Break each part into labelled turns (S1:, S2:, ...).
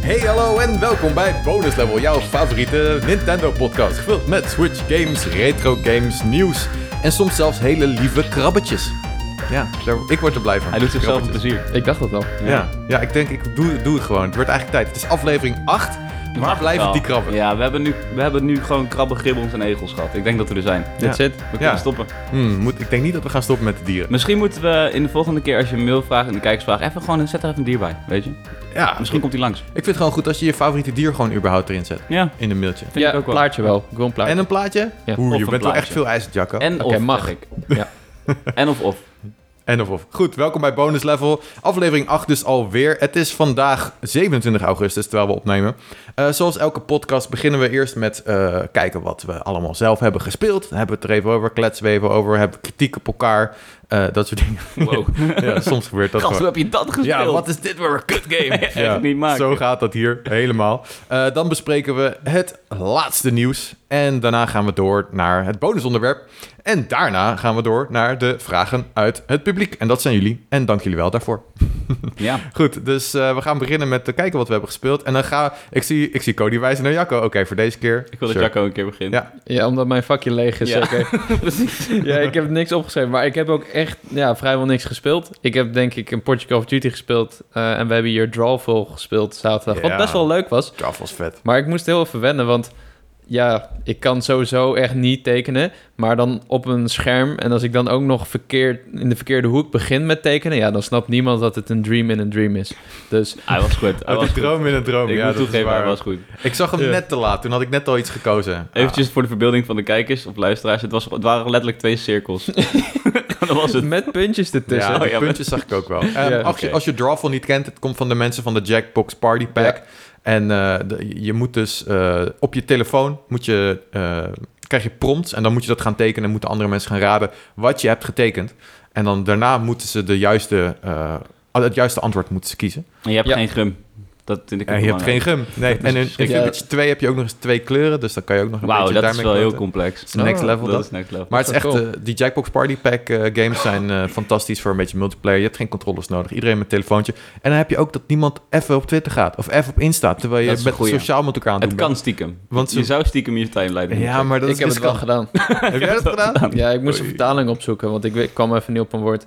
S1: Hey hallo en welkom bij Bonus Level, jouw favoriete Nintendo podcast. Gevuld met Switch games, retro games, nieuws en soms zelfs hele lieve krabbetjes. Ja, daar- ik word er blij van.
S2: Hij doet zichzelf een
S1: Krabbetjes.
S2: plezier.
S3: Ik dacht dat al.
S1: Ja, ja ik denk, ik doe, doe het gewoon. Het wordt eigenlijk tijd. Het is aflevering 8, maar blijven die krabben.
S2: Ja, we hebben nu, we hebben nu gewoon krabben, gibbons en egels gehad. Ik denk dat we er zijn.
S1: Ja.
S3: That's it.
S2: We kunnen
S1: Ja.
S2: stoppen.
S1: Hmm, moet, ik denk niet dat we gaan stoppen met de dieren.
S2: Misschien moeten we in de volgende keer als je een mailvraag en de kijkersvraag... Even gewoon, een- zet er even een dier bij, weet je.
S1: Ja,
S2: Misschien komt hij langs.
S1: Ik vind het gewoon goed als je je favoriete dier gewoon überhaupt erin zet.
S2: Ja,
S1: In een mailtje.
S2: vind
S3: ja,
S2: ik ook wel.
S3: plaatje wel. Ik wil een plaatje.
S1: En een plaatje?
S3: Ja.
S1: Oeh,
S2: Of
S1: je
S2: een
S1: bent wel echt
S2: plaatje.
S1: veel eisend, Jacco.
S2: En
S3: Oké,
S2: of,
S3: mag.
S2: zeg ik.
S3: Ja.
S2: En of of.
S1: En of of. Goed, welkom bij Bonus Level. Aflevering 8 dus alweer. Het is vandaag 27 augustus, terwijl we opnemen. Eh, zoals elke podcast beginnen we eerst met eh, kijken wat we allemaal zelf hebben gespeeld. Dan hebben we het er even over, kletsen we even over, hebben we kritiek op elkaar. eh, dat soort dingen.
S2: Wow.
S1: ja, soms gebeurt dat
S2: Gast, hoe
S1: gewoon.
S2: heb je dat gespeeld?
S1: Ja, wat is dit voor een kut game?
S2: Echt niet maken.
S1: Zo gaat dat hier helemaal. Eh, dan bespreken we het laatste nieuws. En daarna gaan we door naar het bonusonderwerp. En daarna gaan we door naar de vragen uit het publiek. En dat zijn jullie. En dank jullie wel daarvoor.
S2: Ja.
S1: Goed, dus eh, we gaan beginnen met te kijken wat we hebben gespeeld. En dan ga ik zie, ik zie Cody wijzen naar Jacco. Oké, voor deze keer.
S2: Ik wil dat
S1: Sure.
S2: Jacco een keer begint.
S1: Ja.
S3: Ja, omdat mijn vakje leeg is.
S2: Ja.
S3: oké.
S2: precies.
S3: ja, ik heb niks opgeschreven. Maar ik heb ook echt ja, vrijwel niks gespeeld. Ik heb denk ik een potje Call of Duty gespeeld. eh, en we hebben hier Drawful gespeeld zaterdag. Wat
S1: Ja.
S3: best wel leuk was.
S1: Draft was vet.
S3: Maar ik moest heel even wennen, want ja, ik kan sowieso echt niet tekenen. Maar dan op een scherm. En als ik dan ook nog verkeerd, in de verkeerde hoek begin met tekenen... ja, dan snapt niemand dat het een dream in een dream is. Dus
S2: Hij was goed.
S1: Oh,
S2: Hij was
S1: die
S2: goed.
S1: droom in een droom.
S2: Ik
S1: ja,
S2: moet
S1: dat is
S2: toegeven, hij
S1: waar.
S2: was goed.
S1: Ik zag hem
S3: Ja.
S1: net te laat. Toen had ik net al iets gekozen.
S2: Eventjes voor de verbeelding van de kijkers of luisteraars. Het, was, het waren letterlijk twee cirkels. dat was het.
S3: met puntjes ertussen.
S1: Ja,
S2: Oh,
S1: die
S2: ja, maar-
S1: puntjes zag ik ook wel. Dus, Ehm,
S3: Ja.
S1: als, je,
S2: Oké.
S1: als je Drawful niet kent, het komt van de mensen van de Jackbox Party Pack.
S3: Ja.
S1: En eh, de- je moet dus eh, op je telefoon moet je, eh, krijg je prompts en dan moet je dat gaan tekenen en moeten andere mensen gaan raden wat je hebt getekend. En dan daarna moeten ze de juiste, eh, het juiste antwoord moeten ze kiezen.
S2: En je hebt
S3: Ja.
S2: geen gum. Dat vind ik
S1: En
S2: ook
S1: je hebt geen
S2: belangrijk.
S1: gum. Nee. En in, in
S3: Ja.
S1: Fibonacci 2 heb je ook nog eens twee kleuren, dus dan kan je ook nog een
S2: Wauw,
S1: beetje
S2: dat is
S1: daarmee
S2: wel heel
S1: knoten.
S2: complex.
S1: Het is Next
S3: Oh,
S1: level dat.
S2: Dat is next level.
S1: Maar het is echt,
S3: Dat is wel
S1: eh, die Jackbox Party Pack eh, games zijn eh, fantastisch voor een beetje multiplayer. Je hebt geen controllers nodig, iedereen met een telefoontje. En dan heb je ook dat niemand even op Twitter gaat of even op Insta, terwijl je
S2: Dat is
S1: met
S2: een goeie.
S1: sociaal met elkaar aan het
S2: Het
S1: doen
S2: kan stiekem.
S1: Want
S2: Want
S1: ze-
S2: Je zou stiekem je timeline
S1: bent.
S2: moeten
S1: Ja, maar dat
S3: ik
S1: is
S3: heb het wel
S1: misgaan.
S3: gedaan.
S1: Heb jij dat gedaan? Oké.
S3: Ja, ik moest een
S1: Oei.
S3: vertaling opzoeken, want ik we- kwam even niet op een woord.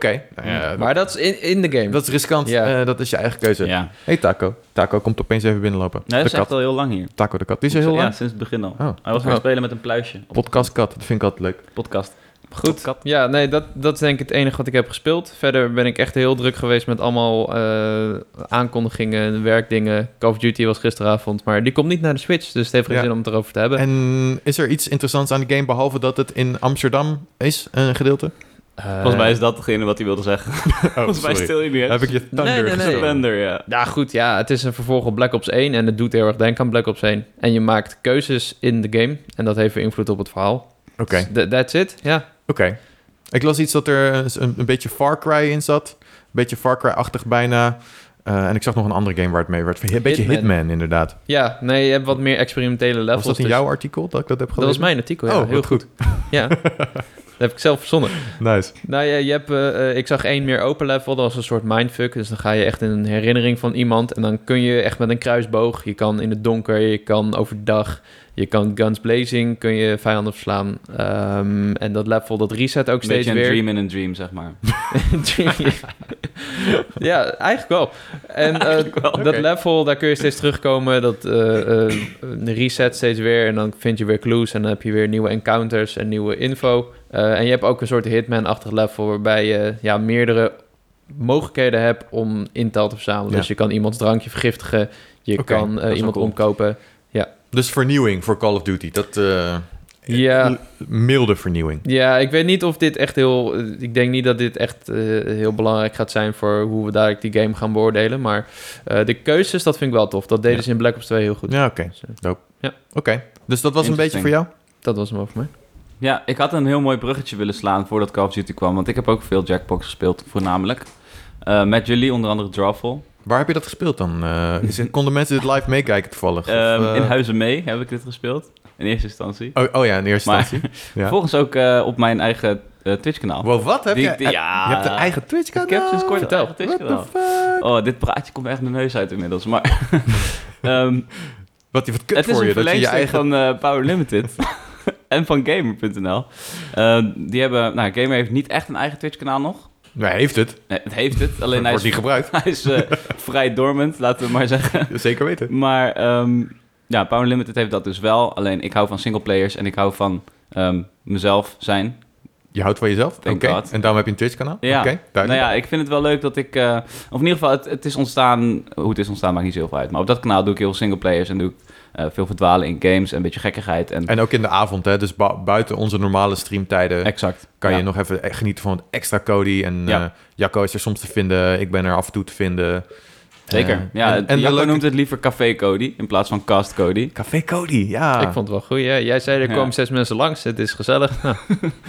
S1: Nou ja,
S3: maar dat is in, in de game.
S1: dat is riskant.
S3: Ja.
S1: Eh, dat is je eigen keuze.
S2: Ja.
S1: Hey Taco. Taco komt opeens even binnenlopen.
S2: Nee,
S1: de
S2: dat Nou, is
S1: kat.
S2: echt al heel lang hier.
S1: Taco de kat. Die is er heel
S2: ja,
S1: lang.
S2: sinds het begin al.
S1: Oh.
S2: Hij was aan
S3: Oh.
S2: het spelen met een pluisje op
S1: Podcastkat. Dat vind ik altijd leuk.
S2: de podcast.
S3: Goed. Ja, nee, dat, dat is denk ik het enige wat ik heb gespeeld. Verder ben ik echt heel druk geweest met allemaal eh, aankondigingen, werkdingen. Call of Duty was gisteravond, maar die komt niet naar de Switch, dus het heeft geen
S1: Ja.
S3: zin om het erover te hebben.
S1: En is er iets interessants aan de game, behalve dat het in Amsterdam is, een gedeelte?
S3: Eh,
S2: Volgens mij is dat degene wat hij wilde zeggen.
S1: Oh,
S2: Volgens mij
S1: sorry.
S2: stil je nu, hè?
S1: Heb ik je thunder
S3: Nee, nee, nee.
S1: gestolen?
S2: Slender, ja.
S3: Ja, goed, ja, het is een vervolg op Black Ops 1 en het doet heel erg denken aan Black Ops 1. En je maakt keuzes in de game en dat heeft weer invloed op het verhaal.
S1: Oké.
S3: Dus tha- that's it, ja.
S1: Oké. Ik las iets dat er een, een beetje Far Cry in zat. Een beetje Far Cry-achtig bijna. Eh, en ik zag nog een andere game waar het mee werd. Een beetje Hitman,
S3: Hitman.
S1: inderdaad.
S3: Ja, nee, je hebt wat meer experimentele levels.
S1: Was dat in
S3: dus-
S1: jouw artikel dat ik dat heb
S3: Dat
S1: gelezen?
S3: was mijn artikel, ja.
S1: oh,
S3: heel
S1: heel
S3: goed.
S1: goed.
S3: Ja. dat heb ik zelf verzonnen.
S1: Nice.
S3: Nou ja, je hebt, eh, eh, ik zag één meer open level, dat was een soort mindfuck. Dus dan ga je echt in een herinnering van iemand en dan kun je echt met een kruisboog. Je kan in het donker, je kan overdag, je kan guns blazing, kun je vijanden verslaan. Ehm, en dat level, dat reset ook
S2: Een
S3: steeds
S2: beetje een
S3: weer.
S2: dream in een dream, zeg maar.
S3: Dream. ja, eigenlijk wel. En eh, dat
S1: Oké.
S3: level, daar kun je steeds terugkomen. Dat eh, eh, reset steeds weer. En dan vind je weer clues. En dan heb je weer nieuwe encounters en nieuwe info. Eh, en je hebt ook een soort Hitman-achtig level... waarbij je ja, meerdere mogelijkheden hebt om intel te verzamelen.
S1: Ja.
S3: Dus je kan iemands drankje vergiftigen. Je
S1: Oké,
S3: kan eh,
S2: wel
S3: iemand
S2: cool.
S3: omkopen.
S1: Dus vernieuwing voor Call of Duty. Dat, eh,
S3: Ja.
S1: l- Milde vernieuwing.
S3: Ja, ik weet niet of dit echt heel... Ik denk niet dat dit echt eh, heel belangrijk gaat zijn... voor hoe we dadelijk die game gaan beoordelen. Maar eh, de keuzes, dat vind ik wel tof. Dat deden
S1: Ja.
S3: ze in Black Ops 2 heel goed.
S1: Ja, oké.
S3: Dus, eh,
S1: Oké. Dus dat was een beetje
S2: Interesting.
S1: voor jou?
S3: dat was hem over mij.
S2: Ja, ik had een heel mooi bruggetje willen slaan voordat Call of Duty kwam. Want ik heb ook veel Jackbox gespeeld, voornamelijk. Eh, met jullie, onder andere Drawful.
S1: Waar heb je dat gespeeld dan? Eh, is het- konden mensen dit live meekijken toevallig? Of,
S2: Ehm,
S1: eh,
S2: In Huizen Mee heb ik dit gespeeld, in eerste instantie.
S1: Oh, oh ja, in eerste
S2: Maar-
S1: instantie. Ja.
S2: Vervolgens ook eh, op mijn eigen eh, Twitch-kanaal.
S1: Wow, wat? Heb
S2: Die-
S1: je,
S2: die- ja.
S1: je hebt een eigen Twitch-kanaal?
S2: Ik heb sinds kort
S3: Vertel.
S2: een eigen
S1: What the
S2: Twitch-kanaal.
S1: fuck?
S2: Oh, dit praatje komt me echt mijn neus uit inmiddels. Maar ehm,
S1: Wat, wat kut
S2: het is
S1: voor
S2: een
S1: je, dat je je
S2: verlengstuk
S1: eigen...
S2: van eh, Power Limited en van Gamer.nl. Ehm, die hebben, nou, Gamer heeft niet echt een eigen Twitch-kanaal nog.
S1: Nee, heeft het.
S2: Nee, het heeft het, alleen hij
S1: Wordt niet
S2: is,
S1: gebruikt.
S2: hij is eh, vrij dormant, laten we maar zeggen.
S1: Zeker weten.
S2: Maar ehm, ja, Power Limited heeft dat dus wel. Alleen ik hou van singleplayers en ik hou van ehm, mezelf zijn.
S1: Je houdt van jezelf? Oké.
S2: Thank God.
S1: En daarom heb je een Twitch-kanaal?
S2: Ja.
S1: Oké,
S2: Nou
S1: duidelijk.
S2: ja, ik vind het wel leuk dat ik... eh, of in ieder geval, het, het is ontstaan... Hoe het is ontstaan maakt niet zoveel uit. Maar op dat kanaal doe ik heel veel singleplayers... en doe ik eh, veel verdwalen in games en een beetje gekkigheid. En,
S1: En ook in de avond, hè? dus bu- buiten onze normale streamtijden...
S2: exact.
S1: kan
S2: Ja.
S1: je nog even e- genieten van het extra Cody. En
S2: Ja.
S1: eh, Jacco is er soms te vinden. Ik ben er af en toe te vinden.
S2: Zeker.
S1: Eh,
S2: ja,
S1: en, en de
S2: Jacco
S1: leuke-
S2: noemt het liever Café Cody... in plaats van Cast Cody.
S1: Café Cody, ja.
S3: Ik vond het wel goed. Ah. Ja. Jij zei, er
S2: Ja.
S3: kwamen zes mensen langs. Het is gezellig. Nou,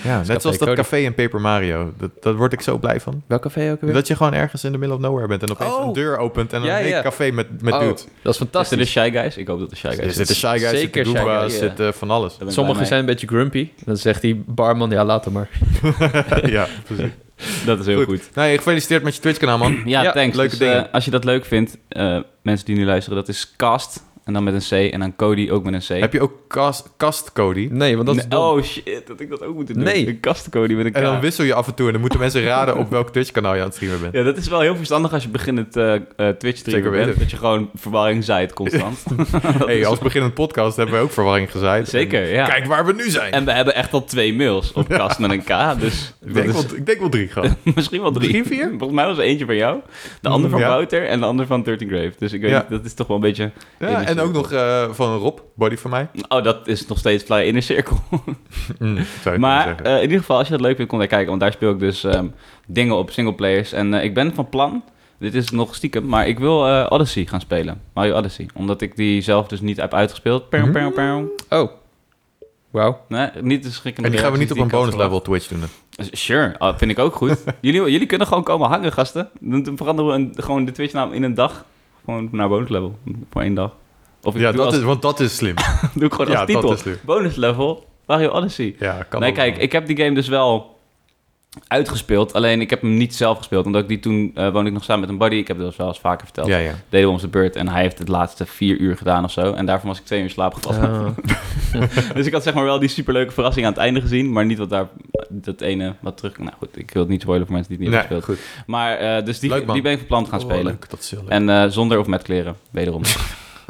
S1: ja net zoals dat
S3: Cody.
S1: café in Paper Mario. Dat, daar word ik zo blij van.
S3: welk café ook weer?
S1: Dat je gewoon ergens in de middle of nowhere bent en opeens
S3: Oh.
S1: een deur opent en dan
S3: Ja,
S1: een
S3: ja.
S1: café met, met
S3: Oh,
S1: dudes.
S3: dat is
S2: Zitten de
S3: fantastisch.
S2: Shy Guys? Ik hoop dat de Shy Guys...
S1: Er
S2: zitten.
S1: zitten Shy Guys, zitten
S3: Zeker Shy
S1: Goombas,
S2: Guys, ja.
S1: zitten eh, van alles.
S2: Daar ben ik
S3: Sommigen
S2: blij
S3: zijn een beetje grumpy. Dan zegt die barman, ja, laat hem maar.
S1: ja, precies.
S2: mee. Dat is heel
S1: Goed.
S2: goed.
S1: Nee, gefeliciteerd met je Twitch-kanaal, man.
S2: Ja,
S3: Ja,
S2: thanks.
S1: leuke
S2: Dus,
S1: dingen.
S2: eh, als je dat leuk vindt, eh, mensen die nu luisteren, dat is Cast en dan met een C en dan Cody ook met een C.
S1: Heb je ook kast, kast Cody?
S3: Nee, want dat is
S2: Nee,
S3: dom.
S2: Oh shit, dat ik dat ook moet doen.
S3: Nee.
S2: Een kastcody met een K.
S1: En dan wissel je af en toe en dan moeten mensen raden op welk Twitch-kanaal je aan het streamen bent.
S2: ja, dat is wel heel verstandig als je beginnend eh eh, Twitch streamer
S1: Zeker weten.
S2: bent. Dat je gewoon verwarring zaait constant. Dat
S1: hey,
S2: is-
S1: als beginnend podcast hebben we ook verwarring gezaaid.
S2: Zeker, ja.
S1: En Kijk waar we nu zijn.
S2: En we hebben echt al twee mails op kast met een K. Dus
S1: ik,
S2: dat
S1: denk
S2: is
S1: wel, ik denk wel drie gaan.
S2: misschien wel drie.
S1: Drie, vier? Mm,
S2: Volgens mij was er eentje van jou. De ander van
S1: Ja.
S2: Wouter en de ander van 13 Grave. Dus ik weet
S1: Ja.
S2: niet, dat is toch wel een beetje...
S1: Ja, en ook nog eh, van Rob, body van mij.
S2: Oh, dat is nog steeds Fly Inner Circle.
S1: Mm, zou je kunnen
S2: Maar
S1: zeggen.
S2: eh, in ieder geval, als je dat leuk vindt, kom daar kijken. Want daar speel ik dus ehm, dingen op singleplayers. En eh, ik ben van plan, dit is nog stiekem, maar ik wil eh, Odyssey gaan spelen. Mario Odyssey. Omdat ik die zelf dus niet heb uitgespeeld. Perm,
S1: Hmm.
S2: perm, perm.
S3: Oh. Wauw.
S2: Nee, niet de schrikkende
S1: en die gaan we niet op een
S2: reacties eh, dus die ik
S1: bonus
S2: had
S1: level Twitch doen.
S2: verwacht. Sure, ah, vind ik ook goed. jullie, jullie kunnen gewoon komen hangen, gasten. Dan dan veranderen we een- gewoon de Twitch-naam in een dag. Gewoon naar bonus level. Voor één dag. Of ik
S1: Ja,
S2: doe,
S1: dat
S2: als-
S1: is, want dat is slim.
S2: doe ik gewoon
S1: ja,
S2: als
S1: dat
S2: titel.
S1: is leuk.
S2: Bonus level, Mario Odyssey.
S1: Ja, kan
S2: nee,
S1: allemaal.
S2: kijk, ik heb die game dus wel uitgespeeld. Alleen ik heb hem niet zelf gespeeld. Omdat ik die toen eh, woonde ik nog samen met een buddy. Ik heb dat wel eens vaker verteld.
S1: Ja, ja.
S2: Deden we onze beurt en hij heeft het laatste vier uur gedaan of zo. En daarvan was ik twee uur in slaap gevallen.
S3: Ah.
S2: dus ik had zeg maar wel die superleuke verrassing aan het einde gezien. Maar niet wat daar, dat ene wat terug... Nou goed, ik wil het niet spoilen voor mensen die het niet
S1: Nee,
S2: hebben gespeeld.
S1: goed.
S2: Maar eh, dus die,
S1: Leuk, man.
S2: die ben ik van plan te gaan
S1: Oh,
S2: spelen.
S1: leuk, dat is heel leuk.
S2: En eh, zonder of met kleren, wederom.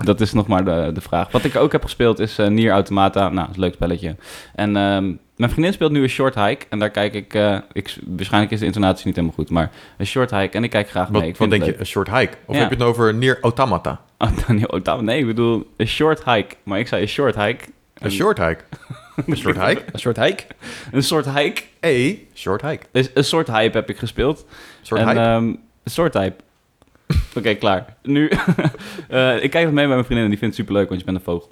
S2: dat is nog maar de, de vraag. Wat ik ook heb gespeeld is eh, Nier Automata. Nou, is een leuk spelletje. En ehm, mijn vriendin speelt nu een short hike. En daar kijk ik, eh, ik... Waarschijnlijk is de intonatie niet helemaal goed, maar een short hike. En ik kijk graag
S1: wat
S2: mee.
S1: wat
S2: Ik vind
S1: denk
S2: het
S1: je, een short hike? Of
S2: Ja.
S1: heb je het nou over Nier Automata?
S2: leuk. Oh, Daniel Automata. Nee, ik bedoel een short hike. Maar ik zei een short hike.
S1: Een short hike? een short hike?
S3: Een soort hike.
S2: Een soort hike.
S1: Hey, short hike.
S2: Dus een soort hype heb ik gespeeld.
S1: Short
S2: en,
S1: hike?
S2: ehm, een soort type. Oké, klaar. Nu, eh, ik kijk nog mee bij mijn vriendin en die vindt het superleuk, want je bent een vogel.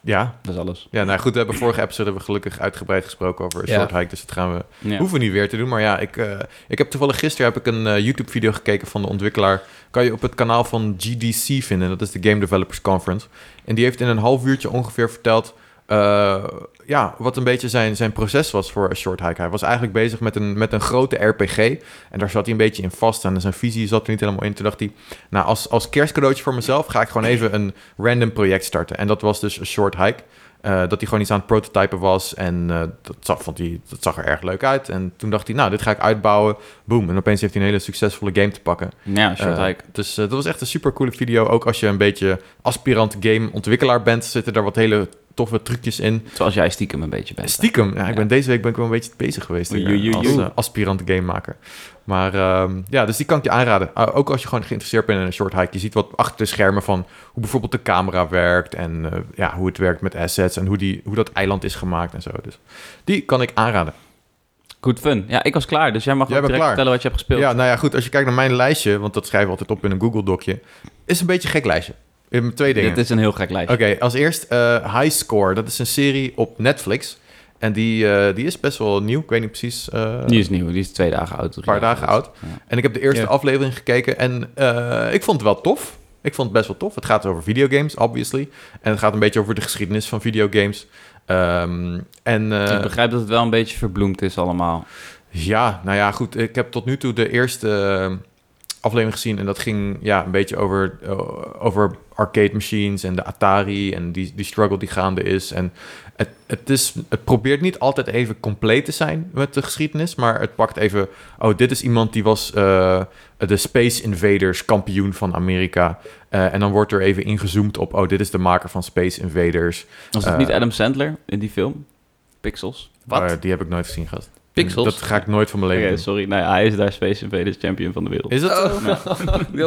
S1: ja.
S2: Dat is alles.
S1: ja, nou goed, we hebben vorige episode hebben we gelukkig uitgebreid gesproken over een
S3: Ja.
S1: short hike. Dus dat gaan we
S2: Ja.
S1: Hoeven we niet weer te doen, maar ja, ik, eh, ik heb toevallig gisteren heb ik een eh, YouTube-video gekeken van de ontwikkelaar. Kan je op het kanaal van GDC vinden, dat is de Game Developers Conference. En die heeft in een half uurtje ongeveer verteld eh, ja, wat een beetje zijn, zijn proces was voor A Short Hike. Hij was eigenlijk bezig met een, met een grote RPG en daar zat hij een beetje in vast en zijn visie zat er niet helemaal in. Toen dacht hij, nou als, als kerstcadeautje voor mezelf ga ik gewoon even een random project starten. En dat was dus A Short Hike. Eh, dat hij gewoon iets aan het prototypen was. En eh, dat, zag, vond hij, dat zag er erg leuk uit. En toen dacht hij, nou, dit ga ik uitbouwen. Boom. En opeens heeft hij een hele succesvolle game te pakken.
S2: Ja, short
S1: Eh,
S2: hike.
S1: Dus eh, dat was echt een super coole video. Ook als je een beetje aspirant gameontwikkelaar bent, zitten daar wat hele toffe trucjes in.
S2: Zoals jij stiekem een beetje bent.
S1: Stiekem. Ja, ik ben
S2: Ja.
S1: deze week ben ik wel een beetje bezig geweest hier,
S2: Oei, oei, oei,
S1: als
S2: oei.
S1: eh, aspirant gamemaker. Maar ehm, ja, dus die kan ik je aanraden. Ah, ook als je gewoon geïnteresseerd bent in een short hike. Je ziet wat achter de schermen van hoe bijvoorbeeld de camera werkt en eh, ja, hoe het werkt met assets en hoe, die, hoe dat eiland is gemaakt en zo. Dus die kan ik aanraden.
S2: Goed fun. Ja, ik was klaar, dus jij mag
S1: Jij
S2: ook
S1: bent
S2: direct
S1: klaar.
S2: vertellen wat je hebt gespeeld.
S1: Ja, nou ja, goed. Als je kijkt naar mijn lijstje, want dat schrijven we altijd op in een Google Docje. Is een beetje een gek lijstje. In twee dingen.
S2: Dit is een heel gek
S1: Oké,
S2: lijstje.
S1: als eerst eh, High Score. Dat is een serie op Netflix. En die, eh, die is best wel nieuw. Ik weet niet precies. eh,
S2: Die is nieuw, die is twee dagen oud. Een
S1: paar dagen oud.
S2: Ja.
S1: En ik heb de eerste
S3: Ja.
S1: aflevering gekeken en eh, ik vond het wel tof. Ik vond het best wel tof. Het gaat over videogames, obviously. En het gaat een beetje over de geschiedenis van videogames. Eh, Ehm, en eh,
S2: Dus ik begrijp dat het wel een beetje verbloemd is allemaal.
S1: ja, nou ja, goed. Ik heb tot nu toe de eerste eh, aflevering gezien. En dat ging ja, een beetje over, eh, over arcade machines en de Atari. En die, die struggle die gaande is. En het, het, is, het probeert niet altijd even compleet te zijn met de geschiedenis. Maar het pakt even. Oh, dit is iemand die was eh, de Space Invaders kampioen van Amerika. Eh, en dan wordt er even ingezoomd op. Oh, dit is de maker van Space Invaders.
S2: Was het
S1: Eh.
S2: niet Adam Sandler in die film? Pixels?
S3: Wat?
S1: Maar Eh, die heb ik nooit gezien, gast.
S3: Pixels?
S1: Dat ga ik nooit van mijn
S2: Oké,
S1: leven doen.
S2: sorry. Nou ja, hij is daar Space Invaders champion van de wereld.
S1: Is dat
S3: Oh.
S1: zo?
S3: Op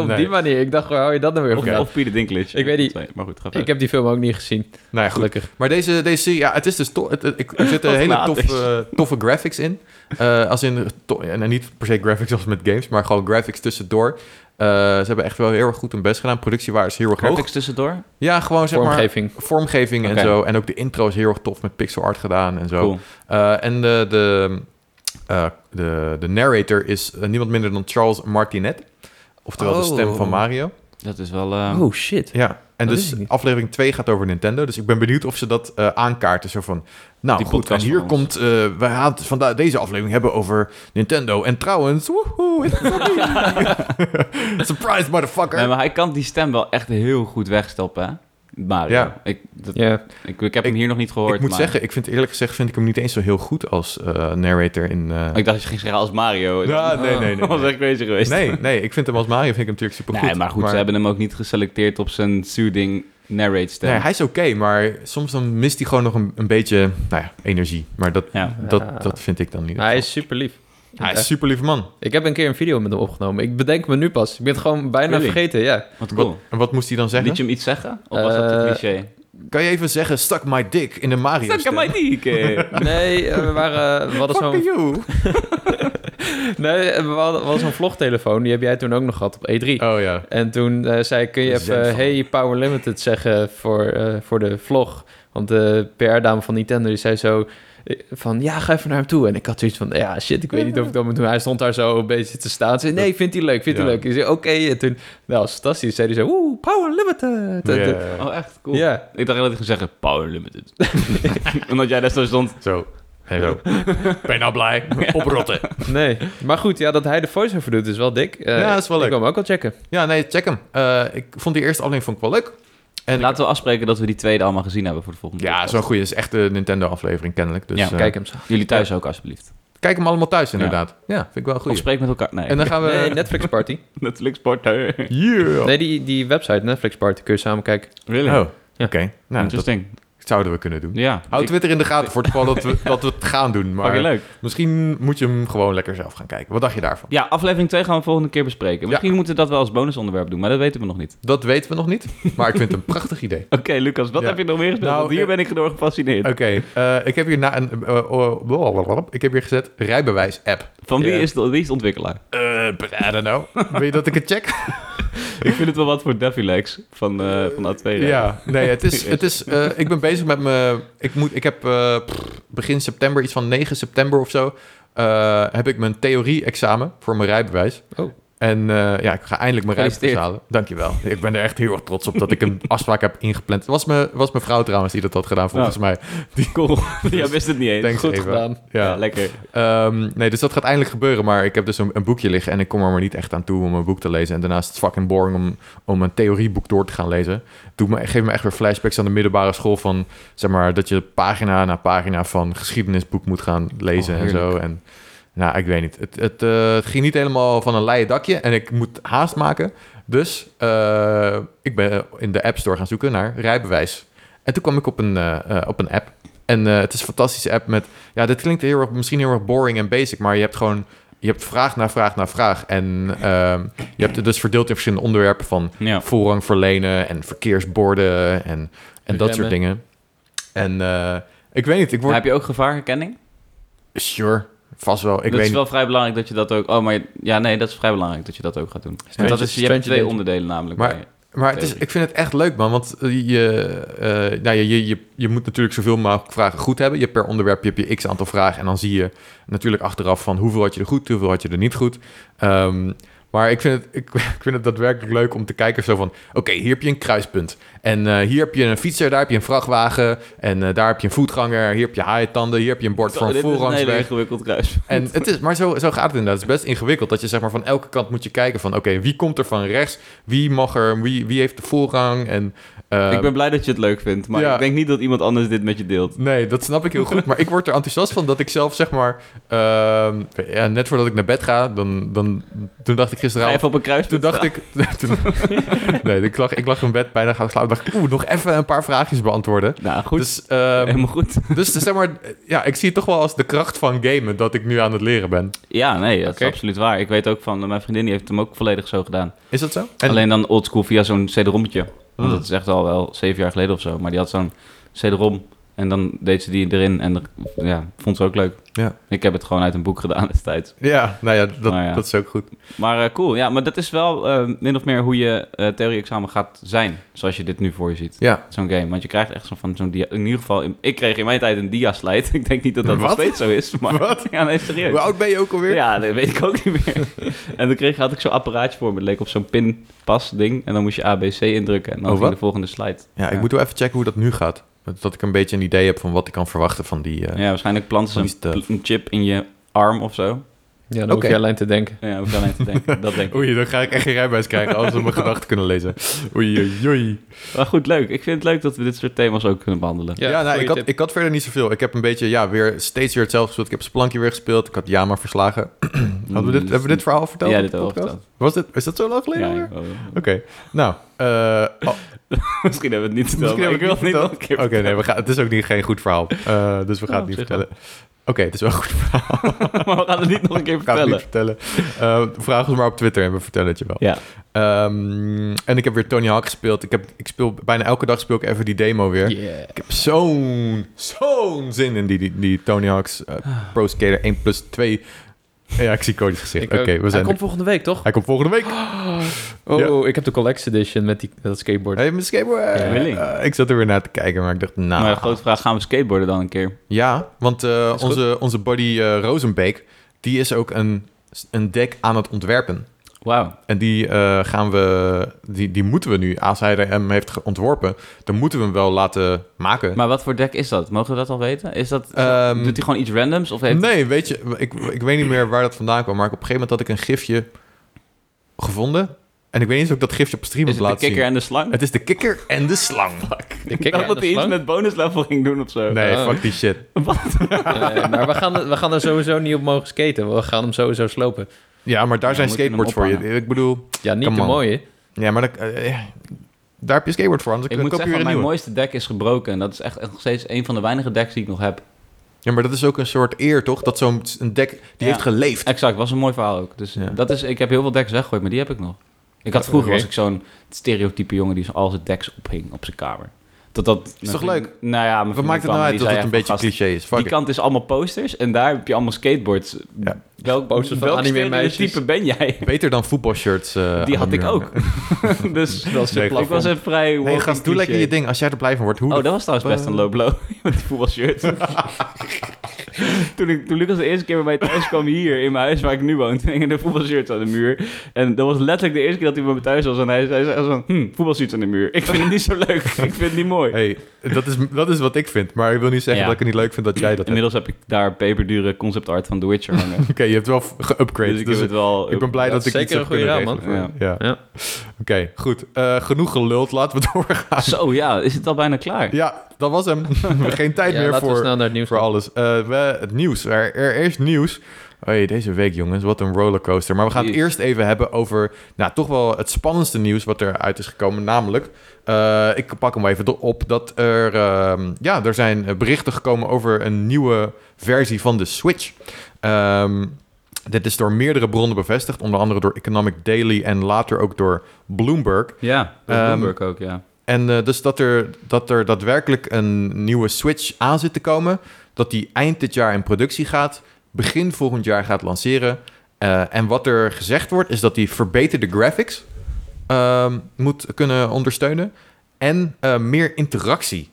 S1: Nee.
S3: die manier. Ik dacht, waar hou je dat nou weer
S2: Of,
S1: Oké.
S3: van?
S2: of Peter Dinklage.
S3: Ik weet niet.
S2: Twee, Maar goed, ga
S3: Ik
S2: verder.
S3: heb die film ook niet gezien,
S1: Nou ja, goed.
S3: gelukkig.
S1: Maar deze, deze serie, ja, het is dus tof. het- het- ik- Er zitten
S2: Wat
S1: hele
S2: laat
S1: toffe, toffe graphics in. Eh, als in, to- en niet per se graphics als met games, maar gewoon graphics tussendoor. Eh, ze hebben echt wel heel erg goed hun best gedaan. Productiewaarde is heel erg hoog.
S2: Graphics tussendoor?
S1: Ja, gewoon zeg maar
S3: Vormgeving.
S1: vormgeving
S2: Oké.
S1: en zo. En ook de intro is heel erg tof met pixel art gedaan en zo.
S2: Cool.
S1: Eh, en de, de, eh, de, de narrator is eh, niemand minder dan Charles Martinet. Oftewel de stem
S3: Oh.
S1: van Mario.
S2: Dat is wel... eh,
S3: Oh, shit.
S1: Ja, en
S3: Dat wist ik
S1: dus
S3: niet.
S1: aflevering 2 gaat over Nintendo. Dus ik ben benieuwd of ze dat eh, aankaarten. Zo van, nou
S2: Die
S1: goed, en
S2: podcast
S1: hier
S2: van ons.
S1: komt... eh we gaan het vandaag deze aflevering hebben over Nintendo. En trouwens, woehoe, it's me. Surprise, motherfucker.
S2: Nee, maar hij kan die stem wel echt heel goed wegstoppen, hè? Mario.
S1: Ja.
S2: Ik, dat-
S3: Ja,
S2: ik, ik
S1: Ik-
S2: heb hem hier nog niet gehoord.
S1: ik moet
S2: maar-
S1: zeggen, ik vind eerlijk gezegd vind ik hem niet eens zo heel goed als eh, narrator in... eh,
S2: Ik dacht, je ging zeggen als Mario.
S1: Ja, nee, nee, nee,
S2: Dat was
S1: nee.
S2: echt bezig geweest.
S1: Nee, nee, ik vind hem als Mario vind ik hem natuurlijk super goed.
S2: Nee, maar goed, ze hebben hem ook niet geselecteerd op zijn soothing narrate stem.
S1: Nee, hij is oké, maar soms dan mist hij gewoon nog een, een beetje nou ja, energie. Maar dat,
S2: Ja.
S3: Ja.
S1: dat, dat vind ik dan niet.
S3: hij is super lief.
S1: hij is een super lieve man.
S3: Ik heb een keer een video met hem opgenomen. Ik bedenk me nu pas. Ik ben het gewoon bijna
S2: Really?
S3: vergeten, ja.
S2: Wat cool.
S1: En wat moest hij dan zeggen?
S2: Liet je hem iets zeggen? Of was dat
S3: Eh,
S2: een cliché?
S1: Kan je even zeggen, stak my dick in de Mario
S2: Stak mij die keer.
S3: Nee, eh, we waren... We hadden zo'n
S1: you.
S3: nee, eh, we hadden, we hadden zo'n vlogtelefoon. Die heb jij toen ook nog gehad op E3.
S1: Oh ja.
S3: En toen eh, zei ik, kun je even
S1: Zenfone.
S3: hey Power Limited zeggen voor, eh, voor de vlog. Want de PR-dame van Nintendo die zei zo eh, van, ja, ga even naar hem toe. En ik had zoiets van, ja, shit, ik weet niet of ik dat moet doen. Hij stond daar zo een beetje te staan. Zei, nee, vindt hij leuk, vindt hij
S1: Ja.
S3: leuk. Ik zei, oké. En toen, nou, was fantastisch. Zei hij zo, oeh, Power Limited. En toen-
S1: Ja.
S2: Oh, echt? Cool.
S3: Ja.
S2: Ik dacht dat hij ging zeggen Power Limited. Omdat jij daar zo stond.
S1: Zo. Hey, zo. Ben je nou blij? Oprotten.
S3: Nee, maar goed, ja, dat hij de voice-over doet is wel dik. Eh,
S1: Ja, is wel
S3: Ik
S1: leuk.
S3: wil hem ook al checken.
S1: Ja, nee, check hem. Eh, ik vond die eerste aflevering vond ik wel leuk. En ik-
S2: Laten we afspreken dat we die tweede allemaal gezien hebben voor de volgende
S1: ja,
S2: podcast.
S1: zo'n goede is echt de Nintendo-aflevering kennelijk. Dus
S2: Ja,
S1: eh,
S3: Kijk hem zo.
S2: Jullie thuis ook, alsjeblieft.
S1: kijk hem allemaal thuis inderdaad. Ja, vind ik wel een
S2: Of
S1: goeie.
S2: spreek met elkaar. Nee,
S1: En dan gaan we...
S3: Nee, Netflix Party.
S2: Netflix partner.
S1: Yeah.
S3: Nee, die, die website, Netflix Party, kun je samen kijken.
S2: Really?
S1: Oh, oké.
S3: Ja.
S1: Nou, dat
S2: Interesting.
S1: zouden we kunnen doen.
S2: Ja.
S1: Houd
S2: Ik-
S1: Twitter in de gaten voor het geval dat we, dat we het gaan doen.
S2: fucking
S1: Maar
S2: leuk.
S1: misschien moet je hem gewoon lekker zelf gaan kijken. Wat dacht je daarvan?
S2: Ja, aflevering 2 gaan we volgende keer bespreken.
S1: Ja.
S2: Misschien moeten we dat wel als bonusonderwerp doen, maar dat weten we nog niet.
S1: Dat weten we nog niet, maar ik vind het een prachtig idee.
S2: Oké, Lucas, wat
S1: Ja.
S2: heb je nog meer gedaan?
S1: Nou,
S2: Want hier
S1: eh,
S2: ben ik door gefascineerd.
S1: Oké, eh, ik heb hier na een. eh, eh, blablabla. ik heb hier gezet rijbewijs-app.
S2: Van wie,
S3: ja.
S2: is de, wie is de ontwikkelaar?
S1: Eh, I don't know. Wil je dat ik het check?
S2: ik vind het wel wat voor Devilex van, eh van A2.
S1: Ja. Nee, het is. Het is eh, ik ben bezig met mijn. Ik, moet, ik heb eh, pff, begin september, iets van 9 september of zo. eh, heb ik mijn theorie-examen voor mijn rijbewijs.
S3: Oh.
S1: En eh, ja, ik ga eindelijk mijn rijbewijs
S2: Gefeliciteerd.
S1: halen. Dankjewel. Ik ben er echt heel erg trots op dat ik een afspraak heb ingepland. Het was mijn, was mijn vrouw trouwens die dat had gedaan, volgens mij.
S2: Cool. Jij wist het niet eens.
S1: Thanks,
S3: Goed
S1: Eva.
S3: gedaan.
S2: Ja,
S1: Ja.
S2: lekker.
S1: Ehm, nee, dus dat gaat eindelijk gebeuren. Maar ik heb dus een, een boekje liggen en ik kom er maar niet echt aan toe om een boek te lezen. En daarnaast is het fucking boring om, om een theorieboek door te gaan lezen. Doe me, geef me echt weer flashbacks aan de middelbare school van, zeg maar, dat je pagina na pagina van geschiedenisboek moet gaan lezen
S2: Oh,
S1: en zo. En nou, ik weet niet. Het, het, eh, het ging niet helemaal van een leien dakje en ik moet haast maken. Dus eh, ik ben in de App Store gaan zoeken naar rijbewijs. En toen kwam ik op een, eh, eh, op een app. En eh, het is een fantastische app met... Ja, dit klinkt heel erg, misschien heel erg boring en basic... maar je hebt gewoon... Je hebt vraag na vraag na vraag. En ehm, je hebt het dus verdeeld in verschillende onderwerpen... van
S2: Ja.
S1: voorrang verlenen en verkeersborden... en, en dat soort
S3: Remmen.
S1: dingen. En eh, ik weet niet, ik word...
S2: Heb je ook gevaarherkenning?
S1: Sure, vast wel. Ik
S2: dat
S1: weet
S2: is wel vrij belangrijk dat je dat ook... Oh, maar ja, nee, dat is vrij belangrijk dat je dat ook gaat doen. Want dat is, je hebt
S3: Stranger
S2: twee
S3: Danger.
S2: onderdelen namelijk.
S1: Maar-
S2: bij je.
S1: Maar het is,
S2: Theorie.
S1: ik vind het echt leuk, man. Want eh, je, eh, nou, je, je, je, je moet natuurlijk zoveel mogelijk vragen goed hebben. Je hebt per onderwerp je hebt je x aantal vragen. En dan zie je natuurlijk achteraf van hoeveel had je er goed, hoeveel had je er niet goed. Ehm, Maar ik vind, het, ik, ik vind het daadwerkelijk leuk om te kijken zo van... Oké, hier heb je een kruispunt. En eh, hier heb je een fietser, daar heb je een vrachtwagen. En eh, daar heb je een voetganger. Hier heb je haaientanden. Hier heb je een bord
S2: Oh,
S1: voor een
S2: dit is een hele
S1: voorrangsweg.
S2: ingewikkeld kruis.
S1: En het is, maar zo, zo gaat het inderdaad. Het is best ingewikkeld dat je zeg maar van elke kant moet je kijken van... Oké, wie komt er van rechts? Wie mag er? Wie, wie heeft de voorrang? En, eh,
S2: ik ben blij dat je het leuk vindt, maar
S1: ja.
S2: ik denk niet dat iemand anders dit met je deelt.
S1: Nee, dat snap ik heel goed. Maar ik word er enthousiast van dat ik zelf, zeg maar... ehm, ja, net voordat ik naar bed ga, dan, dan, toen dacht ik
S2: Ga
S1: gisteravond...
S2: even op een kruis.
S1: Toen dacht ik... toen- nee, ik lag, ik lag in bed, bijna gaan slapen. dacht ik, oeh, nog even een paar vraagjes beantwoorden.
S2: Nou, goed.
S1: Dus, ehm,
S2: Helemaal goed.
S1: dus zeg maar... Ja, ik zie het toch wel als de kracht van gamen dat ik nu aan het leren ben.
S2: Ja, nee, dat
S1: Oké.
S2: is absoluut waar. Ik weet ook van, eh, mijn vriendin die heeft hem ook volledig zo gedaan.
S1: Is dat zo? En,
S2: Alleen dan oldschool via zo'n CD-rommetje. Want
S1: Hmm.
S2: dat is echt al wel zeven jaar geleden of zo. Maar die had zo'n CD-rom en dan deed ze die erin en er- ja, vond ze ook leuk.
S1: Ja.
S2: Ik heb het gewoon uit een boek gedaan destijds.
S1: Ja, nou ja dat,
S2: Nou ja.
S1: dat is ook goed.
S2: Maar eh, cool, ja, maar dat is wel eh, min of meer hoe je eh, theorie-examen gaat zijn. Zoals je dit nu voor je ziet.
S1: Ja.
S2: Zo'n game. Want je krijgt echt zo van zo'n dia. In ieder geval, in- ik kreeg in mijn tijd een dia-slide. Ik denk niet dat dat nog
S1: Wat?
S2: steeds zo is. Maar
S1: Wat?
S2: ja, nee, serieus.
S1: Hoe oud ben je ook alweer?
S2: Ja, dat weet ik ook niet meer. en dan kreeg, had ik zo'n apparaatje voor me. Het leek op zo'n pinpas ding. En dan moest je ABC indrukken. En dan
S1: Oh,
S2: ging
S1: wat?
S2: de volgende slide.
S1: Ja, ik moet wel even checken hoe dat nu gaat. Dat ik een beetje een idee heb van wat ik kan verwachten van die... eh,
S2: Ja, waarschijnlijk planten ze
S1: Van die
S2: een, een chip in je arm of zo.
S3: Ja, dan
S1: Oké.
S3: hoef je alleen te denken.
S2: Ja, hoef ik alleen te denken. Dat denk ik.
S1: Oei, dan ga ik echt geen rijbewijs krijgen als we mijn gedachten kunnen lezen. Oei, oei, oei.
S2: Maar goed, leuk. Ik vind het leuk dat we dit soort thema's ook kunnen behandelen.
S1: Ja, nou, ik, had, ik had verder niet zoveel. Ik heb een beetje, ja, weer steeds weer hetzelfde gespeeld. Ik heb Splankje weer gespeeld. Ik had Jama verslagen. Hadden we dit,
S2: Mm,
S1: hebben we dit verhaal verteld?
S2: Ja,
S1: op
S2: dit
S1: de
S2: hebben we
S1: podcast?
S2: verteld.
S1: Was dit, is dat zo lang geleden
S2: Ja,
S1: alweer?
S2: ik wou-
S1: Oké, nou. eh, oh,
S2: Misschien hebben we het niet verteld,
S1: Misschien
S2: maar
S1: hebben
S2: ik wil
S1: we
S2: het niet
S1: het
S2: nog een
S1: niet
S2: keer
S1: Oké, nee, we gaan, het is ook niet, geen goed verhaal. Eh, dus we gaan
S2: Nou,
S1: het niet
S2: op zich wel.
S1: vertellen. Oké, het is wel goed.
S2: vertellen. maar we gaan het niet nog een keer
S1: Ik ga het niet
S2: vertellen.
S1: vertellen. Eh, vraag ons maar op Twitter en we vertellen het je wel.
S2: Ja.
S1: Ehm, en ik heb weer Tony Hawk gespeeld. Ik, heb, ik speel bijna elke dag speel ik even die demo weer.
S3: Yeah.
S1: Ik heb zo'n, zo'n zin in die, die, die Tony Hawk's eh, Pro Skater 1 plus 2. Ja, ik zie Cody's gezicht.
S3: Ik
S1: Oké,
S3: ook.
S1: we
S3: Hij
S1: zijn
S3: komt volgende week, toch?
S1: Hij komt volgende week.
S3: Oh,
S1: Ja.
S3: ik heb de Collects Edition met die, dat skateboard.
S1: Hey, mijn skateboard.
S2: Ja, Willy.
S1: Eh, ik zat er weer naar te kijken, maar ik dacht, nou...
S2: Maar de grote vraag, gaan we skateboarden dan een keer?
S1: Ja, want eh,
S3: goed.
S1: onze, onze buddy eh Rosenbeek, die is ook een, een deck aan het ontwerpen.
S2: Wauw.
S1: En die eh, gaan we... Die, die moeten we nu, als hij er hem heeft ge- ontworpen, dan moeten we hem wel laten maken.
S2: Maar wat voor deck is dat? Mogen we dat al weten? Is dat,
S1: Ehm,
S2: doet hij gewoon iets randoms? Of heeft
S1: nee, weet je, ik, ik weet niet meer waar dat vandaan kwam, maar ik- op een gegeven moment had ik een gifje gevonden. En ik weet niet eens of ik dat gifje op stream
S2: is
S1: heb
S2: het de
S1: laten
S2: kikker
S1: zien.
S2: en de slang?
S1: Het is de kikker en de slang.
S3: De
S2: Ik
S3: kikker
S2: dacht
S3: en
S2: dat
S3: de
S2: hij iets
S3: slang.
S2: met bonuslevel ging doen of zo.
S1: Nee,
S3: Oh.
S1: fuck die shit.
S3: Eh, maar we gaan, we gaan er sowieso niet op mogen skaten. We gaan hem sowieso slopen.
S1: Ja, maar daar
S2: Ja,
S1: zijn
S2: moet je hem
S1: skateboards voor je.
S2: ophangen.
S1: Ik bedoel,
S3: Ja, niet
S1: Come
S3: te
S1: on.
S3: mooi, hè?
S1: ja, maar dat, eh, eh, daar heb je skateboard voor, anders
S2: Ik
S1: dan
S2: moet
S1: koop je weer
S2: zeggen,
S1: een
S2: mijn
S1: nieuwe.
S2: mooiste deck is gebroken. En dat is echt nog steeds een van de weinige decks die ik nog heb.
S1: Ja, maar dat is ook een soort eer, toch? Dat zo'n een dek, die
S2: Ja.
S1: heeft geleefd.
S2: Exact, was een mooi verhaal ook. Dus
S1: Ja.
S2: dat is, ik heb heel veel decks weggegooid, maar die heb ik nog. Ik had vroeger
S3: Oké.
S2: was ik zo'n stereotype jongen die al zijn decks ophing op zijn kamer. Dat dat
S1: Is toch
S2: mijn
S1: leuk?
S2: vriend- Nou ja, mijn
S1: Wat
S2: vriend
S1: maakt het
S2: kwam
S1: nou
S2: en
S1: uit
S2: die
S1: dat
S2: zei
S1: het een beetje
S2: echt van, "Gast,
S1: cliché is? Fuck
S2: Die
S1: it.
S2: kant is allemaal posters en daar heb je allemaal skateboards.
S1: Ja.
S2: Welk,
S3: Posters van
S2: welk
S3: anime-meisjes.
S2: stereotype ben jij?
S1: Beter dan voetbalshirts. eh,
S2: Die
S1: aan
S2: had
S1: de
S2: ik
S1: muur
S2: ook.
S1: hangen.
S2: dus
S3: Dat is
S1: Nee,
S3: een
S2: ik was een vrij
S1: Nee,
S2: walking
S1: gast, doe lekker
S2: cliché.
S1: je ding. Als jij er blij van wordt, hoe
S2: Oh,
S1: de
S2: dat was trouwens best een low blow met die voetbalshirt. toen, ik, toen Lucas de eerste keer bij mij thuis kwam hier in mijn huis waar ik nu woon, toen hing er een voetbalshirt aan de muur. En dat was letterlijk de eerste keer dat hij bij mij thuis was en hij zei hij zei zo van, hm, voetbalshirts aan de muur. Ik vind het niet zo leuk, ik vind het niet mooi.
S1: Hey, dat is, dat is wat ik vind. Maar ik wil niet zeggen
S2: Ja.
S1: dat ik het niet leuk vind dat jij dat hebt. Oké,
S2: Inmiddels heb ik daar peperdure concept art van The Witcher hangen.
S1: je hebt wel f-
S2: dus
S1: geüpgraded.
S2: ik
S1: Dus,
S2: heb het wel...
S1: ik ben blij
S3: Dat
S1: dat,
S3: is
S1: ik iets
S3: zeker
S1: heb
S3: een
S1: kunnen
S3: goede
S1: regelen.
S3: raam,
S2: man.
S1: Ja.
S3: Ja.
S1: Oké, goed. Eh, genoeg geluld. Laten we doorgaan.
S2: Zo, ja, is het al bijna klaar?
S1: Ja, dat was hem. We hebben geen tijd
S3: Ja,
S1: meer
S3: laten we
S1: voor,
S3: snel naar het nieuws
S1: voor
S3: gaan.
S1: alles. Eh, we, het nieuws. Er, er is nieuws. Oei, deze week, jongens. Wat een rollercoaster. Maar we gaan het
S2: Jeez.
S1: eerst even hebben over... Nou, toch wel het spannendste nieuws wat eruit is gekomen. Namelijk, eh, ik pak hem even op... dat er... ehm, ja, er zijn eh, berichten gekomen over een nieuwe versie van de Switch. Ehm, dit is door meerdere bronnen bevestigd. Onder andere door Economic Daily en later ook door Bloomberg.
S2: Ja, door
S1: Ehm,
S2: Bloomberg ook, ja.
S1: En eh, dus dat er, dat er daadwerkelijk een nieuwe Switch aan zit te komen. Dat die eind dit jaar in productie gaat. Begin volgend jaar gaat lanceren. Eh, en wat er gezegd wordt, is dat die verbeterde graphics ehm, moet kunnen ondersteunen. En eh, meer interactie.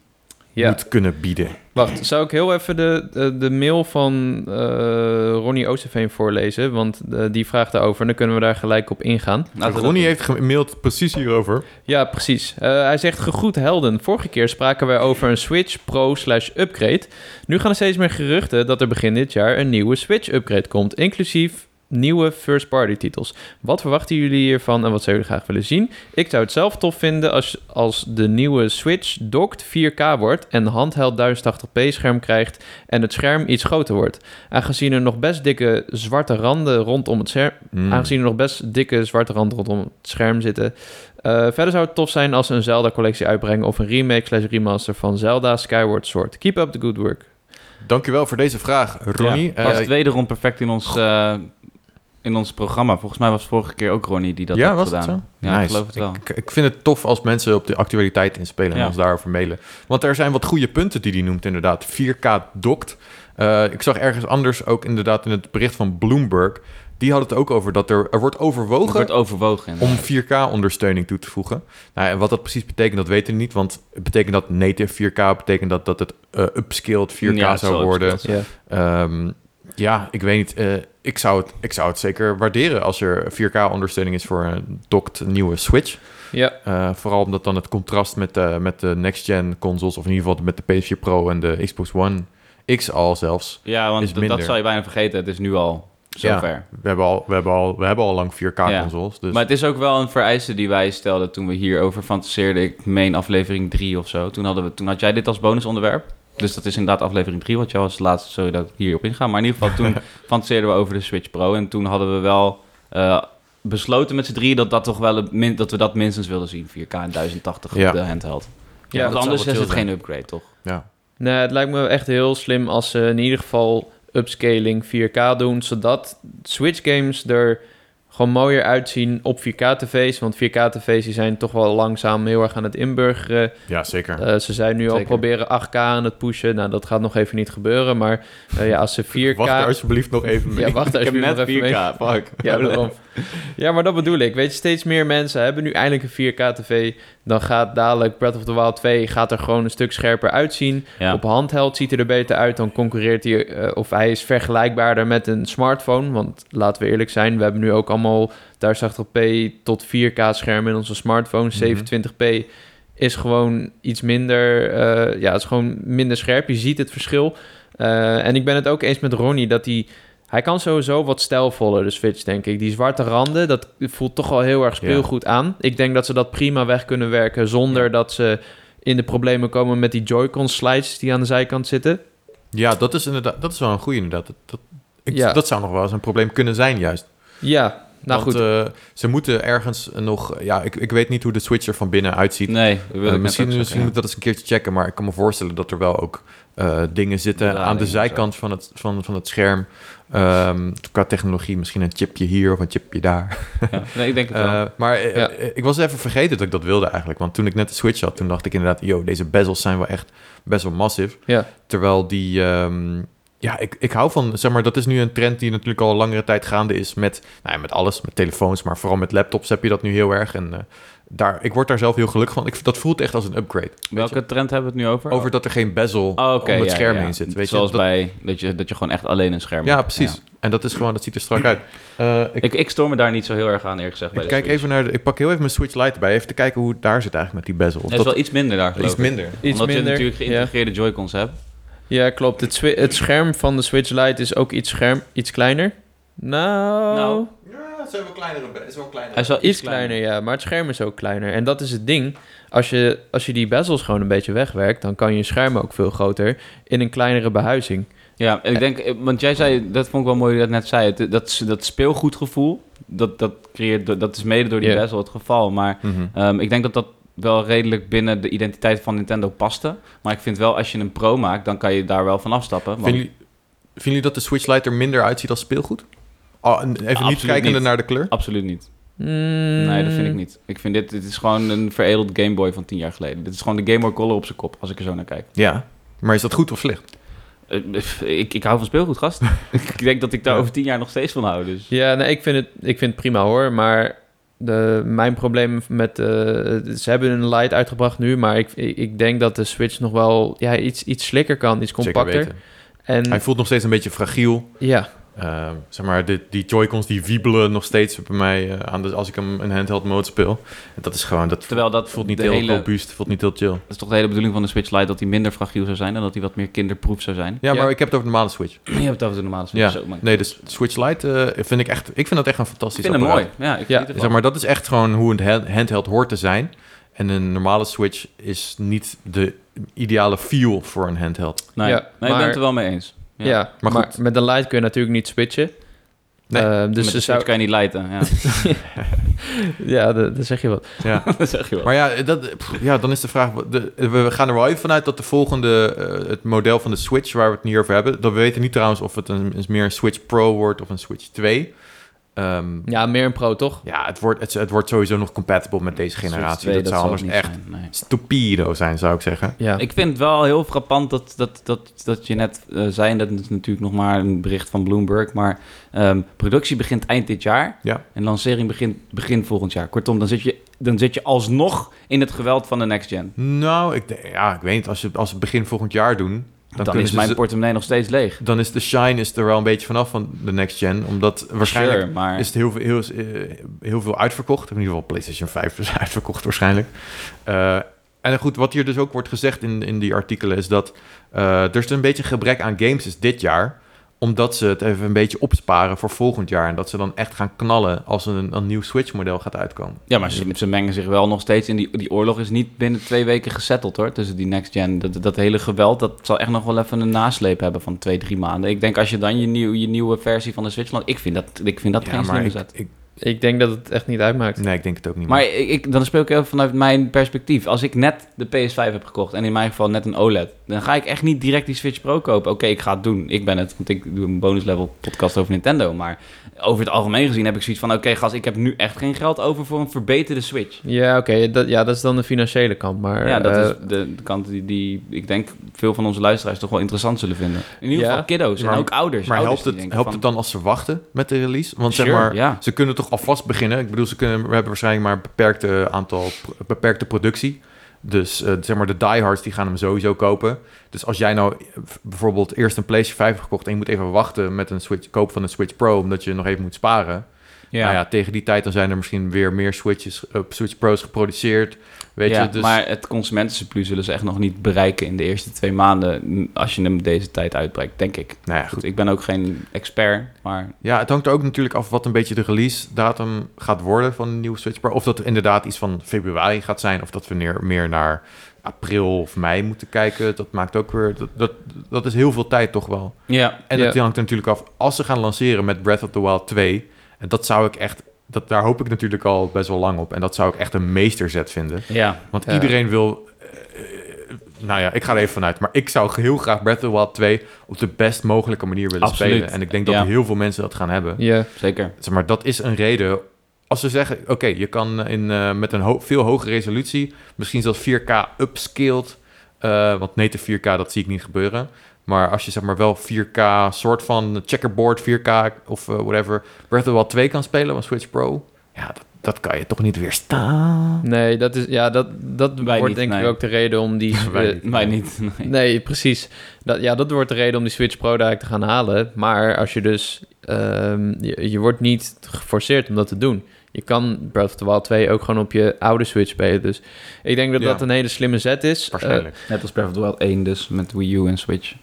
S3: Ja.
S1: moet kunnen bieden.
S3: Wacht, zou ik heel even de, de, de mail van eh, Ronnie Oosterveen voorlezen? Want eh, die vraagt daarover en dan kunnen we daar gelijk op ingaan.
S2: Laten we dat
S1: Ronnie
S2: doen.
S1: heeft gemaild precies hierover.
S3: Ja, precies. Eh, hij zegt, gegroet helden. Vorige keer spraken wij over een Switch Pro slash upgrade. Nu gaan er steeds meer geruchten dat er begin dit jaar een nieuwe Switch upgrade komt, inclusief nieuwe first party titels. Wat verwachten jullie hiervan en wat zouden jullie graag willen zien? Ik zou het zelf tof vinden als, als de nieuwe Switch docked 4K wordt en handheld 1080p scherm krijgt en het scherm iets groter wordt. Aangezien er nog best dikke zwarte randen rondom het scherm,
S1: Hmm.
S3: Aangezien er nog best dikke zwarte rand rondom het scherm zitten. Eh, verder zou het tof zijn als ze een Zelda-collectie uitbrengen... of een remake slash remaster van Zelda Skyward Sword. Keep up the good work.
S1: Mm. Dankjewel voor deze vraag, Ronnie.
S2: Ja, past
S1: Eh,
S2: wederom perfect in ons, eh, in ons programma. Volgens mij was vorige keer ook Ronnie die dat
S1: ja,
S2: had
S1: was
S2: gedaan.
S1: dat zo?
S2: Ja, ik
S1: Nice.
S2: geloof het wel.
S1: Ik, ik vind het tof als mensen op de actualiteit inspelen en
S2: Ja.
S1: ons daarover mailen. Want er zijn wat goede punten die hij noemt inderdaad. 4K dokt. Eh, ik zag ergens anders ook inderdaad in het bericht van Bloomberg... die had het ook over dat er, er wordt
S2: Het
S1: overwogen...
S2: wordt overwogen.
S1: om 4K-ondersteuning toe te voegen. Nou, en wat dat precies betekent, dat weten we niet. Want het betekent dat native 4K betekent dat, dat het eh, upscaled 4K
S2: Ja, het
S1: zou
S2: zal
S1: worden.
S2: upscaled
S3: Ja.
S1: Ehm, ja, ik weet niet. eh, ik, zou het, ik zou het zeker waarderen als er 4K-ondersteuning is voor een docked nieuwe Switch.
S3: ja.
S1: Eh, vooral omdat dan het contrast met, eh, met de next-gen consoles... of in ieder geval met de PS4 Pro en de Xbox One X al zelfs.
S2: Ja,
S1: is
S2: want dat- dat
S1: minder.
S2: zou je bijna vergeten. Het is nu al zover.
S1: We hebben al, we hebben al, we hebben al lang
S2: Ja.
S1: 4K-consoles. Dus
S2: Maar het is ook wel een vereiste die wij stelden toen we hierover fantaseerden. Ik meen aflevering 3 of zo. Toen, hadden we, toen had jij dit als bonusonderwerp. Dus dat is inderdaad aflevering 3, want jij was de laatste, sorry dat ik hierop inga. Maar in ieder geval, toen fantaseerden we over de Switch Pro. En toen hadden we wel eh, besloten met z'n drieën dat, dat, toch wel het min- dat we dat minstens wilden zien. 4K en 1080
S1: Ja.
S2: op de handheld.
S3: Ja,
S2: Ja,
S3: dat
S2: want anders
S1: zou
S2: is
S1: wel
S2: het
S1: chill
S2: geen upgrade, toch?
S1: ja.
S3: Nee, het lijkt me echt heel slim als ze in ieder geval upscaling 4K doen... zodat Switch games er gewoon mooier uitzien op 4K-tv's. Want 4K-tv's die zijn toch wel langzaam heel erg aan het inburgeren...
S1: ja, zeker.
S3: Eh, ze zijn nu al
S2: Zeker.
S3: proberen 8K aan het pushen. Nou, dat gaat nog even niet gebeuren. Maar eh, ja, als ze 4K...
S1: Wacht er alsjeblieft nog even mee.
S3: ja, wacht
S2: Ik heb
S3: alsjeblieft nog
S2: net
S3: even mee.
S2: 4K, fuck.
S3: Ja, daarom. ja, maar dat bedoel ik. Weet je, steeds meer mensen hebben nu eindelijk een 4K-tv. Dan gaat dadelijk Breath of the Wild 2 gaat er gewoon een stuk scherper uitzien.
S2: Ja.
S3: Op handheld ziet hij er beter uit. Dan concurreert hij, eh, of hij is vergelijkbaarder met een smartphone. Want laten we eerlijk zijn, we hebben nu ook allemaal 1080p tot 4K schermen in onze smartphone.
S1: Mhm.
S3: 720p is gewoon iets minder, eh, ja, het is gewoon minder scherp. Je ziet het verschil. Eh, en ik ben het ook eens met Ronnie dat hij, hij kan sowieso wat stijlvoller, de Switch, denk ik. Die zwarte randen, dat voelt toch wel heel erg speelgoed aan. Ik denk dat ze dat prima weg kunnen werken zonder dat ze in de problemen komen met die Joy-Con slides die aan de zijkant zitten.
S1: Ja, dat is inderdaad, dat is wel een goede inderdaad. Dat, dat, ik-
S3: Ja.
S1: dat zou nog wel eens een probleem kunnen zijn juist.
S3: Ja, nou
S1: Want,
S3: goed.
S1: eh, ze moeten ergens nog, ja, ik, ik weet niet hoe de switch er van binnen uitziet.
S2: Nee, dat wil ik
S1: Eh, misschien
S2: net ook
S1: misschien
S2: zeggen,
S1: moet ik dat eens een keertje checken, maar ik kan me voorstellen dat er wel ook eh, dingen zitten
S2: Lading
S1: aan de
S2: en zo.
S1: zijkant van het, van, van het scherm. Ehm, qua technologie, misschien een chipje hier of een chipje daar.
S2: ja. Ja. Nee, ik denk het wel.
S1: Eh, maar eh,
S3: Ja.
S1: eh, ik was even vergeten dat ik dat wilde eigenlijk. Want toen ik net de Switch had, toen dacht ik inderdaad... yo, deze bezels zijn wel echt best wel massive.
S3: Ja.
S1: Terwijl die... ehm, ja, ik, ik hou van... Zeg maar, dat is nu een trend die natuurlijk al langere tijd gaande is met... Nou ja, met alles, met telefoons, maar vooral met laptops heb je dat nu heel erg. En eh, daar, ik word daar zelf heel gelukkig van. Ik, dat voelt echt als een upgrade.
S2: Welke trend hebben we het nu over?
S1: Over dat er geen bezel
S2: Oh, oké,
S1: om het
S2: ja,
S1: scherm
S2: ja.
S1: heen zit. Weet
S2: Zoals
S1: je? Dat,
S2: bij dat je, dat je gewoon echt alleen een scherm
S1: ja,
S2: hebt.
S1: precies. En dat is gewoon... Dat ziet er strak uit. Eh, ik,
S2: Ik, ik stoor me daar niet zo heel erg aan, eerlijk gezegd.
S1: ik
S2: bij de
S1: kijk
S2: Switch.
S1: even naar de, ik pak heel even mijn Switch Lite bij, even te kijken hoe het daar zit eigenlijk met die bezel. Of
S2: Het is wel iets minder daar, geloof
S1: iets
S2: ik.
S1: minder.
S3: Iets
S2: eh, Omdat je
S3: minder.
S2: natuurlijk
S3: ja.
S2: geïntegreerde Joy-Cons hebt.
S3: Ja, klopt. Het, swi- het scherm van de Switch Lite is ook iets, scherm, iets kleiner. Nou,
S2: Nou,
S1: Ja, het zijn wel kleinere. Het is wel kleiner.
S2: Hij is wel
S3: iets, kleiner, ja. Maar het scherm is ook kleiner. En dat is het ding. Als je, als je die bezels gewoon een beetje wegwerkt, dan kan je scherm ook veel groter in een kleinere behuizing.
S2: Ja, en ik denk, eh, want jij zei, dat vond ik wel mooi dat je dat net zei. Het- Dat, dat speelgoedgevoel, dat, dat, creëert, door- dat is mede door die
S3: Ja.
S2: bezel het geval. Maar ehm, ik denk dat dat wel redelijk binnen de identiteit van Nintendo paste. Maar ik vind wel, als je een pro maakt, dan kan je daar wel van afstappen. Want,
S1: Vinden jullie, vinden jullie dat de Switch Lite er minder uitziet als speelgoed? Oh, en even
S2: Absoluut
S1: niet kijkende
S2: niet.
S1: naar de kleur.
S2: Absoluut niet.
S3: Mm.
S2: Nee, dat vind ik niet. Ik vind dit, dit is gewoon een veredeld Game Boy van tien jaar geleden. Dit is gewoon de Game Boy Color op zijn kop, als ik er zo naar kijk.
S1: Ja. Maar is dat goed of slecht?
S2: Eh, pff, Ik, ik hou van speelgoed, gast. ik denk dat ik daar over tien jaar nog steeds van hou, dus...
S3: Ja, nee, ik vind het ik vind het prima hoor. Maar de, mijn probleem met... eh, ze hebben een light uitgebracht nu, maar ik, ik, ik denk dat de Switch nog wel ja, iets, iets slikker kan, iets
S1: Zeker
S3: compacter.
S1: weten.
S2: Mm.
S1: Hij
S3: En
S1: voelt nog steeds een beetje fragiel.
S3: ja,
S1: Ehm, zeg maar, de, die Joy-Cons die wiebelen nog steeds bij mij eh, aan de, als ik hem een handheld mode speel. En dat is gewoon, dat
S2: Terwijl dat
S1: voelt niet
S2: de
S1: heel
S2: hele-
S1: robuust, voelt niet heel chill.
S2: Dat is toch de hele bedoeling van de Switch Lite dat die minder fragiel zou zijn en dat die wat meer kinderproof zou zijn.
S1: Ja,
S3: Ja.
S1: maar ik heb het over de normale Switch.
S2: Je hebt het over de normale Switch.
S1: Ja.
S2: Zo, maar ik
S1: Nee, de Switch Lite eh, vind ik echt, ik vind dat echt een fantastisch
S2: vind hem
S1: apparaat.
S2: mooi. Ja, ik
S3: Ja.
S2: vind
S1: Zeg maar, dat is echt gewoon hoe een hand- handheld hoort te zijn. En een normale Switch is niet de ideale feel voor een handheld.
S2: Nee,
S3: Ja,
S2: nee ik ben
S3: maar-
S2: het er wel mee eens.
S3: ja.
S2: Ja.
S1: Maar
S3: maar,
S1: goed.
S3: met een light kun je natuurlijk niet switchen.
S1: Nee,
S3: Eh, dus
S2: Met
S3: ze
S2: de Switch
S3: zou...
S2: kan je niet lighten. Ja.
S3: Ja, dat dat zeg je wat.
S1: Ja.
S2: dat zeg je wel.
S1: Maar ja, dat, pff, ja, dan is de vraag... de- we gaan er wel even vanuit dat de volgende... eh, het model van de Switch, waar we het nu over hebben... Dat we weten niet trouwens of het een, is meer een Switch Pro wordt of een Switch 2. Ehm, ja,
S3: Ja, meer een pro, toch?
S1: het, wordt, het, het wordt sowieso nog compatible met deze generatie.
S2: Switch 2,
S1: dat, zou anders
S2: niet
S1: echt
S2: zijn, nee.
S1: stupido zijn, zou ik zeggen.
S3: Ja.
S2: Ik vind het wel heel frappant dat, dat, dat, dat je net eh, zei, en dat is natuurlijk nog maar een bericht van Bloomberg, maar ehm, productie begint eind dit jaar
S1: Ja.
S2: en lancering begint begin volgend jaar. Kortom, dan zit, je, dan zit je alsnog in het geweld van de next gen.
S1: Nou, ik, denk- ja, ik weet niet. Als ze als ze het begin volgend jaar doen... Dan,
S2: Dan,
S1: kunnen
S2: is
S1: ze
S2: mijn
S1: ze-
S2: portemonnee nog steeds leeg.
S1: dan is de shine is er wel een beetje vanaf van de next gen. Omdat waarschijnlijk
S2: Sure, maar
S1: is het heel veel, heel, eh, heel veel uitverkocht. In ieder geval PlayStation 5 is uitverkocht waarschijnlijk. Eh, en goed, wat hier dus ook wordt gezegd in, in die artikelen is dat eh, er is een beetje een gebrek aan games is dit jaar. Omdat ze het even een beetje opsparen voor volgend jaar. En dat ze dan echt gaan knallen als een, een nieuw Switch-model gaat uitkomen.
S2: ja, maar ze, ze mengen zich wel nog steeds in. Die, die oorlog is niet binnen twee weken gesetteld hoor. Tussen die next gen. Dat, dat hele geweld, dat zal echt nog wel even een nasleep hebben van twee, drie maanden. Ik denk als je dan je, nieuw, je nieuwe versie van de Switch lanceert- Ik vind dat, ik vind dat
S1: Ja,
S2: geen slimme
S1: ik,
S2: zet.
S1: ik,
S3: Ik denk dat het echt niet uitmaakt.
S1: nee, ik denk het ook niet.
S2: Maar
S1: meer.
S2: ik, ik- dan speel ik even vanuit mijn perspectief. Als ik net de PS5 heb gekocht en in mijn geval net een OLED, dan ga ik echt niet direct die Switch Pro kopen. Oké, ik ga het doen. Ik ben het, want ik doe een bonus level podcast over Nintendo. Maar over het algemeen gezien heb ik zoiets van: oké, gast, ik heb nu echt geen geld over voor een verbeterde Switch.
S3: Ja, oké. dat, ja, dat is dan de financiële kant. Maar
S2: Ja, dat
S3: eh,
S2: is de, de kant die, die ik denk veel van onze luisteraars toch wel interessant zullen vinden. In ieder
S3: Ja.
S2: geval kiddo's
S1: Maar-
S2: en ook ouders.
S1: maar
S2: Ouders
S1: helpt,
S2: die
S1: het,
S2: denken
S1: helpt
S2: van,
S1: het dan als ze wachten met de release? Want zeg
S2: sure,
S1: maar,
S2: ja.
S1: Ze kunnen toch alvast beginnen. Ik bedoel, ze kunnen, we hebben waarschijnlijk maar een beperkte aantal, beperkte productie. Dus eh, zeg maar, de diehards die gaan hem sowieso kopen. Dus als jij nou eh, bijvoorbeeld eerst een PlayStation 5 hebt gekocht en je moet even wachten met een Switch, koop van een Switch Pro, omdat je nog even moet sparen. Ja. Nou ja, tegen die tijd dan zijn er misschien weer meer Switches, eh, Switch Pro's geproduceerd. Weet
S2: ja,
S1: je, dus
S2: maar het consumentensurplus zullen ze echt nog niet bereiken in de eerste twee maanden m, als je hem deze tijd uitbreekt, denk ik.
S1: nou ja,
S2: Goed, ik ben ook geen expert, maar
S1: Ja, het hangt er ook natuurlijk af wat een beetje de release-datum gaat worden van de nieuwe Switch Pro. Of dat er inderdaad iets van februari gaat zijn, of dat we neer- meer naar april of mei moeten kijken. Dat maakt ook weer... Dat, dat, dat is heel veel tijd toch wel.
S2: ja,
S1: En
S3: Ja.
S1: dat hangt er natuurlijk af als ze gaan lanceren met Breath of the Wild 2. En dat zou ik echt... Dat, daar hoop ik natuurlijk al best wel lang op. En dat zou ik echt een meesterzet vinden.
S2: ja,
S1: Want
S3: Ja.
S1: iedereen wil... eh, nou ja, ik ga er even vanuit. Maar ik zou heel graag Breath of the Wild 2 op de best mogelijke manier willen
S2: Absoluut.
S1: spelen. En ik denk dat
S2: Ja.
S1: heel veel mensen dat gaan hebben
S3: ja,
S2: zeker.
S1: zeg maar, dat is een reden. Als ze zeggen, oké, je kan in, eh, met een ho- veel hogere resolutie, misschien zelfs 4K upscaled, eh, want native 4K, dat zie ik niet gebeuren. Maar als je zeg maar wel 4K, soort van checkerboard 4K of eh, whatever, Breath of the Wild 2 kan spelen van Switch Pro, ja, dat, dat kan je toch niet weerstaan.
S3: nee, dat is... Ja, dat, dat
S2: Wij
S3: wordt
S2: niet,
S3: denk
S2: nee.
S3: ik ook de reden om die...
S1: Wij
S3: eh,
S1: niet.
S2: Mij niet. Nee.
S3: Nee, precies. Dat, ja, dat wordt de reden om die Switch Pro direct te gaan halen. Maar als je dus... ehm, je, je wordt niet geforceerd om dat te doen. Je kan Breath of the Wild 2 ook gewoon op je oude Switch spelen. Dus ik denk dat
S1: Ja.
S3: dat een hele slimme zet is. Eh,
S1: Waarschijnlijk.
S2: Net als Breath of the Wild 1 dus, met Wii U en Switch.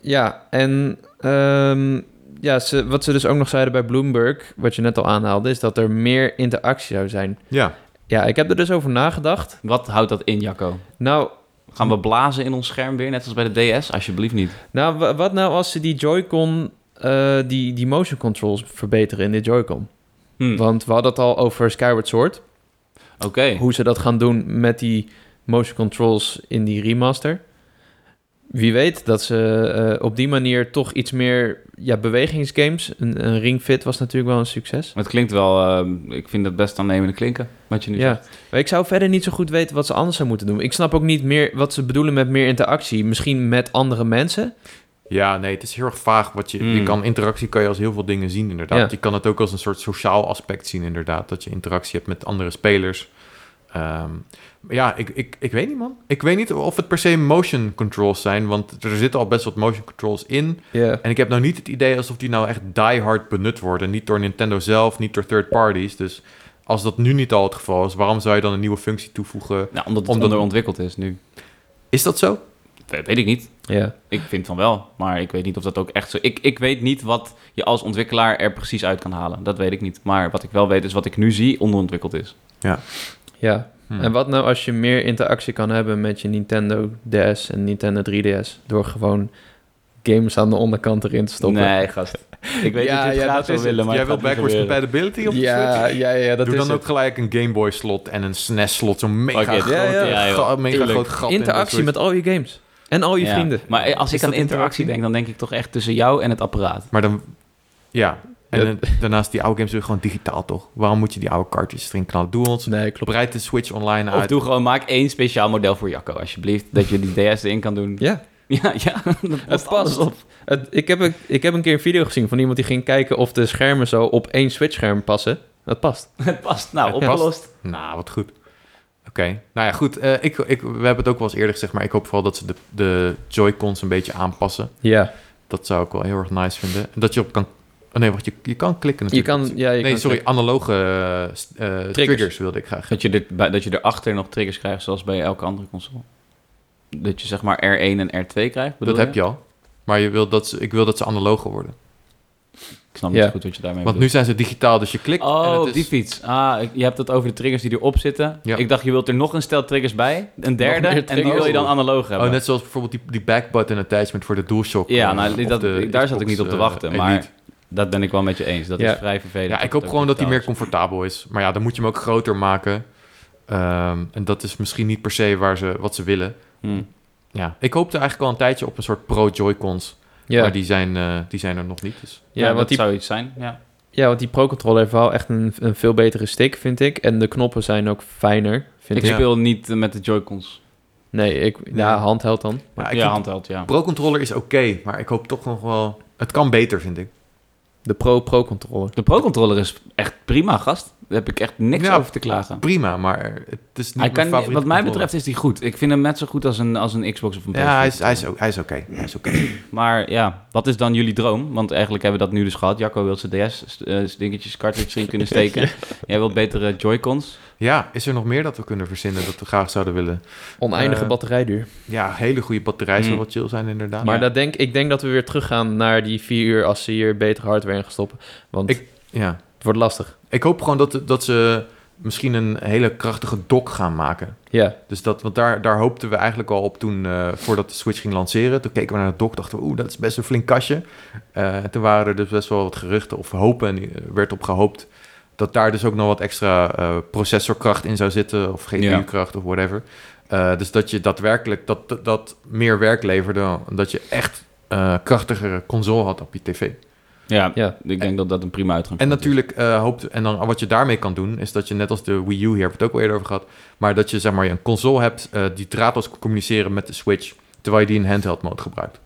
S3: Ja, en ehm, ja, ze, wat ze dus ook nog zeiden bij Bloomberg, wat je net al aanhaalde, is dat er meer interactie zou zijn.
S1: ja,
S3: Ja, ik heb er dus over nagedacht.
S2: Wat houdt dat in, Jacco?
S3: Nou,
S2: Gaan we blazen in ons scherm weer, net als bij de DS? Alsjeblieft niet.
S3: nou wa- wat nou als ze die Joy-Con, eh, die, die motion controls verbeteren in de Joy-Con?
S2: Hm,
S3: Want we hadden het al over Skyward Sword,
S2: Oké.
S3: hoe ze dat gaan doen met die motion controls in die remaster. Wie weet dat ze eh, op die manier toch iets meer ja, bewegingsgames... Een, een Ring Fit was natuurlijk wel een succes.
S2: Het klinkt wel, ehm, ik vind dat best aannemende klinken, wat je nu
S3: Ja,
S2: zegt.
S3: maar ik zou verder niet zo goed weten wat ze anders zou moeten doen. Ik snap ook niet meer wat ze bedoelen met meer interactie. Misschien met andere mensen.
S1: Ja, nee, het is heel erg vaag. Wat je, je
S2: Mm.
S1: kan, interactie kan je als heel veel dingen zien, inderdaad.
S3: Ja.
S1: Je kan het ook als een soort sociaal aspect zien, inderdaad. Dat je interactie hebt met andere spelers. Ehm, ja, ik, ik, ik weet niet, man. Ik weet niet of het per se motion controls zijn, want er zitten al best wat motion controls in.
S3: Ja.
S1: En ik heb nou niet het idee alsof die nou echt diehard benut worden. Niet door Nintendo zelf, niet door third parties. Dus als dat nu niet al het geval is, waarom zou je dan een nieuwe functie toevoegen?
S2: Nou, omdat het
S1: Omdat-
S2: onderontwikkeld is nu.
S1: Is dat zo?
S2: Dat weet ik niet.
S3: ja.
S2: Ik vind van wel, maar ik weet niet of dat ook echt zo... Ik, ik weet niet wat je als ontwikkelaar er precies uit kan halen. Dat weet ik niet. Maar wat ik wel weet is wat ik nu zie onderontwikkeld is.
S3: ja.
S1: Hm.
S3: En wat nou als je meer interactie kan hebben met je Nintendo DS en Nintendo 3DS door gewoon games aan de onderkant erin te stoppen?
S2: Nee, gast. Ik weet
S3: Ja,
S2: dat je het
S3: ja,
S2: graag
S3: dat
S2: zou
S3: is het.
S2: willen, maar
S1: Jij
S2: het
S1: wil
S2: gaat niet
S1: backwards
S2: gebeuren.
S1: compatibility op de
S3: Ja,
S1: Switch?
S3: ja, ja, dat
S1: Doe
S3: is
S1: dan
S3: het.
S1: ook gelijk een Game Boy slot en een SNES slot. Zo'n mega,
S2: Fuck it.
S1: grote,
S3: Ja, ja.
S2: Ja, joh.
S1: ga- mega
S2: Tuurlijk.
S1: groot gat. in de
S3: Interactie
S1: Switch.
S3: met al je games en al je
S2: Ja.
S3: vrienden.
S2: Maar als
S1: Is
S2: ik aan
S1: dat interactie?
S2: interactie denk, dan denk ik toch echt tussen jou en het apparaat.
S1: Maar dan... Ja. En
S3: Ja.
S1: eh, daarnaast, die oude games zijn gewoon digitaal, toch? Waarom moet je die oude cartridges erin knallen? Doe ons...
S3: Nee, klopt.
S1: Breid de Switch online
S2: Of
S1: uit.
S2: doe gewoon, maak één speciaal model voor Jacco, alsjeblieft. Dat je die DS erin kan doen.
S3: Ja,
S2: Ja, ja.
S3: het past. Op. Het, ik, heb, een- ik heb een keer een video gezien van iemand die ging kijken of de schermen zo op één Switch-scherm passen. Dat past.
S2: Het past. Nou,
S1: Het
S2: opgelost.
S1: Nou, wat goed. Oké. Nou ja, goed. eh, ik, ik, we hebben het ook wel eens eerder gezegd, maar ik hoop vooral dat ze de, de Joy-Cons een beetje aanpassen.
S3: Ja,
S1: Dat zou ik wel heel erg nice vinden. En dat je op kan... Oh nee, wacht. Je, je kan klikken
S3: je
S1: natuurlijk.
S3: kan... Ja, je
S1: nee,
S3: kan
S1: sorry. Analoge eh, s- eh, triggers. wilde ik graag.
S2: Dat je, er, bij- dat je erachter nog triggers krijgt, zoals bij elke andere console. Dat je zeg maar R1 en R2 krijgt, bedoel
S1: dat heb je al. Maar je wil dat ze, ik wil dat ze analoger worden.
S2: Ik snap niet
S3: Ja.
S2: zo goed wat je daarmee
S1: Want nu
S2: bedoelt.
S1: zijn ze digitaal, dus je klikt en
S2: Oh,
S1: het
S2: op
S1: is...
S2: die fiets. Ah, ik- je hebt het over de triggers die erop zitten.
S1: Ja.
S2: Ik dacht, je wilt er nog een stel triggers bij. Een derde.
S3: meer
S2: En die
S3: triggers.
S2: wil je dan analoog hebben.
S1: Oh, net zoals bijvoorbeeld die, die backbutton attachment voor de DualShock.
S2: Ja,
S1: eh,
S2: nou,
S1: of
S2: dat,
S1: de
S2: daar zat ik
S1: Xbox,
S2: niet op te
S1: eh,
S2: wachten.
S1: Elite.
S2: maar dat ben ik wel met je eens. Dat
S3: Ja.
S2: is vrij vervelend.
S1: Ja, ik
S2: dat het
S1: hoop
S2: ook
S1: gewoon dat hij meer
S2: digitaal
S1: comfortabel is. Maar ja, dan moet je hem ook groter maken. Ehm, en dat is misschien niet per se waar ze, wat ze willen.
S2: is. Hm.
S1: Ja, ik hoopte eigenlijk al een tijdje op een soort pro-Joy-Cons.
S3: Ja,
S1: Maar die zijn, eh, die zijn er nog niet. Dus.
S3: ja, want die,
S2: zou iets zijn. Ja.
S3: ja, want die Pro Controller heeft wel echt een, een veel betere stick, vind ik. En de knoppen zijn ook fijner, vind
S2: Ik
S3: ik.
S1: Ja.
S2: speel niet eh, met de Joy-Cons.
S3: Nee, ik, ja, handheld dan.
S1: Maar ik
S2: Ja,
S1: vind-
S2: handheld, ja.
S1: Pro-controller is oké, maar ik hoop toch nog wel... Het kan beter, vind ik.
S3: De Pro Pro Controller.
S2: De Pro-controller is echt prima, gast. Daar heb ik echt niks
S1: Ja,
S2: over te klagen.
S1: Prima, maar het is niet
S2: Hij
S1: mijn
S2: kan,
S1: favoriete
S2: wat mij
S1: controller.
S2: betreft is die goed. Ik vind hem net zo goed als een, als een Xbox of een
S1: Ja, hij is,
S2: PS4.
S1: hij is, ook- hij is oké. Hij is oké.
S2: Maar ja, wat is dan jullie droom? Want eigenlijk hebben we dat nu dus gehad. Jacco wil zijn DS-dingetjes, eh, cartridge in kunnen steken. Jij wilt betere Joy-Cons.
S1: Ja, is er nog meer dat we kunnen verzinnen dat we graag zouden willen?
S3: Oneindige
S1: Eh,
S3: batterijduur.
S1: Ja, hele goede batterij zou
S2: Mm.
S1: wat chill zijn inderdaad.
S3: Maar
S2: ja.
S3: dat denk, ik denk dat we weer teruggaan naar die vier uur als ze hier betere hardware in gaan stoppen. Want
S1: Ik- Ja.
S3: het wordt lastig.
S1: Ik hoop gewoon dat, dat ze misschien een hele krachtige dock gaan maken.
S3: Ja,
S1: Dus dat, want daar, daar hoopten we eigenlijk al op toen, eh, voordat de Switch ging lanceren. Toen keken we naar de dock, dachten we, oeh, dat is best een flink kastje. Eh, en toen waren er dus best wel wat geruchten of hopen en eh, werd op gehoopt dat daar dus ook nog wat extra eh, processorkracht in zou zitten of GPU-kracht of whatever. Eh, dus dat je daadwerkelijk dat, dat, dat meer werk leverde dan dat je echt eh, krachtigere console had op je tv.
S2: Ja,
S3: Ja.
S2: ik denk dat dat een prima
S1: En
S2: uitgangspunt is.
S1: natuurlijk eh, hoopt, en dan wat je daarmee kan doen, is dat je net als de Wii U, hier hebben we het ook al eerder over gehad, maar dat je zeg maar een console hebt eh, die draadloos kan communiceren met de Switch, terwijl je die in handheld mode gebruikt.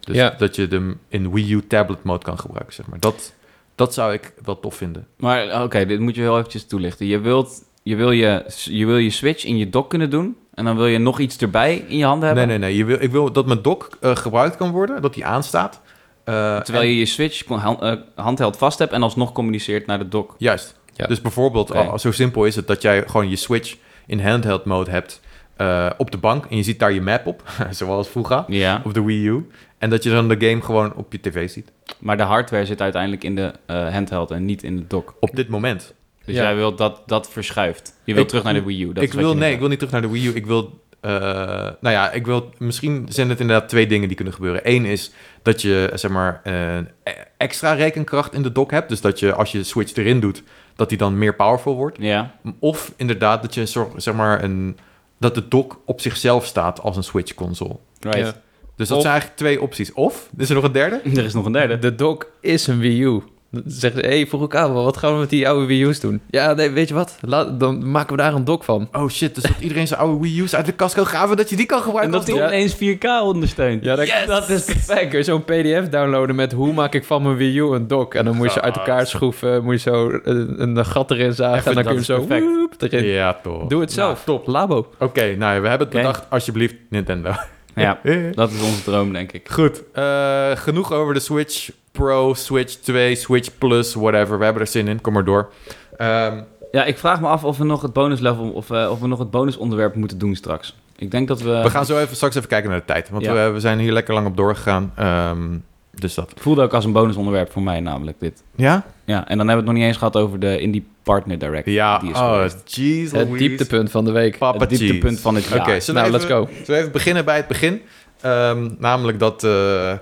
S1: Dus
S3: Ja.
S1: dat je hem in Wii U tablet mode kan gebruiken, zeg maar. Dat, dat zou ik wel tof vinden.
S2: Maar eh, oké, dit moet je wel eventjes toelichten. Je, wilt, je, wil je, je wil je Switch in je dock kunnen doen. En dan wil je nog iets erbij in je handen
S1: Nee,
S2: hebben.
S1: nee, nee. Je wil, ik wil dat mijn dock eh, gebruikt kan worden, dat die aanstaat. Eh,
S2: Terwijl
S1: en-
S2: je je Switch kon- hand- eh, handheld vast hebt en alsnog communiceert naar de dock.
S1: Juist.
S3: Ja.
S1: Dus bijvoorbeeld,
S2: Oké.
S1: al- zo simpel is het dat jij gewoon je Switch in handheld mode hebt eh, op de bank en je ziet daar je map op, zoals vroeger.
S2: Ja,
S1: op de Wii U. En dat je dan de game gewoon op je tv ziet.
S2: maar de hardware zit uiteindelijk in de eh, handheld en niet in de dock.
S1: Op dit moment.
S2: Dus
S3: Ja.
S2: jij wilt dat dat verschuift. Je wilt
S1: Ik-
S2: terug naar de Wii U. Dat
S1: ik
S2: is wat
S1: wil,
S2: je
S1: nee,
S2: wil.
S1: ik wil niet terug naar de Wii U. Ik wil, eh, nou ja, ik wil, misschien zijn het inderdaad twee dingen die kunnen gebeuren. Eén is dat je, eh, zeg maar, een e- extra rekenkracht in de dock hebt. Dus dat je, als je Switch erin doet, dat die dan meer powerful wordt.
S2: Ja,
S1: Of inderdaad dat je, een soort- zeg maar, een, dat de dock op zichzelf staat als een Switch-console.
S2: right.
S3: ja.
S1: Dus dat
S3: Of-
S1: zijn eigenlijk twee opties. Of, is er nog een derde?
S2: Er is nog een derde.
S3: De dock is een Wii U. Dan zeggen ze, hé, hey, vroeg ik aan, wat gaan we met die oude Wii U's doen? Ja, nee, weet je wat? Laat, dan maken we daar een doc van.
S1: Oh shit, dus dat iedereen zijn oude Wii U's uit de kast kan graven, dat je die kan
S2: En
S1: gebruiken.
S2: dat
S1: als
S2: die
S3: Ja.
S2: ineens 4K ondersteunt.
S3: Ja, dat, dat is de facker. Zo'n pdf downloaden met hoe maak ik van mijn Wii U een dock. En dan moet je uit elkaar schroeven, moet je zo een, een gat erin zagen.
S2: Even,
S3: en dan
S2: dat
S3: kun je
S2: is
S3: zo
S2: perfect.
S3: woep, erin.
S1: Ja, toch.
S3: Doe het zelf. top. Labo.
S1: Oké, nou ja, we hebben het
S2: Oké.
S1: bedacht. Alsjeblieft, Nintendo.
S2: Ja, dat is onze droom, denk ik.
S1: Goed, eh, genoeg over de Switch Pro, Switch 2, Switch Plus, whatever. We hebben er zin in, kom maar door. Ehm,
S2: Ja, ik vraag me af of we nog het bonuslevel of, eh, of we nog het bonusonderwerp moeten doen straks. Ik denk dat we.
S1: we gaan zo even, straks even kijken naar de tijd, want
S2: Ja.
S1: we, we zijn hier lekker lang op doorgegaan. Ehm, dus dat.
S2: Het voelde ook als een bonusonderwerp voor mij, namelijk dit.
S1: Ja?
S2: Ja, en dan hebben we het nog niet eens gehad over de Indie Partner Direct.
S1: Ja,
S2: Die is
S1: oh,
S2: geweest.
S1: jeez
S3: Het
S1: Louise.
S3: dieptepunt van de week.
S1: Papa
S2: het dieptepunt
S1: jeez.
S2: van het jaar.
S1: Oké, zullen,
S3: nou,
S1: we
S3: let's
S1: even-
S3: go.
S1: zullen we even beginnen bij het begin? Ehm, namelijk dat, eh,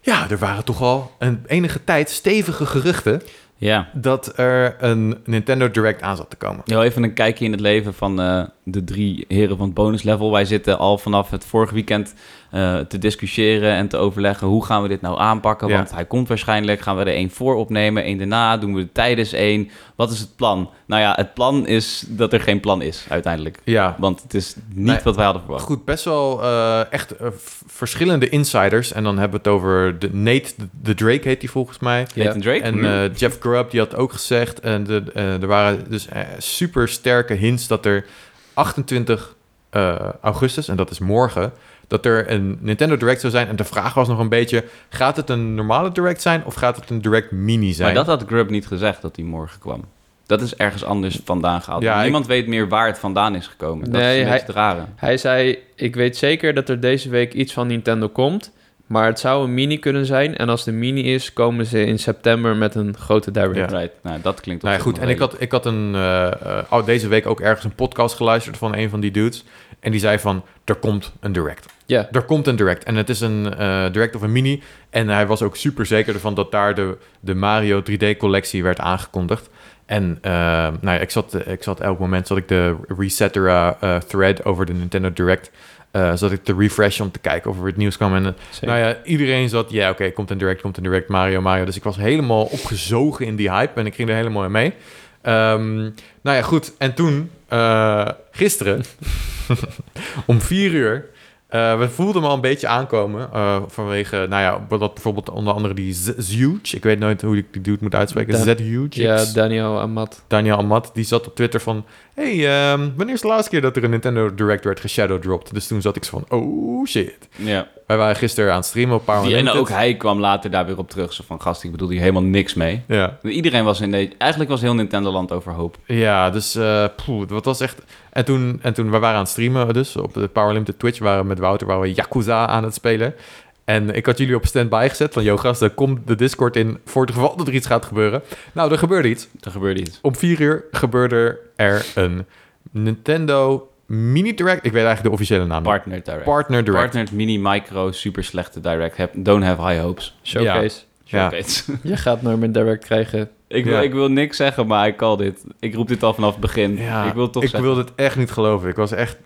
S1: ja, er waren toch al een enige tijd stevige geruchten
S2: Ja.
S1: dat er een Nintendo Direct aan zat te komen.
S2: Heel even een kijkje in het leven van eh, de drie heren van het bonuslevel. Wij zitten al vanaf het vorige weekend eh, te discussiëren en te overleggen hoe gaan we dit nou aanpakken.
S1: Ja.
S2: Want hij komt waarschijnlijk. Gaan we er één voor opnemen, één daarna? Doen we er tijdens één? Wat is het plan? Nou ja, het plan is dat er geen plan is uiteindelijk.
S1: Ja,
S2: Want het is niet
S1: Nee.
S2: wat wij hadden verwacht.
S1: Goed, best wel eh, echt eh, v- verschillende insiders. En dan hebben we het over de Nate de, de Drake, heet die volgens mij.
S3: Ja.
S2: Nathan Drake? Mm.
S1: En eh, Jeff Grubb, die had ook gezegd. En de, eh, er waren dus super sterke hints dat er 28 eh, augustus, en dat is morgen, dat er een Nintendo Direct zou zijn. En de vraag was nog een beetje: gaat het een normale Direct zijn of gaat het een Direct Mini zijn?
S2: maar dat had Grubb niet gezegd dat hij morgen kwam. Dat is ergens anders vandaan gehaald.
S1: Ja, ik-
S2: Niemand weet meer waar het vandaan is gekomen. dat is
S3: Nee,
S2: een
S3: hij-
S2: beetje het rare.
S3: Hij zei, ik weet zeker dat er deze week iets van Nintendo komt. Maar het zou een mini kunnen zijn. En als de mini is, komen ze in september met een grote direct.
S1: Ja.
S2: Right. Nou, dat klinkt op
S1: Nou ja,
S2: zich
S1: goed.
S2: nog
S1: En ik
S2: redelijk.
S1: had, ik had een, eh, eh, oh, deze week ook ergens een podcast geluisterd van een van die dudes. En die zei van, er komt een direct.
S3: Ja.
S1: Er komt een direct. En het is een eh, direct of een mini. En hij was ook super zeker ervan dat daar de, de Mario 3D-collectie werd aangekondigd. En eh, nou ja, ik, zat, ik zat elk moment zat ik de Resetera eh, thread over de Nintendo Direct. eh zat ik te refreshen om te kijken of er het nieuws kwam. En eh,
S3: zeker.
S1: nou ja, iedereen zat, ja oké, komt een direct, komt een direct, Mario, Mario. Dus ik was helemaal opgezogen in die hype en ik ging er helemaal in mee. Ehm, nou ja, goed. En toen, eh, gisteren, om vier uur, eh, we voelden me al een beetje aankomen. eh, vanwege, nou ja, dat bijvoorbeeld onder andere die Z- Zhuge. Ik weet nooit hoe ik die dude moet uitspreken.
S3: Da-
S1: Z-Huge.
S3: ja, Daniel Amat.
S1: Daniel Amat, die zat op Twitter van... hey, ehm, wanneer is de laatste keer dat er een Nintendo Direct werd geshadowdropped? Dus toen zat ik zo van, oh shit.
S2: Ja.
S1: Wij waren gisteren aan het streamen op Power
S2: Die en
S1: Limited.
S2: ook hij kwam later daar weer op terug. Zo van, gast, ik bedoel hier helemaal niks mee.
S1: Ja.
S2: Iedereen was in de... Eigenlijk was heel Nintendo Land overhoop.
S1: Ja, dus eh poeh, dat was echt... En toen, en toen, we waren aan het streamen dus, op de Power Limited Twitch, waren we met Wouter, waren we Yakuza aan het spelen. En ik had jullie op standby gezet van, yo gasten, kom de Discord in voor het geval dat er iets gaat gebeuren. Nou, er gebeurde iets.
S2: Er gebeurde iets.
S1: Om vier uur gebeurde er een Nintendo Mini Direct, ik weet eigenlijk de officiële naam. niet.
S2: Partner Direct.
S1: Partner Direct.
S2: Partnered mini, micro, super slechte Direct. Have- don't have high hopes.
S3: Showcase.
S1: Ja.
S2: Showcase.
S3: Je gaat nooit meer direct krijgen.
S2: ik, wil,
S1: Ja.
S2: ik wil niks zeggen, maar ik call dit. Ik roep dit al vanaf het begin.
S1: Ja,
S2: ik wil toch
S1: ik
S2: zeggen.
S1: wilde het echt niet geloven. Ik was echt...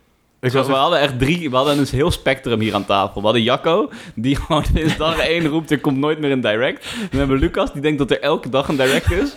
S1: Ik
S2: Zo,
S1: was
S2: we hadden echt drie, we hadden een heel spectrum hier aan tafel. We hadden Jacco, die gewoon sinds dag één roept, er komt nooit meer een direct. Dan hebben we Lucas, die denkt dat er elke dag een direct is.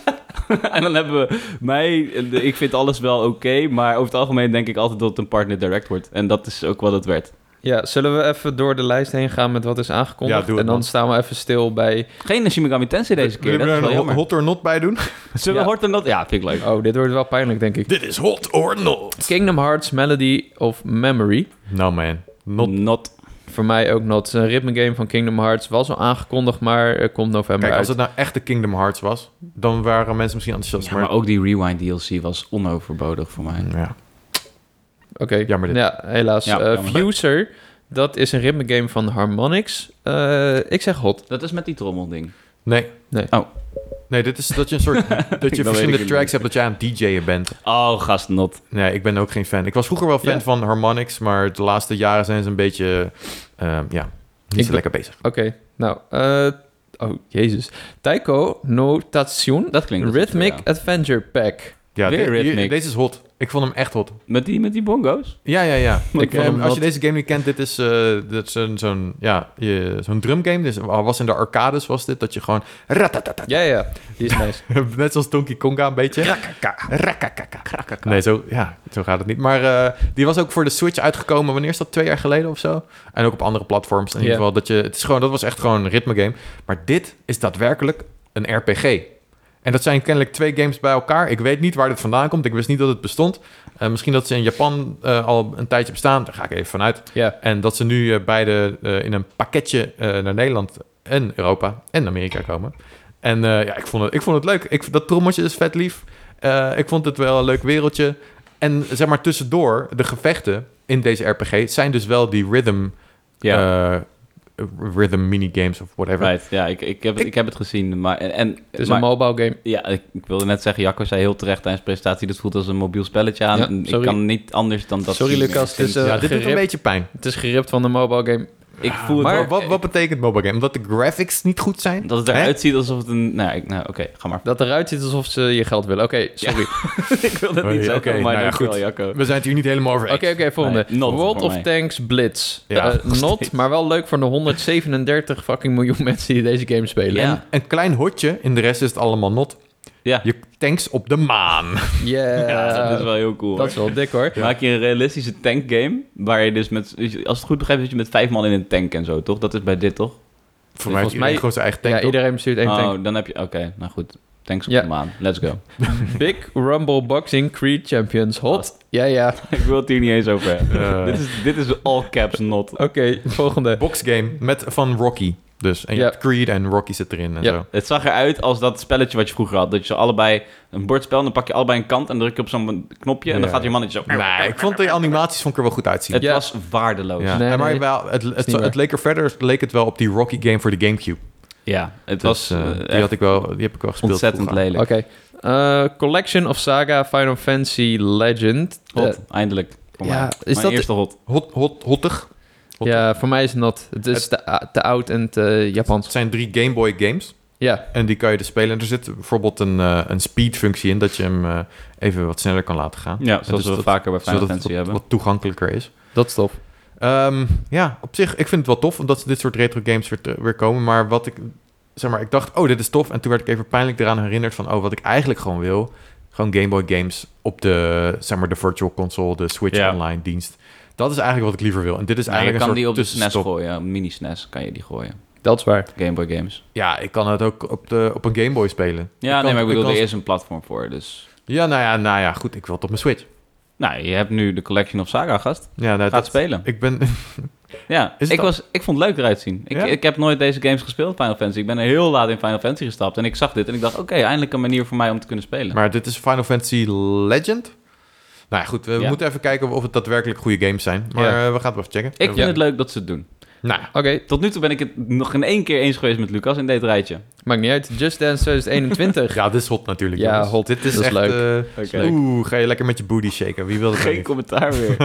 S2: en dan hebben we mij, de- ik vind alles wel oké, maar over het algemeen denk ik altijd dat het een partner direct wordt. En dat is ook wat het werd.
S3: Ja, zullen we even door de lijst heen gaan met wat is aangekondigd?
S1: Ja, doe het,
S3: en dan
S1: man.
S3: staan we even stil bij...
S2: Geen Shin Megami Tensei deze keer, dat
S1: Willen we
S2: is wel
S1: er een
S2: jammer.
S1: hot or not bij doen?
S2: Zullen we
S3: Ja.
S2: Hort en dat? Ja, vind ik leuk.
S3: Oh, dit wordt wel pijnlijk, denk ik.
S1: Dit is hot or not.
S3: Kingdom Hearts Melody of Memory.
S1: No man, not
S2: not.
S3: Voor mij ook not. Het is Een ritme game van Kingdom Hearts. Was al aangekondigd, maar eh, komt november
S1: Kijk, als
S3: uit.
S1: het nou echt de Kingdom Hearts was, dan waren mensen misschien enthousiast.
S2: Ja, maar ook die Rewind DLC was onoverbodig voor mij.
S1: Ja.
S3: Oké,
S1: jammer dit.
S3: Ja, helaas.
S2: Ja,
S3: Eh,
S2: jammer.
S3: Fuser, dat is een ritme game van Harmonix. Eh, ik zeg hot.
S2: Dat is met die trommelding.
S1: Nee.
S3: Nee.
S2: Oh.
S1: Nee, dit is dat je een soort... dat je
S2: weet ik
S1: verschillende
S2: het
S1: tracks hebt, dat je aan het DJ'en bent.
S2: Oh, gast, not.
S1: Nee, ik ben ook geen fan. Ik was vroeger wel fan
S3: Ja?
S1: van Harmonix, maar de laatste jaren zijn ze een beetje... ehm, ja, niet
S3: Ik
S1: zo
S3: be-
S1: lekker bezig.
S3: Oké, nou. eh, oh, jezus. Taiko no Tatsun
S2: Dat klinkt als iets voor
S3: Rhythmic
S2: jou.
S3: Adventure Pack.
S1: Ja,
S2: Weer
S1: dit- hier-
S2: Rhythmic.
S1: deze is hot. Ik Ik vond hem echt hot.
S2: Met die, met die bongo's?
S1: Ja, ja, ja.
S2: Ik
S1: Ik,
S2: vond
S1: eh,
S2: hem
S1: als je
S2: hot.
S1: deze game niet kent, dit is, eh, dit is een- zo'n ja, je- zo'n drumgame. Dus, was in de arcades was dit, dat je gewoon... ratatata-
S3: Ja, ja. Die is nice.
S1: Net zoals Donkey Konga een beetje. Rakakaka. Nee, zo, ja, zo gaat het niet. Maar eh, die was ook voor de Switch uitgekomen. Wanneer is dat? Twee jaar geleden of zo? En ook op andere platforms. In ieder
S3: Ja.
S1: geval dat je... Het is gewoon, dat was echt gewoon een ritmegame. Maar dit is daadwerkelijk een RPG. En dat zijn kennelijk twee games bij elkaar. Ik weet niet waar dit vandaan komt. Ik wist niet dat het bestond. Eh, misschien dat ze in Japan eh, al een tijdje bestaan. Daar ga ik even vanuit.
S3: Ja.
S1: En dat ze nu eh, beide eh, in een pakketje eh, naar Nederland en Europa en Amerika komen. En eh, ja, ik vond het, ik vond het leuk. Ik, dat trommeltje is vet lief. Eh, ik vond het wel een leuk wereldje. En zeg maar tussendoor, de gevechten in deze RPG zijn dus wel die rhythm,
S2: Ja,
S1: eh, rhythm minigames of whatever.
S2: right. ja ik, ik, heb, het-
S1: Ik-
S2: ik heb het gezien. Maar, en,
S3: Het is
S2: maar-
S3: een mobile game.
S2: Ja, ik, ik wilde net zeggen, Jacco zei heel terecht tijdens de presentatie, dat voelt als een mobiel spelletje aan.
S3: Ja,
S2: En ik
S3: sorry.
S2: kan niet anders dan dat
S3: Sorry,
S2: zien.
S3: Lucas,
S2: Ik
S3: het
S2: vind-
S3: is, eh,
S1: ja, Dus, dit doet een
S3: geript.
S1: beetje pijn.
S3: Het is geript van de mobile game.
S2: ik voel het
S1: Maar,
S2: wel-
S1: wat, wat betekent mobile game? Omdat de graphics niet goed zijn?
S2: dat het
S1: Hè?
S2: eruit ziet alsof het een... Nou, ik- nou oké, ga maar.
S3: Dat eruit ziet alsof ze je geld willen. Oké, sorry. Oké,
S2: ik wil dat
S1: Oei,
S2: niet zeggen,
S1: oké, nou
S2: maar
S1: ja,
S2: dankjewel,
S1: goed.
S2: Jacco.
S1: We zijn het hier niet helemaal over eens.
S3: oké, volgende.
S2: Nee, not
S3: World
S2: voor
S3: of
S2: mij.
S3: Tanks Blitz.
S1: Ja,
S3: Eh,
S2: nog
S3: not,
S2: steeds.
S3: maar wel leuk voor de 137 fucking miljoen mensen die deze game spelen.
S2: Ja.
S1: Een klein hotje, in de rest is het allemaal not.
S2: Ja.
S1: Je tanks op de maan.
S3: Yeah.
S2: Ja, dat is wel heel cool.
S3: dat is wel dik hoor.
S2: hoor. Maak je een realistische tankgame, waar je dus met... Als het goed begrijp zit je met vijf man in een tank en zo, toch? Dat is bij dit, toch?
S1: Voor mij
S3: Volgens
S1: heeft iedereen
S3: mij-
S1: gewoon zijn eigen tank.
S3: ja,
S1: toch?
S3: iedereen bestuurt één
S2: oh,
S3: tank.
S2: dan heb je... Oké, nou goed. Tanks op
S3: Ja.
S2: de maan. Let's go.
S3: Big Rumble Boxing Creed Champions. Hot. Ja, ja.
S2: ik wil het hier niet eens over hebben.
S1: Eh.
S2: dit, is, dit is all caps not.
S3: Oké, volgende.
S1: boxgame met van Rocky. Dus en je
S3: Ja.
S1: hebt Creed en Rocky zit erin en
S3: Ja.
S1: zo.
S2: Het zag eruit als dat spelletje wat je vroeger had. Dat je ze allebei een bordspel, en dan pak je allebei een kant en druk je op zo'n knopje en
S1: Ja.
S2: dan gaat je mannetje zo.
S1: Nee, ik vond de animaties vond ik er wel goed uitzien.
S2: Het
S3: Ja.
S2: was waardeloos.
S1: ja.
S2: Ja,
S3: Nee,
S1: En maar
S3: nee.
S1: wel, het, het,
S3: niet waar.
S1: het leek er verder leek het wel op die Rocky game voor de Gamecube.
S2: het
S1: Dus,
S2: was
S1: eh,
S2: eh,
S1: die,
S2: echt
S1: had ik wel, die heb ik wel gespeeld.
S2: ontzettend
S1: vroeger.
S2: lelijk.
S3: Oké. Eh, collection of Saga Final Fantasy Legend.
S2: Hot,
S3: Eh,
S2: eindelijk. Voor
S3: ja,
S2: mij.
S3: is
S2: Mijn
S3: dat-
S2: eerste hot.
S1: Hot, hot, hottig. Hottig.
S3: ja, voor mij is het not. Het is te, te oud en te Japans.
S1: Het zijn drie Game Boy games.
S3: Ja,
S1: En die kan je dus spelen. En er zit bijvoorbeeld een, eh, een speed functie in. Dat je hem eh, even wat sneller kan laten gaan.
S2: Ja, zoals
S1: dus
S2: we
S1: dat-
S2: vaker bij Final
S1: zodat
S2: Fantasy
S1: het wat,
S2: hebben.
S1: wat toegankelijker is.
S3: dat is tof.
S1: Ehm, ja, op zich, ik vind het wel tof omdat ze dit soort retro games weer, te- weer komen. Maar wat ik, zeg maar, ik dacht, oh, dit is tof. En toen werd ik even pijnlijk eraan herinnerd van, oh, wat ik eigenlijk gewoon wil. Gewoon Game Boy games op de, zeg maar, de virtual console, de Switch
S2: Ja.
S1: online dienst. Dat is eigenlijk wat ik liever wil. En dit is
S2: Ja, je
S1: eigenlijk
S2: kan
S1: een
S2: die op
S1: soort
S2: de SNES
S1: tussenstop.
S2: gooien, een mini SNES kan je die gooien.
S3: Dat is waar.
S2: Game Boy Games.
S1: Ja, ik kan het ook op, de, op een Game Boy spelen.
S2: E Ja,
S1: kan-
S2: nee, maar ik
S1: ik
S2: bedoel,
S1: kan-
S2: er is een platform voor. Dus.
S1: Ja, nou ja, nou ja, goed, ik wil het op mijn Switch.
S2: Nou, je hebt nu de Collection of Saga, gast.
S1: Ja, nou,
S2: Gaat
S1: dat,
S2: spelen.
S1: ik ben,
S2: Ja,
S1: Is het
S2: ik,
S1: al-
S2: was, ik vond het leuk eruit zien. Ik,
S1: Ja?
S2: ik heb nooit deze games gespeeld, Final Fantasy. Ik ben er heel laat in Final Fantasy gestapt. En ik zag dit en ik dacht, oké, eindelijk een manier voor mij om te kunnen spelen.
S1: maar dit is Final Fantasy Legend. Nou ja, goed, we
S2: Ja.
S1: moeten even kijken of het daadwerkelijk goede games zijn. Maar
S3: Ja.
S1: eh, we gaan het wel even checken.
S2: ik vind
S1: Ja.
S2: het leuk dat ze het doen.
S1: Nou ja,
S3: Oké,
S2: Tot nu toe ben ik het nog geen één keer eens geweest met Lucas in dit rijtje.
S3: maakt niet uit. Just Dance 2021.
S1: Ja, dit is hot natuurlijk.
S3: Ja,
S1: jongens.
S3: hot.
S1: Dit is
S3: Dat is
S1: echt...
S3: leuk.
S1: eh,
S2: Oké.
S1: Oeh, ga je lekker met je booty shaken. Wie wil dat nou
S2: Geen
S1: niet?
S2: commentaar meer.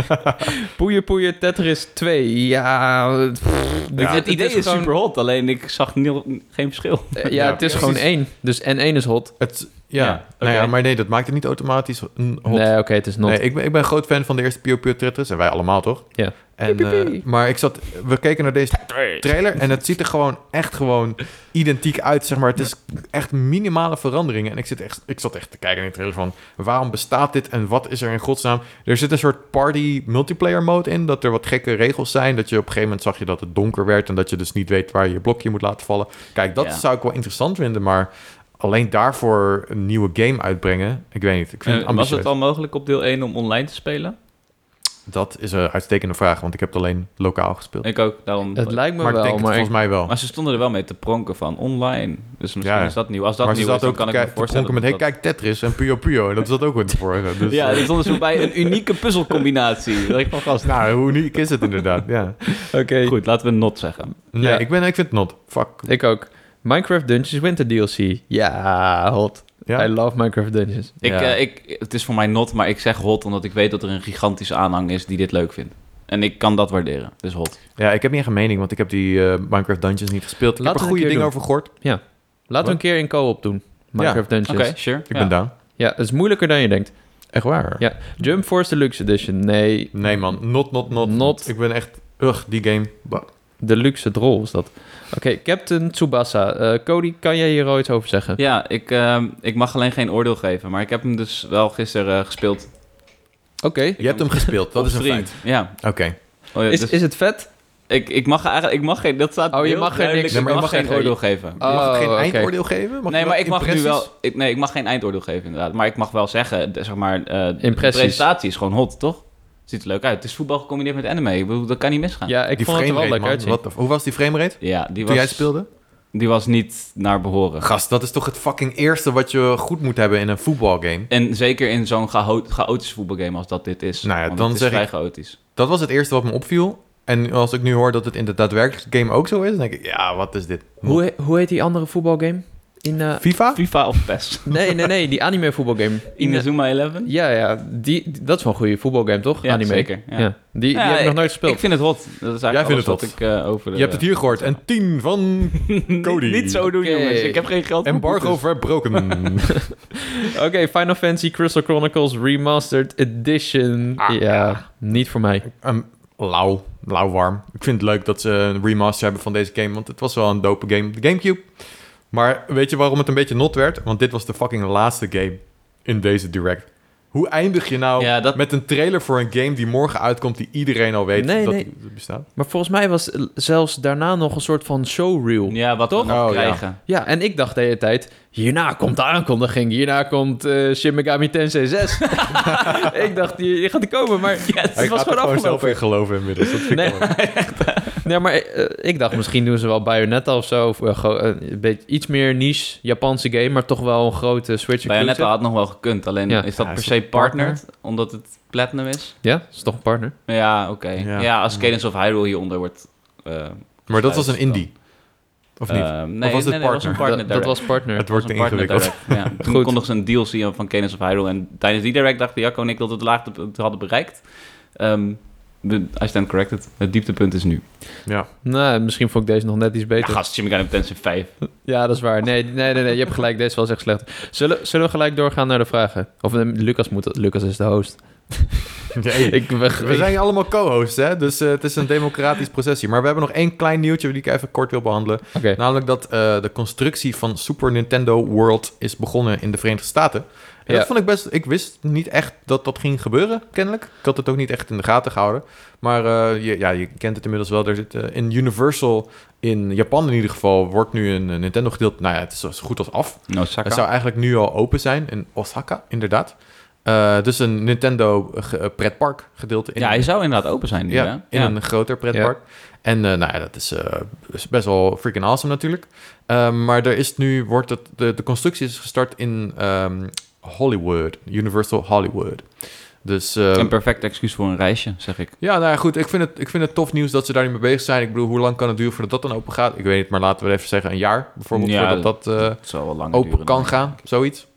S3: Poeie Poeie Tetris 2. Ja, pff, dit-
S2: het idee is,
S3: gewoon-
S2: super hot, alleen ik zag nil- geen verschil.
S3: eh, Ja,
S1: Ja,
S3: het is
S1: precies.
S3: gewoon één. Dus en één is hot.
S1: Het, ja,
S2: Ja,
S1: nou ja,
S2: oké.
S1: maar nee, dat maakt het niet automatisch een hot.
S3: Nee, oké, het is not.
S1: Nee, ik ben, ik ben een groot fan van de eerste Pio Pio Tetris. En wij allemaal, toch?
S3: Ja.
S1: En,
S3: Piep, piep,
S1: eh,
S3: piep.
S1: maar ik zat... We keken naar deze trailer en het ziet er gewoon echt gewoon identiek uit, zeg maar. Het is echt minimale veranderingen. En ik, zit echt, ik zat echt te kijken in de trailer van... waarom bestaat dit en wat is er in godsnaam? Er zit een soort party multiplayer mode in... dat er wat gekke regels zijn. Dat je op een gegeven moment zag je dat het donker werd... en dat je dus niet weet waar je je blokje moet laten vallen. Kijk, dat
S2: Ja.
S1: zou ik wel interessant vinden, maar... alleen daarvoor een nieuwe game uitbrengen... ik weet niet, ik vind het
S2: Eh, was
S1: ambitieus.
S2: het al mogelijk op deel 1 om online te spelen?
S1: Dat is een uitstekende vraag, want ik heb het alleen lokaal gespeeld.
S2: Ik ook, daarom...
S3: Het lijkt me
S1: maar ik
S3: wel,
S1: denk het
S3: maar ik-
S1: volgens mij wel.
S2: maar ze stonden er wel mee te pronken van online. Dus misschien
S1: Ja.
S2: is dat nieuw. Als dat
S1: Maar ze
S2: nieuw is,
S1: zat
S2: dan
S1: ook
S2: kan
S1: te
S2: ik me
S1: kijken, te
S2: voorstellen.
S1: pronken met...
S2: dat
S1: hey,
S2: dat-
S1: kijk, Tetris en Puyo Puyo. En dat zat ook in het vorige. Dus,
S2: ja,
S1: eh,
S2: er stond dus bij een unieke puzzelcombinatie. Dat ik van gast.
S1: Nou, hoe uniek is het inderdaad, ja.
S3: Oké,
S2: Goed, laten we not zeggen.
S1: Nee,
S3: Ja.
S1: ik, ben, ik vind het not. Fuck.
S3: ik ook. Minecraft Dungeons Winter DLC. Ja, hot. I
S1: Ja.
S3: love Minecraft Dungeons.
S2: Ik,
S1: Ja.
S2: eh, ik, het is voor mij not, maar ik zeg hot omdat ik weet dat er een gigantische aanhang is die dit leuk vindt. En ik kan dat waarderen. Dus hot.
S1: ja, ik heb niet echt een mening, want ik heb die eh, Minecraft Dungeons niet gespeeld. Ik
S3: Laten
S1: heb er
S3: we een
S1: goede
S3: keer
S1: dingen
S3: doen.
S1: over gehoord.
S3: Laten we
S1: Wat?
S3: een keer in co-op doen. Minecraft
S2: Oké,
S3: Dungeons.
S2: sure.
S1: Ik ben down.
S3: Ja, het is moeilijker dan je denkt.
S1: Echt waar?
S3: Ja. Jump Force Deluxe Edition. Nee,
S1: Nee man, not, not, not,
S3: Not.
S1: Ik ben echt... Ugh, die game. Bah.
S3: Deluxe Drol is dat. Oké, Captain Tsubasa. Eh, Cody, kan jij hier al iets over zeggen?
S2: Ja, ik, ehm, ik mag alleen geen oordeel geven, maar ik heb hem dus wel gisteren eh, gespeeld.
S3: Oké.
S1: Je hebt hem gespeeld, dat
S2: Op
S1: is een
S2: stream.
S1: feit.
S2: Ja.
S1: Oké.
S2: Oh, ja,
S3: Is,
S2: dus
S3: is het vet?
S2: ik, ik mag eigenlijk, ik mag geen, dat staat
S3: Oh, je
S2: heel
S3: mag er
S2: duidelijk,
S3: niks-
S1: Nee, maar
S2: ik
S1: je
S2: mag
S1: mag
S2: geen
S1: geen-
S2: oordeel geven.
S3: Oh,
S1: mag ik geen
S3: oké.
S1: eindoordeel geven? Mag
S2: nee,
S1: ik
S2: maar ik mag nu wel.
S1: impressies?
S2: Ik, nee, ik mag geen eindoordeel geven, inderdaad. Maar ik mag wel zeggen, de- zeg maar. eh, de
S3: Impressies.
S2: presentatie is gewoon hot, toch? Ziet er leuk uit. Het is voetbal gecombineerd met anime. Ik bedoel, dat kan niet misgaan.
S3: Ah. Ja, ik
S1: Die
S3: vond het er wel
S1: framerate,
S3: lekker
S1: man.
S3: uitzien.
S1: What the f- Hoe was die framerate
S2: Ja, die,
S1: toen
S2: was,
S1: jij speelde?
S2: die was niet naar behoren.
S1: Gast, dat is toch het fucking eerste wat je goed moet hebben in een voetbalgame?
S2: En zeker in zo'n chao- chaotisch voetbalgame als dat dit is.
S1: Nou ja,
S2: Want
S1: dan
S2: het is
S1: zeg
S2: vrij
S1: ik-
S2: chaotisch.
S1: Dat was het eerste wat me opviel. En als ik nu hoor dat het in de daadwerkelijke game ook zo is, dan denk ik, ja, wat is dit?
S3: Hoe, he- hoe heet die andere voetbalgame? In, eh,
S1: FIFA?
S2: FIFA of PES?
S3: nee, nee, nee, die anime voetbalgame. In,
S2: Inazuma 11?
S3: ja, ja, die, die- dat is wel een goede voetbalgame, toch?
S2: Ja,
S3: anime.
S2: zeker. Ja.
S3: Ja. Die, die
S2: Ja,
S3: heb ik nog nooit
S2: Ik
S3: gespeeld.
S2: vind het hot. Dat is eigenlijk
S1: Jij vindt
S2: alles
S1: het
S2: wat
S1: hot.
S2: ik eh, over...
S1: Je hebt het hier gehoord. En 10 van Cody.
S2: Niet, niet zo doen,
S3: Oké.
S2: jongens. Ik heb geen geld. voor
S1: Embargo
S2: boetes.
S1: verbroken.
S3: Oké, Final Fantasy Crystal Chronicles Remastered Edition.
S1: Ah.
S3: ja, niet voor mij.
S1: Ehm, lauw. Lauw warm. Ik vind het leuk dat ze een remaster hebben van deze game, want het was wel een dope game. De Gamecube. Maar weet je waarom het een beetje not werd? Want dit was de fucking laatste game in deze direct. Hoe eindig je nou
S2: Ja, dat-
S1: met een trailer voor een game die morgen uitkomt, die iedereen al weet
S3: Nee,
S1: dat
S3: nee.
S1: het bestaat?
S3: Maar volgens mij was eh, zelfs daarna nog een soort van showreel. Ja.
S2: Ja, wat
S3: Toch?
S2: we nog
S1: Oh, ja.
S2: krijgen.
S3: en ik dacht de hele tijd, hierna komt de aankondiging, hierna komt eh Shin Megami Tensei 6. ik dacht, die, die gaat er komen, maar het
S1: Ik
S3: was
S1: ga er gewoon
S3: gewoon
S1: zelf
S3: afgelopen.
S1: in geloven inmiddels. Dat vind
S3: Nee.
S1: ik wel leuk.
S3: Nee, maar eh, ik dacht misschien doen ze wel Bayonetta of zo. Of, eh, gewoon, eh, een beetje, iets meer niche Japanse game, maar toch wel een grote Switch
S2: Bayonetta
S3: exclusive.
S2: had nog wel gekund, alleen
S3: Ja.
S2: is dat
S1: Ja,
S2: per
S1: is
S2: se
S1: dat partnered?
S2: partnered, omdat het platinum is?
S3: Ja, dat is toch een partner.
S2: Ja, oké. Ja.
S1: Ja.
S2: als
S1: Ja.
S2: Cadence of Hyrule hieronder wordt... eh,
S1: Maar dat was een
S2: dan.
S1: indie. Of niet?
S2: eh, nee,
S1: Of was het
S2: nee, nee, was een
S1: partner?
S2: partner
S3: dat, dat
S2: direct.
S3: was partner.
S1: het wordt te
S2: Dat was een partner
S1: ingewikkeld.
S2: direct, Ja. Toen
S3: Goed.
S2: kondigden ze een DLC aan van Cadence of Hyrule en tijdens die direct dachten Jacco en ik dat we het laagte hadden bereikt. Ehm de- I stand corrected. Het dieptepunt is nu.
S1: Ja.
S3: Nou, misschien vond ik deze nog net iets
S2: Ja,
S3: beter. Ja,
S2: gast, Jimmy Gunn Intention 5.
S3: dat is waar. Nee, nee, nee, nee, je hebt gelijk. Deze was echt slecht. Zullen, zullen we gelijk doorgaan naar de vragen? Of eh, Lucas moet dat. Lucas is de host.
S1: Nee.
S3: Ik, we,
S1: We zijn allemaal co-hosts, hè? dus eh, het is een democratisch processie. Maar we hebben nog één klein nieuwtje die ik even kort wil behandelen.
S3: Oké.
S1: Namelijk dat eh, de constructie van Super Nintendo World is begonnen in de Verenigde Staten. En
S3: Ja.
S1: dat vond ik best... Ik wist niet echt dat dat ging gebeuren, kennelijk. Ik had het ook niet echt in de gaten gehouden. Maar eh, je, ja, je kent het inmiddels wel. Er zit, eh, in Universal, in Japan in ieder geval, wordt nu een eh, Nintendo gedeeld. Nou ja, het is zo goed als af.
S2: No,
S1: Het zou eigenlijk nu al open zijn in Osaka, inderdaad. Eh, dus een Nintendo ge- eh, pretpark gedeelte in
S2: Ja, hij zou inderdaad open zijn nu,
S1: ja,
S2: hè?
S1: in een groter pretpark. En eh, nou ja, dat is, eh, is best wel freaking awesome natuurlijk. Ehm, maar er is nu, wordt het, de, de constructie is gestart in ehm, Hollywood, Universal Hollywood. Dus eh,
S2: Een perfect excuus voor een reisje, zeg ik.
S1: ja, nou ja, goed, ik vind, het, ik vind het tof nieuws dat ze daar niet mee bezig zijn. Ik bedoel, hoe lang kan het duren voordat dat dan open gaat? Ik weet niet, maar laten we even zeggen een jaar bijvoorbeeld
S2: Ja,
S1: voordat dat... eh,
S2: Het zal wel lang
S1: open kan gaan, zoiets.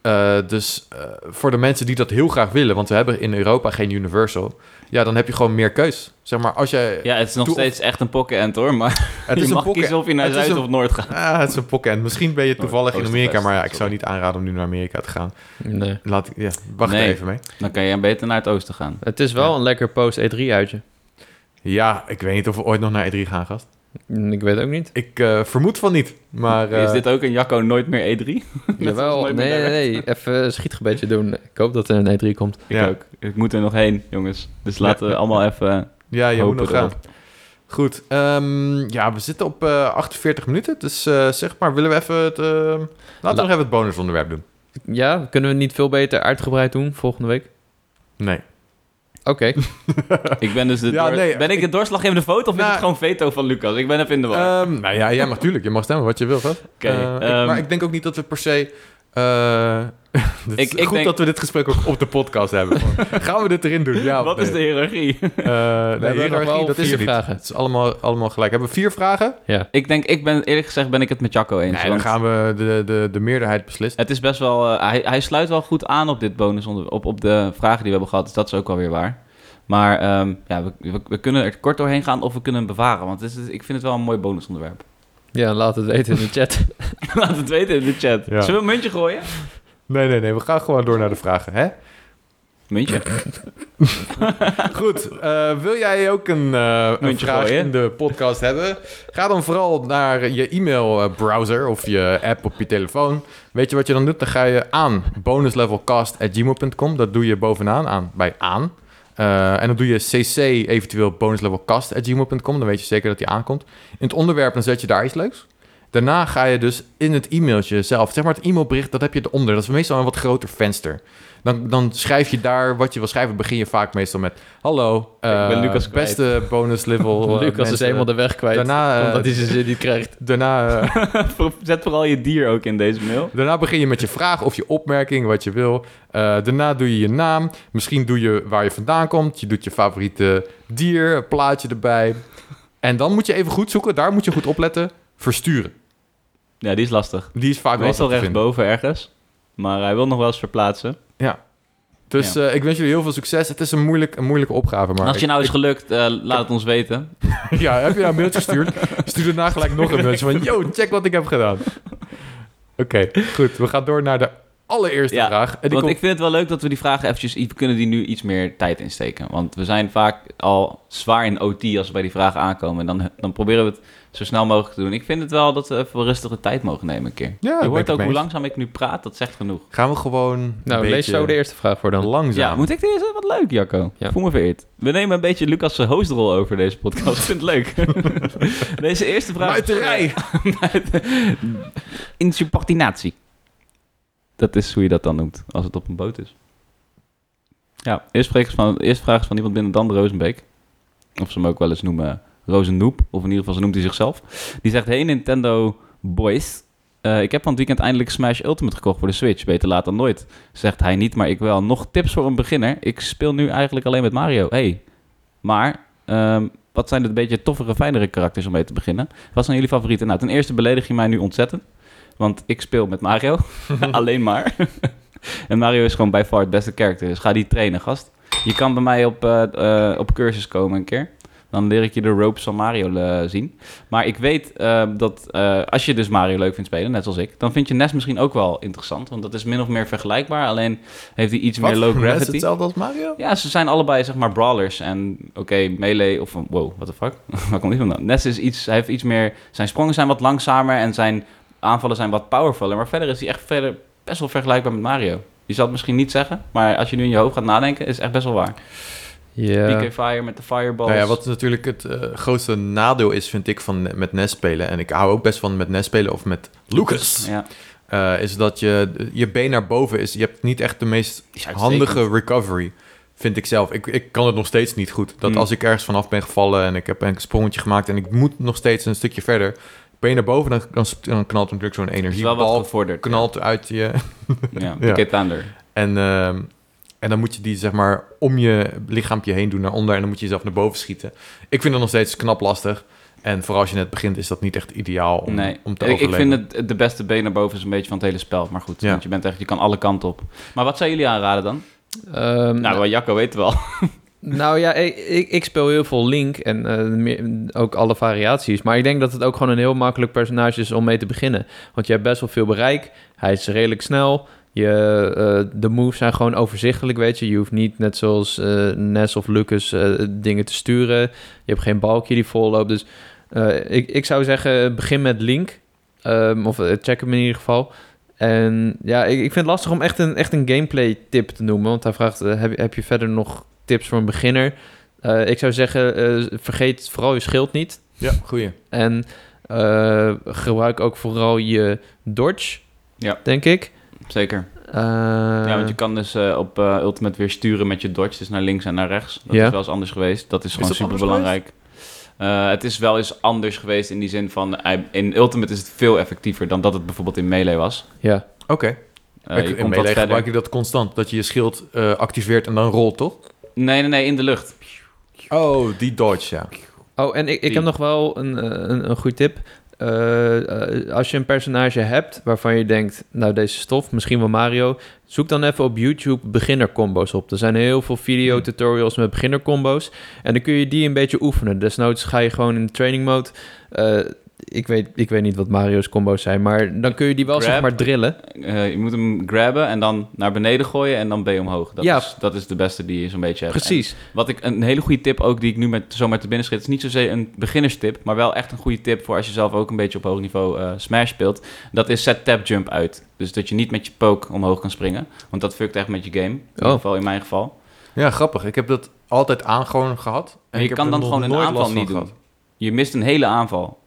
S1: Eh, dus eh, voor de mensen die dat heel graag willen, want we hebben in Europa geen Universal, ja, dan heb je gewoon meer keus. Zeg maar, als jij.
S2: Ja, het is nog
S1: Doe-
S2: steeds echt een pokken-end hoor, maar
S1: het
S2: je
S1: is een
S2: mag
S1: pokken.
S2: kiezen of je naar
S1: Het is
S2: Zuid
S1: een-
S2: of Noord gaat.
S1: Ah, het is een pokken. En misschien ben je toevallig in
S2: Oost-
S1: Amerika,
S2: Oost-
S1: maar ja, ik
S2: Oost-
S1: zou niet aanraden om nu naar Amerika te gaan.
S3: Nee.
S1: Laat, ik- ja, wacht er
S2: Nee.
S1: even mee.
S2: Dan kan je beter naar het oosten gaan.
S3: Het is wel een lekker E post-E3-uitje.
S1: Ja, ik weet niet of we ooit nog naar E3 gaan, gast.
S3: Ik weet ook niet.
S1: Ik eh, vermoed van niet, maar. eh,
S2: Is dit ook een Jacco nooit meer E E3?
S3: Jawel.
S2: nooit
S3: Nee,
S2: meer
S3: nee,
S2: direct.
S3: nee. Even een schietgebedje doen. Ik hoop dat er een E3 komt.
S1: Ja.
S2: Ik ook. Ik moet er nog heen, jongens. Dus laten we
S1: Ja.
S2: allemaal even...
S1: Ja, je
S2: Hopen
S1: moet nog gaan.
S2: erop.
S1: Goed, ehm, ja, we zitten op eh, 48 minuten, dus eh, zeg maar, willen we even het... eh, laten we nog even het bonusonderwerp doen.
S3: Ja, kunnen we het niet veel beter uitgebreid doen volgende week?
S1: Nee.
S3: Oké.
S2: Ik ben dus de...
S1: Ja,
S2: door-
S1: nee,
S2: ben ik de doorslaggevende foto of is
S1: Nou-
S2: het gewoon veto van Lucas? Ik ben even in de war.
S1: Ehm, nou ja, jij mag tuurlijk. Je mag stemmen wat je wilt, hè?
S2: Oké,
S1: Eh, ik-
S2: ehm,
S1: maar ik denk ook niet dat we per se... eh, het is
S2: Ik- ik
S1: goed
S2: denk-
S1: dat we dit gesprek ook op de podcast hebben. Gaan we dit erin doen? Eh, Ja, of
S2: Wat is de
S1: nee?
S2: hiërarchie?
S1: Eh, nee,
S3: nog
S1: hiërarchie,
S3: wel
S1: dat is
S3: vier
S1: er niet.
S3: vragen.
S1: Het is allemaal, allemaal gelijk. Hebben we vier vragen?
S3: Ja.
S2: ik denk, ik ben eerlijk gezegd ben ik het met Jacco eens.
S1: Nee, dan
S2: want
S1: gaan we de, de, de meerderheid beslissen.
S2: Het is best wel... eh, hij, hij sluit wel goed aan op dit bonus, onder- op, op de vragen die we hebben gehad. Dus dat is ook wel weer waar. Maar ehm, ja, we, we, we kunnen er kort doorheen gaan of we kunnen hem bewaren. Want het is, ik vind het wel een mooi bonusonderwerp.
S3: Ja, laat het weten in de chat.
S2: Laat het weten in de chat.
S1: Ja.
S2: Zullen we een muntje gooien?
S1: Nee, nee, nee. We gaan gewoon door naar de vragen, hè?
S2: Muntje.
S1: Goed, eh, wil jij ook een, eh, een
S2: Muntje
S1: vraag
S2: gooien.
S1: in de podcast hebben? Ga dan vooral naar je e-mailbrowser of je app op je telefoon. Weet je wat je dan doet? Dan ga je aan bonuslevelcast.gmail.com. Dat doe je bovenaan aan, bij aan. Eh, en dan doe je cc eventueel bonuslevelcast.gmail.com. Dan weet je zeker dat die aankomt. In het onderwerp dan zet je daar iets leuks. Daarna ga je dus in het e-mailtje zelf, zeg maar het e-mailbericht, dat heb je eronder. Dat is meestal een wat groter venster. Dan, dan schrijf je daar wat je wil schrijven. Begin je vaak meestal met: Hallo, eh,
S3: Ik ben Lucas kwijt."
S1: beste bonus level. eh,
S3: Lucas is
S1: mensen.
S3: helemaal de weg kwijt.
S1: Daarna, eh,
S3: omdat hij ze zin niet krijgt.
S1: Daarna, eh,
S2: Zet vooral je dier ook in deze mail.
S1: daarna begin je met je vraag of je opmerking, wat je wil. Eh, daarna doe je je naam. Misschien doe je waar je vandaan komt. Je doet je favoriete dier, een plaatje erbij. En dan moet je even goed zoeken. Daar moet je goed opletten. Versturen.
S2: Ja, die is lastig.
S1: Die is vaak lastig
S2: Meestal
S1: te vinden.
S2: rechtsboven ergens. Maar hij wil nog wel eens verplaatsen.
S1: Dus
S2: Ja.
S1: eh, ik wens jullie heel veel succes. Het is een, moeilijk, een moeilijke opgave. Maar
S2: En als je
S1: ik-
S2: nou is gelukt, eh, laat het ons weten.
S1: ja, heb je nou een mailtje gestuurd? Stuur daarna gelijk nog een mailtje van... Yo, check wat ik heb gedaan. Oké, goed. We gaan door naar de allereerste
S2: Ja,
S1: vraag. En die
S2: Want
S1: komt...
S2: ik vind het wel leuk dat we die vragen eventjes... We kunnen die nu iets meer tijd insteken. Want we zijn vaak al zwaar in OT als we bij die vragen aankomen. En dan, dan proberen we het zo snel mogelijk te doen. Ik vind het wel dat we even rustige tijd mogen nemen een keer.
S1: Ja, ik
S2: je
S1: ben het
S2: hoort
S1: mee
S2: ook hoe
S1: eens.
S2: langzaam ik nu praat, dat zegt genoeg.
S1: Gaan we gewoon
S3: Nou,
S1: een
S3: lees
S1: beetje
S3: zo de eerste vraag voor dan.
S1: langzaam.
S2: Ja, moet ik deze? Wat leuk, Jacco.
S3: Ja.
S2: Voel me vereerd. We nemen een beetje Lucas' hostrol over deze podcast. Ik vind het leuk. deze eerste vraag...
S1: Muiterij!
S2: Insubordinatie. Dat is hoe je dat dan noemt, als het op een boot is. Ja, eerst, spreek eens van, eerst vraag is van iemand binnen Dan de Rozenbeek. Of ze hem ook wel eens noemen Rozennoep. Of in ieder geval, ze noemt hij zichzelf. Die zegt, hey Nintendo boys. eh, ik heb van het weekend eindelijk Smash Ultimate gekocht voor de Switch. Beter laat dan nooit. Zegt hij niet, maar ik wel. Nog tips voor een beginner. Ik speel nu eigenlijk alleen met Mario. Hey, maar ehm, wat zijn de beetje toffere, fijnere karakters om mee te beginnen? Wat zijn jullie favorieten? Nou, ten eerste beledig je mij nu ontzettend. Want ik speel met Mario. Alleen maar. en Mario is gewoon bij far het beste karakter. Dus ga die trainen, gast. Je kan bij mij op, eh, eh, op cursus komen een keer. Dan leer ik je de ropes van Mario eh, zien. Maar ik weet eh, dat eh, als je dus Mario leuk vindt spelen, net zoals ik, dan vind je Nes misschien ook wel interessant. Want dat is min of meer vergelijkbaar. Alleen heeft hij iets
S1: Wat? E
S2: meer low
S1: Is
S2: gravity.
S1: hetzelfde als Mario?
S2: Ja, ze zijn allebei zeg maar brawlers. En oké, melee of... een- Wow, what the fuck? Waar komt die vandaan? Ness is iets... Hij heeft iets meer... Zijn sprongen zijn wat langzamer en zijn aanvallen zijn wat powerfuller. Maar verder is hij echt verder best wel vergelijkbaar met Mario. Je zal het misschien niet zeggen, maar als je nu in je hoofd gaat nadenken, is het echt best wel waar.
S3: Ja.
S2: DK Fire met de fireballs.
S1: Nou ja, wat natuurlijk het eh, grootste nadeel is, vind ik, van met NES spelen... en ik hou ook best van met NES spelen of met Lucas...
S2: Ja,
S1: eh, is dat je, je been naar boven is... je hebt niet echt de meest
S2: die is uitstekend.
S1: handige recovery, vind ik zelf. Ik, ik kan het nog steeds niet goed. Dat
S2: Hmm.
S1: als ik ergens vanaf ben gevallen en ik heb een sprongetje gemaakt en ik moet nog steeds een stukje verder, ben je naar boven, dan, dan, dan knalt er natuurlijk zo'n
S2: Is wel wat
S1: energiebal.
S2: gevorderd.
S1: Knalt uit je. Ja.
S2: Ja, ja. DK Thunder.
S1: En, ehm, en dan moet je die zeg maar om je lichaampje heen doen naar onder en dan moet je jezelf naar boven schieten. Ik vind dat nog steeds knap lastig. En vooral als je net begint, is dat niet echt ideaal om,
S2: nee,
S1: om te
S2: ik, ik
S1: overleven.
S2: vind het de beste been naar boven is een beetje van het hele spel. Maar goed,
S1: Ja.
S2: want je, bent echt, je kan alle kanten op. Maar wat zou jullie aanraden dan?
S3: Ehm,
S2: Nou, wel, Jacco weet het wel.
S3: Nou ja, ik, ik, ik speel heel veel Link en eh, meer- ook alle variaties. Maar ik denk dat het ook gewoon een heel makkelijk personage is om mee te beginnen. Want je hebt best wel veel bereik. Hij is redelijk snel. Je, eh, de moves zijn gewoon overzichtelijk, weet je. Je hoeft niet net zoals eh Ness of Lucas eh, dingen te sturen. Je hebt geen balkje die volloopt. Dus eh, ik, ik zou zeggen, begin met Link. Ehm, of eh, check hem in ieder geval. En ja, ik, ik vind het lastig om echt een, echt een gameplay tip te noemen. Want hij vraagt, eh, heb, heb je verder nog tips voor een beginner? Eh, ik zou zeggen, eh, vergeet vooral je schild niet.
S1: Ja, goeie.
S3: En eh, gebruik ook vooral je dodge,
S2: Ja.
S3: denk ik.
S2: Zeker.
S3: Eh,
S2: Ja, want je kan dus eh, op eh, Ultimate weer sturen met je dodge. Dus naar links en naar rechts. Dat
S3: Ja.
S2: is wel eens anders geweest. Dat is gewoon
S1: dat
S2: super
S1: anders
S2: belangrijk. het is wel eens anders geweest in die zin van... hij- in Ultimate is het veel effectiever dan dat het bijvoorbeeld in Melee was.
S3: ja.
S1: Oké.
S2: Eh,
S1: Ik-
S2: je
S1: in
S2: komt wat
S1: melee
S2: verder.
S1: gebruik je dat constant. Dat je je schild eh, activeert en dan rolt, toch?
S2: Nee, nee, nee, in de lucht.
S1: Oh, die dodge, ja.
S3: Oh, en ik, ik
S2: Die.
S3: heb nog wel een, eh, een, een goede tip. Eh, eh, als je een personage hebt waarvan je denkt, nou deze stof, misschien wel Mario, zoek dan even op YouTube beginnercombo's op. Er zijn heel veel
S2: Hmm.
S3: videotutorials met beginnercombo's en dan kun je die een beetje oefenen. Desnoods ga je gewoon in de training mode. Eh, ik weet, ik weet niet wat Mario's combo's zijn, maar dan kun je die wel
S2: Grab.
S3: zeg maar drillen.
S2: Eh, je moet hem grabben en dan naar beneden gooien en dan B omhoog. Dat,
S3: Ja.
S2: is, dat is de beste die je zo'n beetje hebt.
S3: Precies.
S2: En wat ik een hele goede tip ook die ik nu met, zomaar te binnen schiet, is niet zozeer een beginnerstip, maar wel echt een goede tip voor als je zelf ook een beetje op hoog niveau eh, Smash speelt. Dat is set tap jump uit. Dus dat je niet met je poke omhoog kan springen, want dat fuckt echt met je game. In ieder
S1: Oh.
S2: geval in mijn geval.
S1: Ja, grappig. Ik heb dat altijd aan gewoon gehad. En
S2: Maar je
S1: ik heb
S2: kan
S1: er
S2: dan
S1: nog
S2: gewoon een
S1: nooit
S2: aanval
S1: last van
S2: niet doen.
S1: gehad.
S2: Je mist een hele aanval.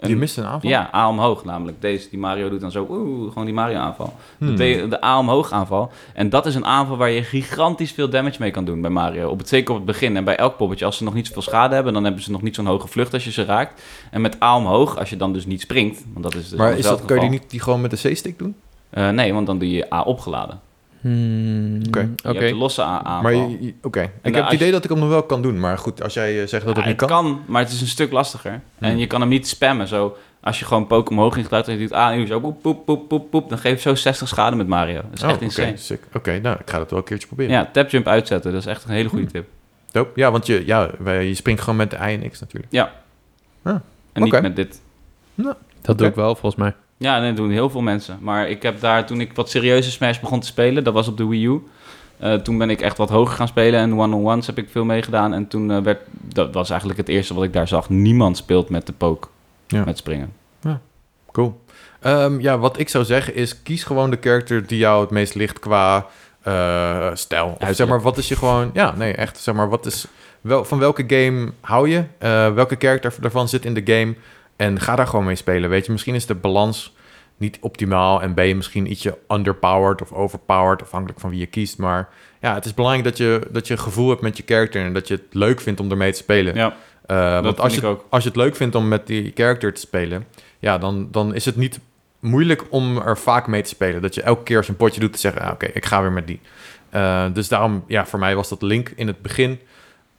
S1: Je
S2: Een-
S1: mist een aanval?
S2: Ja, A omhoog namelijk. Deze die Mario doet dan zo, oeh, gewoon die Mario aanval.
S1: Hmm.
S2: De, de A omhoog aanval. En dat is een aanval waar je gigantisch veel damage mee kan doen bij Mario. Op het, zeker op het begin. En bij elk poppetje, als ze nog niet zoveel schade hebben, dan hebben ze nog niet zo'n hoge vlucht als je ze raakt. En met A omhoog, als je dan dus niet springt, want dat is dus
S1: maar
S2: een
S1: is
S2: zeldzaam
S1: dat, kun je die
S2: geval.
S1: niet die gewoon met de C-stick doen?
S2: Eh, nee, want dan doe je A opgeladen.
S3: Hmm,
S1: Oké.
S2: Je hebt de losse A aanval.
S1: Maar je- je- oké. Ik heb
S2: als
S1: het idee dat ik hem nog wel kan doen. Maar goed, als jij eh, zegt dat
S2: Ja,
S1: het niet
S2: het
S1: kan. Hmm.
S2: kan, maar het is een stuk lastiger. En je kan hem niet spammen. Zo, als je gewoon poke omhoog ingeluid en je doet A en je doet zo poep, poep, poep, poep, poep, dan geef je zo 60 schade met Mario. Dat is
S1: Oh,
S2: echt
S1: oké,
S2: insane.
S1: sick. Oké, nou, ik ga dat wel een keertje proberen.
S2: Ja, tapjump uitzetten, dat is echt een hele
S1: Hmm.
S2: goede tip.
S1: Dope. Ja, want je, ja, wij- je springt gewoon met de I en X natuurlijk.
S2: En
S1: Oké.
S2: niet met dit.
S3: Dat doe
S1: Oké.
S3: ik wel, volgens mij.
S2: Ja, nee, dat doen heel veel mensen. Maar ik heb daar, toen ik wat serieuze Smash begon te spelen, dat was op de Wii U. eh, toen ben ik echt wat hoger gaan spelen en one-on-ones heb ik veel meegedaan. En toen eh, werd, dat was eigenlijk het eerste wat ik daar zag. Niemand speelt met de poke,
S1: Ja.
S2: met springen.
S1: Cool. Ehm, ja, wat ik zou zeggen is, kies gewoon de character die jou het meest ligt qua eh, stijl. Of zeg
S2: Uiterlijk.
S1: maar, wat is je gewoon... Ja, nee, echt. Zeg maar, wat is... Wel, van welke game hou je? Eh, welke character daarvan zit in de game? En ga daar gewoon mee spelen, weet je. Misschien is de balans niet optimaal en ben je misschien ietsje underpowered of overpowered, afhankelijk van wie je kiest. Maar ja, het is belangrijk dat je, dat je gevoel hebt met je character en dat je het leuk vindt om ermee te spelen.
S2: Ja,
S1: Eh, want
S2: dat
S1: als
S2: vind
S1: je,
S2: ik ook.
S1: als je het leuk vindt om met die character te spelen, ja, dan, dan is het niet moeilijk om er vaak mee te spelen. Dat je elke keer als je een potje doet, te zeggen, ah, oké, ik ga weer met die. Eh, dus daarom, ja, voor mij was dat Link in het begin.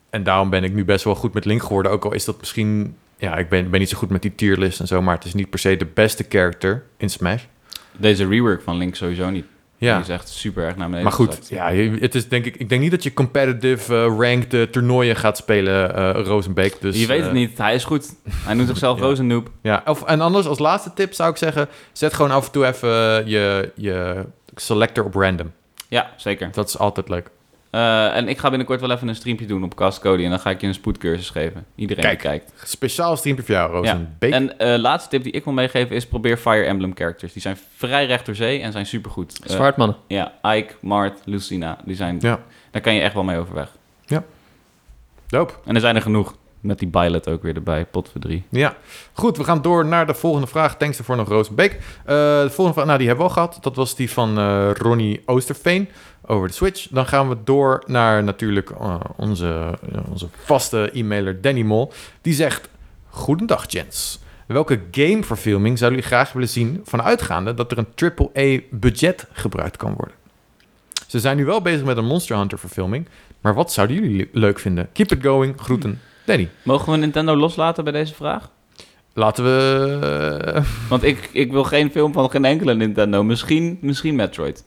S1: En daarom ben ik nu best wel goed met Link geworden. Ook al is dat misschien, ja, ik ben, ben niet zo goed met die tierlist en zo, maar het is niet per se de beste character in Smash.
S2: Deze rework van Link sowieso niet. Die
S1: Ja.
S2: is echt super erg naar beneden
S1: Maar goed,
S2: gezakt.
S1: ja, je- het is denk ik, ik denk niet dat je competitive eh, ranked eh, toernooien gaat spelen, eh Rozenbeek. Dus,
S2: je weet
S1: eh,
S2: het niet, hij is goed. Hij noemt zichzelf
S1: Ja.
S2: Rozen Noob.
S1: Ja, of, en anders als laatste tip zou ik zeggen... zet gewoon af en toe even eh, je, je selector op random.
S2: Ja, zeker.
S1: Dat is altijd leuk.
S2: Eh, en ik ga binnenkort wel even een streampje doen op Cast Cody. En dan ga ik je een spoedcursus geven. Iedereen
S1: Kijk.
S2: die kijkt.
S1: Speciaal streampje voor jou, Roos.
S2: Ja,
S1: Een beek.
S2: En eh laatste tip die ik wil meegeven is probeer Fire Emblem characters. Die zijn vrij recht door zee en zijn supergoed. Eh,
S3: Zwaardmannen.
S2: ja, Ike, Mart, Lucina. Die zijn,
S1: Ja.
S2: Daar kan je echt wel mee overweg.
S1: Dope.
S2: En er zijn er genoeg. Met die Byleth ook weer erbij. Pot voor drie.
S1: Ja. Goed, we gaan door naar de volgende vraag. Thanks daarvoor nog, Roos Beek. Eh, de volgende vraag, nou die hebben we al gehad. Dat was die van eh, Ronnie Oosterveen over de Switch. Dan gaan we door naar natuurlijk eh, onze, eh, onze vaste e-mailer Danny Mol. Die zegt, Goedendag, gents. Welke gameverfilming zouden jullie graag willen zien vanuitgaande dat er een AAA-budget gebruikt kan worden? Ze zijn nu wel bezig met een Monster Hunter-verfilming, maar wat zouden jullie le- leuk vinden? Keep it going, groeten, Danny.
S2: Mogen we Nintendo loslaten bij deze vraag?
S1: Laten we... eh,
S2: Want ik, ik wil geen film van geen enkele Nintendo. Misschien, misschien Metroid.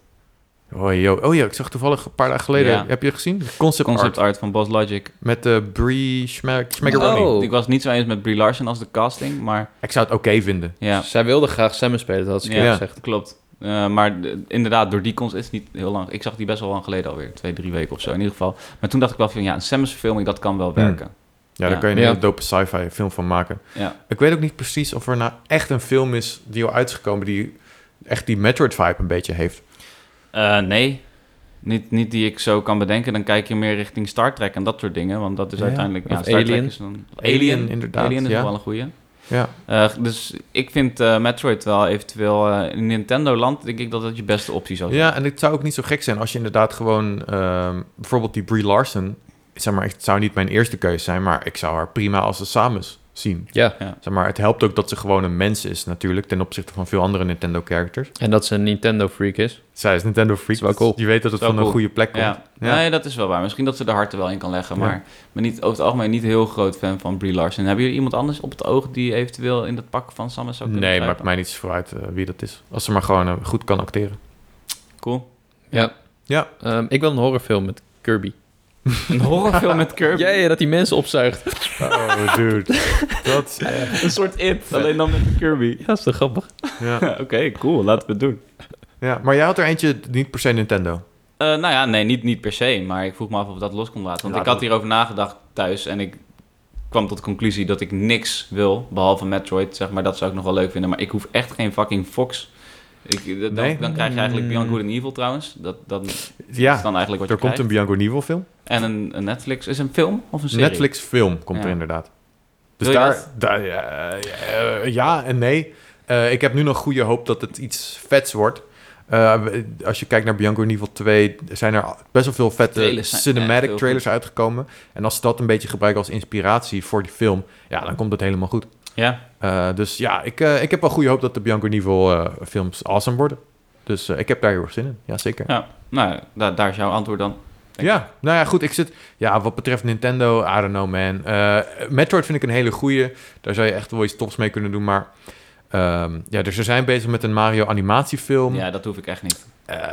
S1: Oh, yo. oh ja, ik zag toevallig een paar dagen geleden,
S2: Ja.
S1: heb je gezien? Concept,
S2: Concept
S1: art
S2: art van Boss Logic.
S1: met eh Brie Schme- Schmeggeroni.
S3: Oh.
S2: Ik was niet zo eens met Brie Larson als de casting, maar
S1: Ik zou het oké vinden.
S2: ja,
S3: Zij wilde graag Samus spelen, dat had ze
S2: Ja.
S3: keer
S1: Ja.
S3: gezegd.
S2: klopt. Eh, maar d- inderdaad, door die cons is het niet heel lang. Ik zag die best wel lang geleden alweer, twee, drie weken of zo in ieder geval. Maar toen dacht ik wel van, ja, een Samus verfilming, dat kan
S1: Hmm.
S2: wel werken.
S1: Ja, daar
S2: Ja.
S1: kan je een
S3: Ja.
S1: hele dope sci-fi film van maken.
S2: Ja.
S1: Ik weet ook niet precies of er nou echt een film is die al uitgekomen die echt die Metroid-vibe een beetje heeft.
S2: Eh, nee, niet, niet die ik zo kan bedenken. Dan kijk je meer richting Star Trek en dat soort dingen, want dat is
S1: Ja.
S2: uiteindelijk... Ja,
S3: Of
S2: Star
S3: Alien.
S2: Trek is dan,
S1: Alien, inderdaad,
S2: Alien is
S1: ja.
S2: nog wel een goeie.
S1: Ja,
S2: Eh, dus ik vind eh, Metroid wel eventueel... eh, in Nintendo-land denk ik dat dat je beste optie zou zijn.
S1: ja en het zou ook niet zo gek zijn als je inderdaad gewoon... ehm, bijvoorbeeld die Brie Larson. Zeg maar, het zou niet mijn eerste keuze zijn, maar ik zou haar prima als een Samus zien.
S3: Ja,
S1: Zeg maar, het helpt ook dat ze gewoon een mens is natuurlijk... ten opzichte van veel andere Nintendo-characters.
S3: en dat ze een Nintendo-freak is.
S1: Zij is Nintendo Freak.
S3: Is wel cool.
S1: Je weet dat het
S2: Is wel
S1: van een
S2: cool.
S1: goede plek komt.
S2: Ja.
S1: Ja.
S2: nee, dat is wel waar. Misschien dat ze de harten wel in kan leggen.
S1: Ja.
S2: Maar ik ben niet, over het algemeen niet heel groot fan van Brie Larson. Hebben jullie iemand anders op het oog die eventueel in dat pak van Samus zou kunnen
S1: Nee,
S2: grijpen?
S1: maakt mij niet zo voor uit eh, wie dat is. Als ze maar gewoon eh, goed kan acteren.
S2: Cool.
S3: Ja.
S1: Ja.
S3: Ehm, ik wil een horrorfilm met Kirby.
S2: Een horrorfilm met Kirby.
S3: Ja, ja, dat die mensen opzuigt.
S1: Oh, dude. Dat is echt...
S2: Een soort It, alleen dan met Kirby.
S3: Ja, dat is toch grappig?
S1: Ja.
S2: Oké, cool. Laten we het doen.
S1: ja. Maar jij had er eentje niet per se Nintendo.
S2: Eh, nou ja, nee, niet, niet per se. Maar ik vroeg me af of we dat los kon laten. Want
S1: Laat
S2: ik had
S1: het.
S2: hierover nagedacht thuis en ik kwam tot de conclusie dat ik niks wil, behalve Metroid, zeg maar. Dat zou ik nog wel leuk vinden, maar ik hoef echt geen fucking Fox. Ik, eh, dan,
S1: Nee?
S2: dan krijg je eigenlijk Beyond
S3: Mm.
S2: Good and Evil trouwens. Dat, dat is
S1: Ja,
S2: dan eigenlijk wat
S1: er
S2: je
S1: komt een
S2: krijgt.
S1: Bianco Nivo film.
S2: En een, een Netflix. Is het een film of een serie?
S1: Netflix film komt
S2: Ja.
S1: er inderdaad. Dus
S2: Wil je
S1: daar,
S2: dat?
S1: daar ja, eh, ja en nee. Eh, ik heb nu nog goede hoop dat het iets vets wordt. Eh, als je kijkt naar Bianco Nivel 2, zijn er best wel veel vette
S2: Trailers zijn echt
S1: cinematic
S2: heel
S1: trailers uitgekomen. En als ze dat een beetje gebruiken als inspiratie voor die film, ja, dan komt het helemaal goed.
S2: Ja,
S1: Eh, dus ja, ik, eh, ik heb wel goede hoop dat de Bianco Nivel eh, films awesome worden. Dus eh, ik heb daar heel erg zin in. Jazeker.
S2: ja. Nou, da- daar is jouw antwoord dan. denk
S1: Ja, nou ja, goed. Ik zit, ja, wat betreft Nintendo, I don't know, man. Eh, Metroid vind ik een hele goeie. Daar zou je echt wel iets tops mee kunnen doen. Maar ehm, ja, dus ze zijn bezig met een Mario animatiefilm. Ja,
S2: Ja, dat hoef ik echt niet.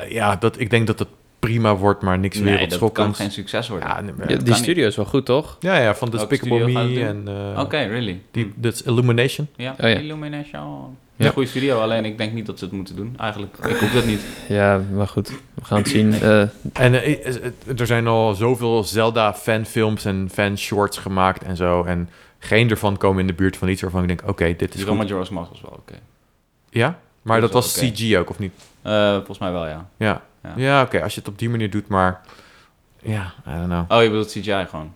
S1: ja dat, ik denk dat het prima wordt, maar niks
S2: nee, dat kan
S1: wereldschokkends.
S2: geen succes worden.
S1: ja, nee, maar-
S3: Ja,
S2: kan
S3: die
S2: niet.
S3: studio is wel goed, toch?
S1: ja, ja, van
S2: Welke
S1: Despicable
S2: studio gaat
S1: Me
S2: het
S1: en eh
S2: Oké, really.
S1: die, dat is Illumination.
S2: Ja,
S3: Oh ja.
S2: Illumination.
S3: Ja.
S2: Een goede studio, alleen ik denk niet dat ze het moeten doen. Eigenlijk, ik hoef dat niet.
S3: Ja, maar goed. We gaan het zien. Eh,
S1: En eh, is- het- er zijn al zoveel Zelda fanfilms en fanshorts gemaakt en zo. En geen ervan komen in de buurt van iets waarvan ik denk, oké, dit is
S2: Dus
S1: goed.
S2: Majora's Mask was wel oké.
S1: Ja, maar dat
S2: Dat is
S1: was
S2: wel oké.
S1: CG ook, of niet?
S2: Eh, volgens mij wel, ja.
S1: Ja, ja.
S2: Ja.
S1: oké, als je het op die manier doet, maar... Ja, I don't know.
S2: Oh, je bedoelt CGI gewoon?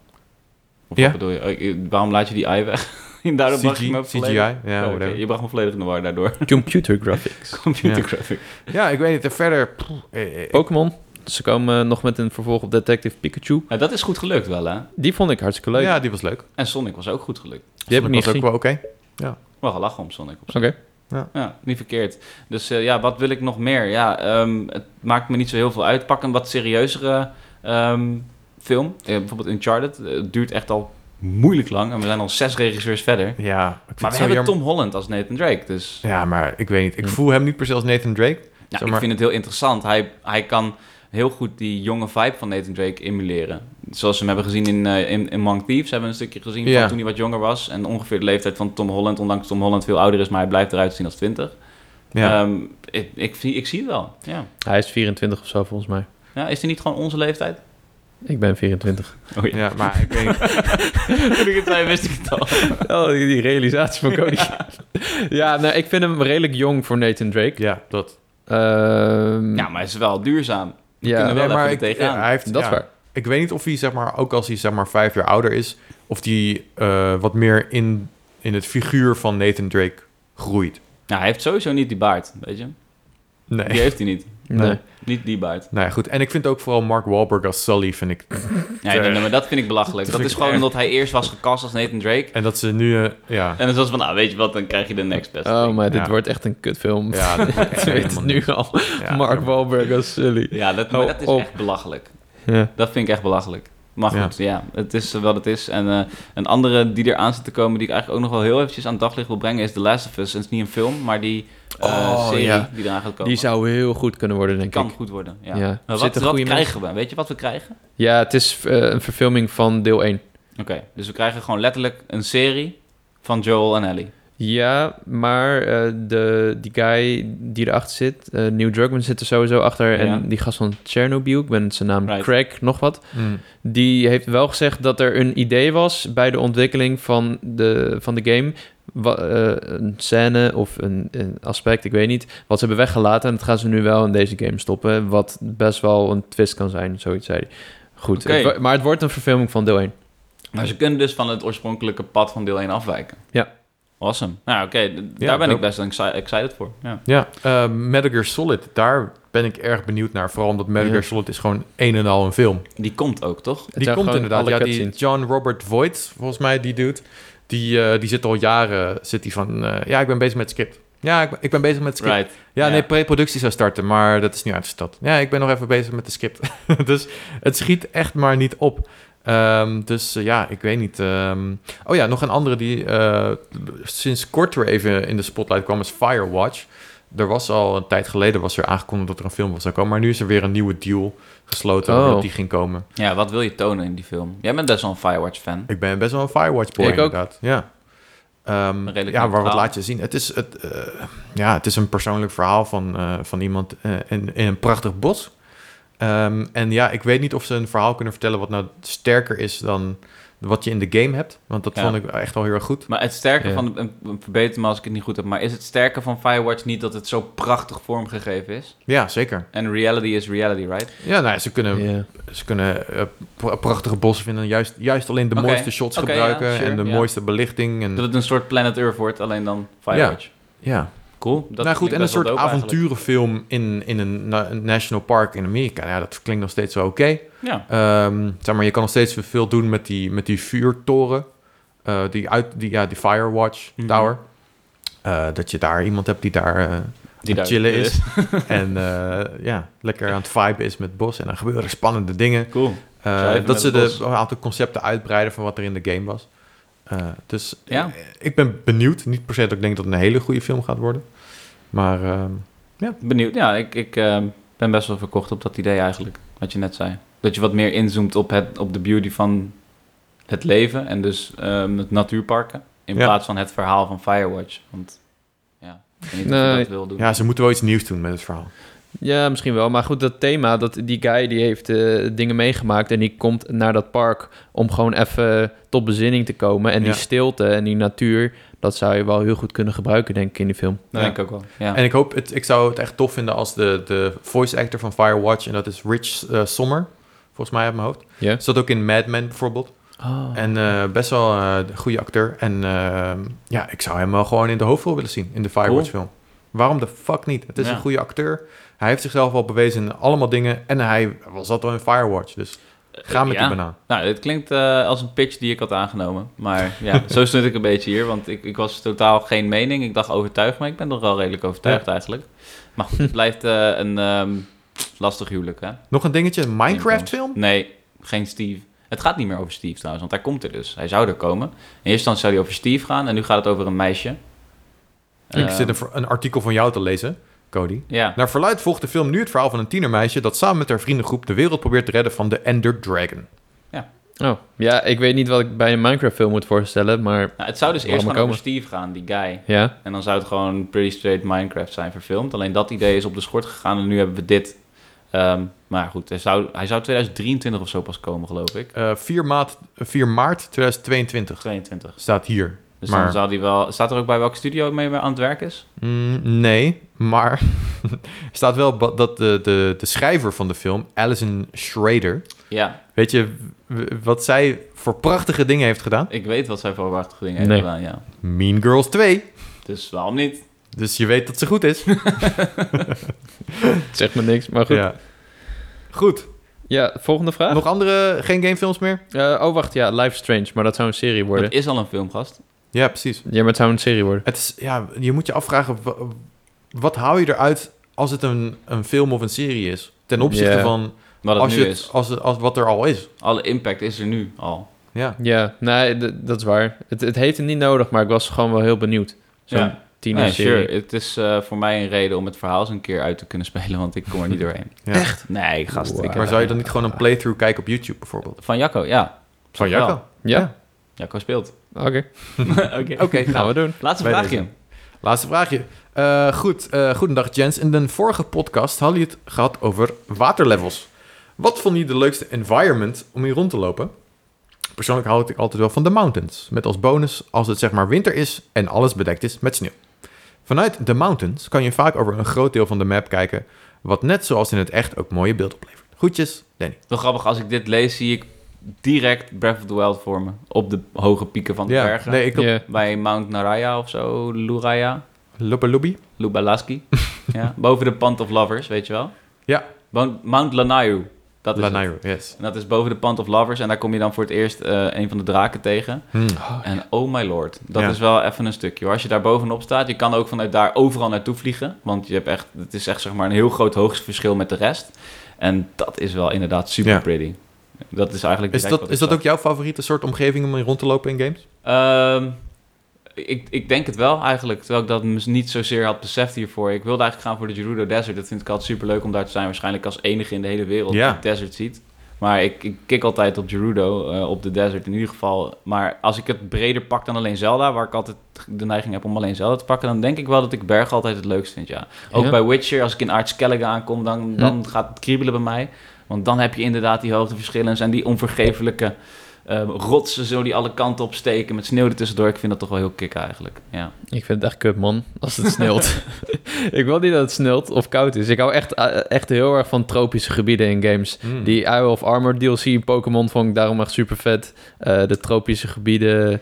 S2: Of
S1: Ja.
S2: wat bedoel je? Oh, ik- waarom laat je die eye weg? Daardoor bracht je
S1: CG,
S2: me
S1: CGI,
S2: volledig-
S1: ja,
S2: Oh, oké.
S1: whatever.
S2: Je bracht me volledig in de war daardoor.
S3: computer graphics.
S2: Computer
S1: Ja.
S2: graphic.
S1: Ja, ik weet het. En verder... pff, eh, eh,
S3: Pokémon. Ze komen eh, nog met een vervolg op Detective Pikachu.
S2: Nou, dat is goed gelukt wel, hè?
S3: Die vond ik hartstikke leuk.
S1: Ja, die was leuk.
S2: En Sonic was ook goed gelukt.
S3: die heb ik niet
S1: was ook
S3: gezien.
S1: wel oké.
S2: Wel gelachen om Sonic op
S3: Oké.
S2: zich. Ja, niet verkeerd. Dus eh, ja, wat wil ik nog meer? Ja, ehm, het maakt me niet zo heel veel uit. Pak een wat serieuzere ehm, film. Eh, bijvoorbeeld Uncharted. Eh, Het duurt echt al moeilijk lang. En we zijn al zes regisseurs verder.
S1: Ja, ik vind
S2: Maar
S1: het
S2: we
S1: zo
S2: hebben
S1: jammer.
S2: Tom Holland als Nathan Drake. Dus
S1: Ja, maar ik weet niet. Ik
S3: Hm.
S1: voel hem niet per se als Nathan Drake.
S2: ja,
S1: Zeg
S2: ik
S1: maar-
S2: vind het heel interessant. Hij, hij kan heel goed die jonge vibe van Nathan Drake emuleren. Zoals we hem hebben gezien in, eh in, in Monk Thieves. Hebben we een stukje gezien
S1: Ja.
S2: van toen hij wat jonger was. En ongeveer de leeftijd van Tom Holland. Ondanks dat Tom Holland veel ouder is, maar hij blijft eruit zien als 20.
S1: Ja.
S2: Ehm, ik, ik, zie- ik zie het wel. Ja.
S3: Hij is 24 of zo volgens mij.
S2: Ja, is hij niet gewoon onze leeftijd?
S3: Ik ben 24.
S2: Oh
S1: ja, maar ik weet niet.
S2: Toen ik het zei, wist ik het al.
S3: Oh, die, die realisatie van Cody. ja, nou, ik vind hem redelijk jong voor Nathan Drake.
S1: Ja, dat.
S3: Ehm,
S2: Ja, maar hij is wel duurzaam. We
S3: Ja.
S2: kunnen wel
S1: Nee, maar
S2: even
S1: ik,
S2: er tegenaan.
S1: ja, hij heeft,
S3: dat is
S1: ja,
S3: waar.
S1: Ik weet niet of hij, zeg maar, ook als hij zeg maar vijf jaar ouder is... of die eh, wat meer in, in het figuur van Nathan Drake groeit.
S2: Nou, hij heeft sowieso niet die baard, weet je.
S1: Nee.
S2: Die heeft hij niet.
S3: Nee.
S1: Nee.
S2: Niet die baard.
S1: Nou ja, goed. En ik vind ook vooral Mark Wahlberg als Sully, vind ik...
S2: Ja, nee, nee, maar dat vind ik belachelijk.
S1: Dat
S2: Dat
S1: vind
S2: is
S1: ik
S2: gewoon
S1: erg.
S2: omdat hij eerst was gecast als Nathan Drake.
S1: En dat ze nu... eh, ja.
S2: En dan was van, nou, weet je wat, dan krijg je de next best
S3: Oh,
S2: thing.
S3: maar dit
S1: Ja.
S3: wordt echt een kutfilm.
S1: Ja, dat
S3: Ik weet het nu al.
S1: Ja,
S3: Mark
S1: ja.
S3: Wahlberg als Sully.
S2: Ja, dat, maar
S3: Hou
S2: dat is
S3: op.
S2: echt belachelijk.
S3: Ja.
S2: Dat vind ik echt belachelijk. Maar
S1: Ja.
S2: goed, ja, het is wat het is. En eh, een andere die er aan zit te komen, die ik eigenlijk ook nog wel heel eventjes aan het daglicht wil brengen, is The Last of Us. En het is niet een film, maar die eh,
S3: Oh,
S2: serie
S3: ja.
S2: die eraan gaat komen.
S3: Die zou heel goed kunnen worden, denk
S2: kan
S3: ik.
S2: goed worden, ja.
S3: Ja. Er
S2: Maar wat
S3: zitten
S2: wat
S3: goede
S2: krijgen we? Weet je wat we krijgen?
S3: Ja, het is eh, een verfilming van deel 1.
S2: Oké, dus we krijgen gewoon letterlijk een serie van Joel en Ellie.
S3: Ja, maar eh, de, die guy die erachter zit, eh Neil Druckmann zit er sowieso achter.
S2: Ja.
S3: En die gast van Chernobyl, ik ben zijn naam
S2: Right.
S3: Craig, nog wat.
S1: Mm.
S3: Die heeft wel gezegd dat er een idee was bij de ontwikkeling van de, van de game. Wa- eh, een scène of een, een aspect, ik weet niet. Wat ze hebben weggelaten en dat gaan ze nu wel in deze game stoppen. Wat best wel een twist kan zijn, zoiets zei hij. Goed,
S2: Oké.
S3: het wo- maar het wordt een verfilming van deel 1.
S2: Maar ze kunnen dus van het oorspronkelijke pad van deel 1 afwijken.
S3: Ja.
S2: Awesome. Nou, oké, d-
S1: Ja,
S2: daar ben ik
S1: dope.
S2: best exci- excited voor. Ja.
S1: Ja, eh Metal Gear Solid, daar ben ik erg benieuwd naar. Vooral omdat Metal
S3: Ja.
S1: Gear Solid is gewoon een en al een film.
S2: Die komt ook, toch?
S3: Het
S1: Die
S3: zijn
S1: komt
S3: gewoon
S1: inderdaad.
S3: alle
S1: Ja, die
S3: cutscenes.
S1: John Robert Voight, volgens mij, die dude, die, eh, die zit al jaren zit die van... eh, ja, ik ben bezig met het script. Ja, ik, ben- ik ben bezig met het script.
S2: Right.
S1: Ja,
S2: ja.
S1: nee, pre-productie zou starten, maar dat is nu uitgesteld. Ja, ik ben nog even bezig met de script. dus het schiet echt maar niet op. Ehm, dus eh, ja, ik weet niet. ehm. Oh ja, nog een andere die eh, sinds kort weer even in de spotlight kwam is Firewatch. er was al een tijd geleden was er aangekondigd dat er een film was zou komen. Maar nu is er weer een nieuwe deal gesloten
S3: Oh.
S1: dat die ging komen.
S2: Ja, wat wil je tonen in die film? Jij bent best wel een Firewatch-fan.
S1: Ik ben best wel een Firewatch boy
S3: Ik ook.
S1: inderdaad. Ja. Ehm,
S2: Een redelijk
S1: ja, maar wat
S2: neutraal.
S1: laat je zien? Het is, het, eh, ja, het is een persoonlijk verhaal van, eh, van iemand eh, in, in een prachtig bos. Ehm, en ja, ik weet niet of ze een verhaal kunnen vertellen wat nou sterker is dan wat je in de game hebt. Want dat
S2: Ja.
S1: vond ik echt wel heel erg goed.
S2: Maar het sterke
S3: Ja.
S2: van, en verbeter me als ik het niet goed heb, maar is het sterke van Firewatch niet dat het zo prachtig vormgegeven is?
S1: Ja, zeker.
S2: En reality is reality, right?
S1: Ja, nou, ja, ze kunnen,
S3: Ja.
S1: ze kunnen eh, pra- prachtige bossen vinden. Juist, juist alleen de
S2: Oké.
S1: mooiste shots
S2: Oké, ja,
S1: gebruiken
S2: sure,
S1: en de
S2: ja.
S1: mooiste belichting. En,
S2: Dat het een soort Planet Earth wordt, alleen dan Firewatch.
S1: Mm. ja.
S2: Cool. Dat
S1: nou
S2: klinkt
S1: goed, en een
S2: best wel
S1: soort
S2: dope eigenlijk.
S1: avonturenfilm in, in een na- een national park in Amerika. Nou Ja, dat klinkt nog steeds wel oké.
S2: Ja.
S1: Ehm, zeg maar, je kan nog steeds veel doen met die, met die vuurtoren. Eh, die, uit, die, ja, die Firewatch
S2: Mhm.
S1: Tower. Eh, dat je daar iemand hebt die daar eh,
S2: Die daar-
S1: chillen is. en eh, ja, lekker aan het viben is met het bos. En dan gebeuren er spannende dingen.
S2: Cool.
S1: Eh,
S2: Zuiver met
S1: dat ze
S2: het
S1: de,
S2: bos.
S1: een aantal concepten uitbreiden van wat er in de game was. Eh, dus
S2: Ja.
S1: eh, ik ben benieuwd. Niet per se dat ik denk dat het een hele goede film gaat worden. Maar ehm,
S2: Benieuwd. Ja, ik, ik eh, ben best wel verkocht op dat idee eigenlijk, wat je net zei. Dat je wat meer inzoomt op, het, op de beauty van het leven en dus ehm, het natuurparken. In
S1: Ja.
S2: plaats van het verhaal van Firewatch. Want ja, ik weet niet of je
S3: Nee.
S2: dat wil doen.
S1: ja, ze moeten wel iets nieuws doen met het verhaal.
S3: Ja, misschien wel. Maar goed, dat thema, dat, die guy die heeft eh, dingen meegemaakt en die komt naar dat park om gewoon even tot bezinning te komen. En
S1: Ja.
S3: die stilte en die natuur, dat zou je wel heel goed kunnen gebruiken, denk ik, in die film.
S2: Dat
S1: Ja.
S2: denk ik ook wel. Ja.
S1: En ik hoop, het, ik zou het echt tof vinden als de, de voice actor van Firewatch, en dat is Rich eh, Sommer, volgens mij uit mijn hoofd.
S3: Ja.
S1: Zat ook in Mad Men bijvoorbeeld.
S2: Oh.
S1: En eh, best wel eh, een goede acteur. En eh, ja, ik zou hem wel gewoon in de hoofdrol willen zien, in de Firewatch film. Waarom de fuck niet? Het is
S2: Ja.
S1: een goede acteur. Hij heeft zichzelf al bewezen in allemaal dingen. En hij was dat wel in Firewatch. Dus ga met
S2: ja.
S1: die banaan.
S2: Nou, dit klinkt eh, als een pitch die ik had aangenomen. Maar ja, zo stond ik een beetje hier. Want ik, ik was totaal geen mening. Ik dacht overtuigd, maar ik ben toch wel redelijk overtuigd eigenlijk. Maar goed, het blijft eh, een ehm, lastig huwelijk, hè?
S1: Nog een dingetje, een Minecraft film?
S2: Nee, geen Steve. Het gaat niet meer over Steve trouwens, want hij komt er dus. Hij zou er komen. In eerste instantie zou hij over Steve gaan en nu gaat het over een meisje.
S1: ik
S2: Eh,
S1: zit een, ver- een artikel van jou te lezen, Cody.
S2: Ja,
S1: Naar verluid volgt de film nu het verhaal van een tienermeisje dat samen met haar vriendengroep de wereld probeert te redden van de Ender Dragon.
S3: Oh, ja, ik weet niet wat ik bij een Minecraft-film moet voorstellen, maar
S2: nou, het zou dus
S3: Laat
S2: eerst
S3: maar
S2: gewoon over
S3: komen.
S2: Steve gaan, die guy.
S3: ja.
S2: En dan zou het gewoon Pretty Straight Minecraft zijn verfilmd. Alleen dat idee is op de schort gegaan en nu hebben we dit. Ehm, maar goed, hij zou, hij zou 2023 of zo pas komen, geloof ik.
S1: Eh 4, maart, 4 maart 2022
S2: 22.
S1: staat hier.
S2: Dus
S1: Maar-
S2: dan zou hij wel... Staat er ook bij welke studio mee aan het werk is?
S1: Mm, nee, maar er staat wel ba- dat de, de, de schrijver van de film, Alison Schrader,
S2: Ja,
S1: weet je w- wat zij voor prachtige dingen heeft gedaan?
S2: ik weet wat zij voor waarachtige dingen heeft
S3: Nee.
S2: gedaan, ja.
S1: Mean Girls 2.
S2: Dus waarom niet?
S1: Dus je weet dat ze goed is.
S3: Het zegt me niks, maar goed. Ja,
S1: Ja. Goed.
S3: volgende vraag.
S1: Nog andere geen gamefilms meer?
S3: Eh, oh, wacht, ja, Life Strange, maar dat zou een serie worden.
S2: Dat is al een filmgast.
S1: Ja, precies.
S3: Ja, maar het zou een serie worden.
S1: Het is, ja, je moet je afvragen, wa- wat hou je eruit als het een, een film of een serie is? Ten opzichte
S3: Ja.
S1: van
S2: Wat het
S1: als
S2: nu
S1: je het-
S2: is.
S1: als, het- als wat er al is.
S2: Alle impact is er nu al.
S1: Ja.
S3: Ja, nee, d- dat is waar. Het, het heeft het niet nodig, maar ik was gewoon wel heel benieuwd. Zo'n
S2: Ja. Nee,
S3: tienerserie.
S2: sure. Het is eh, voor mij een reden om het verhaal eens een keer uit te kunnen spelen, want ik kom er niet doorheen.
S1: Ja.
S2: Echt? Nee, gast. ik
S3: Wow.
S2: heb-
S1: Maar zou je dan niet gewoon een playthrough kijken op YouTube bijvoorbeeld?
S2: Van Jacco, ja.
S1: Van
S2: Jacco?
S1: Jacco?
S3: Ja,
S1: Ja.
S2: Jacco speelt.
S3: oké.
S2: Oké.
S1: Oké,
S3: Gaan
S1: nou,
S3: we doen.
S2: Laatste
S1: Bij
S2: vraagje.
S1: deze. laatste vraagje. Eh, goed, eh goedendag Jens. In de vorige podcast hadden jullie het gehad over waterlevels. Wat vond je de leukste environment om hier rond te lopen? Persoonlijk houd ik altijd wel van de mountains. Met als bonus als het zeg maar winter is en alles bedekt is met sneeuw. Vanuit de mountains kan je vaak over een groot deel van de map kijken. Wat net zoals in het echt ook mooie beeld oplevert. Groetjes, Danny.
S2: Wel grappig, als ik dit lees, zie ik direct Breath of the Wild voor me. Op de hoge pieken van de
S1: Ja,
S2: bergen.
S1: nee, ik
S3: Ja.
S2: Bij Mount Naraya of zo, Luraya,
S1: loop lobby.
S2: Lubalaski. ja. Boven de Pant of Lovers, weet je wel?
S1: Ja.
S2: Bo- Mount Lanayu. Dat is het.
S1: Lanayru, yes.
S2: En dat is boven de Pant of Lovers. En daar kom je dan voor het eerst eh, een van de draken tegen.
S1: Hmm.
S2: En oh my lord, dat
S1: Ja.
S2: is wel even een stukje. Hoor. Als je daar bovenop staat, je kan ook vanuit daar overal naartoe vliegen. Want je hebt echt, het is echt zeg maar een heel groot hoogteverschil met de rest. En dat is wel inderdaad super
S1: Ja.
S2: pretty. Dat is eigenlijk
S1: Is
S2: direct
S1: dat,
S2: wat
S1: is
S2: ik
S1: dat ook
S2: zag.
S1: jouw favoriete soort omgeving om in rond te lopen in games?
S2: Ehm, ik, ik denk het wel eigenlijk, terwijl ik dat mis- niet zozeer had beseft hiervoor. Ik wilde eigenlijk gaan voor de Gerudo Desert. Dat vind ik altijd super leuk om daar te zijn. Waarschijnlijk als enige in de hele wereld
S1: Ja.
S2: die het desert ziet. Maar ik, ik kik altijd op Gerudo, eh, op de desert in ieder geval. Maar als ik het breder pak dan alleen Zelda, waar ik altijd de neiging heb om alleen Zelda te pakken, dan denk ik wel dat ik bergen altijd het leukst vind, ja. Ook
S3: Ja.
S2: bij Witcher, als ik in Aartskellige aankom, dan, dan gaat het kriebelen bij mij. Want dan heb je inderdaad die hoogteverschillen en zijn die onvergeeflijke eh, rotsen zo die alle kanten op steken met sneeuw ertussendoor. Ik vind dat toch wel heel kick eigenlijk. Ja.
S3: Ik vind het echt kut, man, als het sneeuwt. ik wil niet dat het sneeuwt of koud is. Ik hou echt, eh, echt heel erg van tropische gebieden in games.
S1: Hmm.
S3: Die Isle of Armor DLC in Pokémon vond ik daarom echt super vet. Eh, de tropische gebieden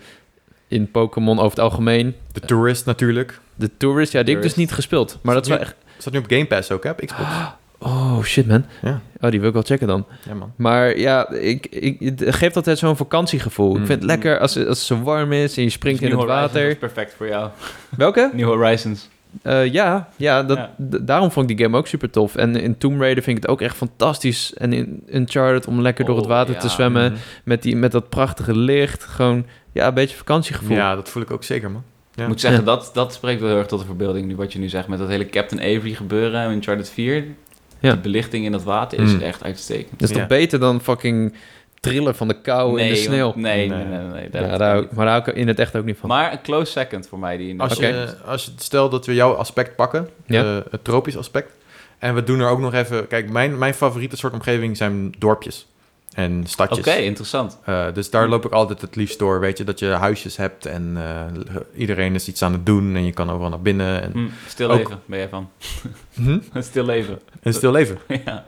S3: in Pokémon over het algemeen.
S1: De Tourist natuurlijk.
S3: De Tourist, ja, die heb ik
S2: Tourist.
S3: dus niet gespeeld. Maar dat is wel echt...
S1: Staat nu op Game Pass ook, hè? Op Xbox.
S2: Ah.
S3: Oh, shit, man.
S1: Ja.
S3: Oh, die wil ik wel checken dan.
S1: Ja, man.
S3: Maar ja, ik, ik, het geeft altijd zo'n vakantiegevoel. Ik
S1: Mm.
S3: vind het lekker als, als het zo warm is en je springt in het water.
S2: Dus is perfect voor jou.
S3: Welke?
S2: New Horizons.
S3: Eh, ja, ja, dat,
S2: Ja.
S3: d- daarom vond ik die game ook super tof. En in Tomb Raider vind ik het ook echt fantastisch. En in Uncharted om lekker door het
S2: Oh,
S3: water
S2: ja.
S3: te zwemmen.
S1: Mhm.
S3: Met, die, met dat prachtige licht. Gewoon, ja, een beetje vakantiegevoel.
S1: Ja, dat voel ik ook zeker, man. Ja.
S2: Ik moet zeggen,
S3: Ja.
S2: dat, dat spreekt wel heel erg tot de verbeelding nu wat je nu zegt. Met dat hele Captain Avery gebeuren in Uncharted 4.
S3: Ja. Hmm.
S2: Die belichting in dat water is
S1: Mm.
S2: echt uitstekend.
S3: Dat is
S1: Ja.
S3: toch beter dan fucking trillen van de kou in de
S2: want-
S3: sneeuw.
S2: Nee, nee,
S1: Nee.
S2: nee. nee, dat-
S3: Ja, daar, hou ik- maar daar hou ik in het echt ook niet van.
S2: Maar een close second voor mij. Die in de-
S1: Als, je, als je, stel dat we jouw aspect pakken,
S3: Ja.
S1: eh, het tropisch aspect, en we doen er ook nog even... Kijk, mijn, mijn favoriete soort omgeving zijn dorpjes en
S2: Oké,
S1: stadjes.
S2: interessant.
S1: Eh, dus daar loop ik altijd het liefst door, weet je. Dat je huisjes hebt en eh, iedereen is iets aan het doen en je kan overal naar binnen. En,
S2: Hm, stil
S1: Ook-
S2: leven ben jij van.
S1: Hm?
S2: stil leven.
S1: Een stil leven.
S2: ja,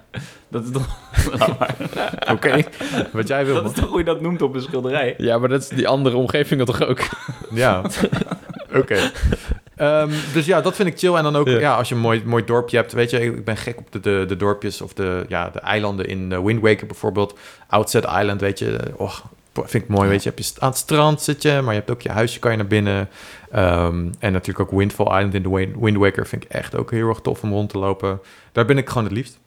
S2: dat is toch... dat is waar.
S1: Ah, Oké, wat jij wil,
S2: dat
S1: man.
S2: is toch hoe je dat noemt op een schilderij?
S3: Ja, maar dat is die andere omgeving dat toch ook?
S1: Ja, oké. Ehm, dus ja, dat vind ik chill. En dan ook, ja,
S3: Ja.
S1: als je een mooi, mooi dorpje hebt. Weet je, ik ben gek op de, de, de dorpjes of de, ja, de eilanden in eh, Wind Waker bijvoorbeeld. Outset Island, weet je. eh, Och, vind ik mooi, weet je. Heb je st- aan het strand zit je, maar je hebt ook je huisje, kan je naar binnen. Ehm, en natuurlijk ook Windfall Island in de Win- Wind Waker vind ik echt ook heel erg tof om rond te lopen. Daar ben ik gewoon het liefst.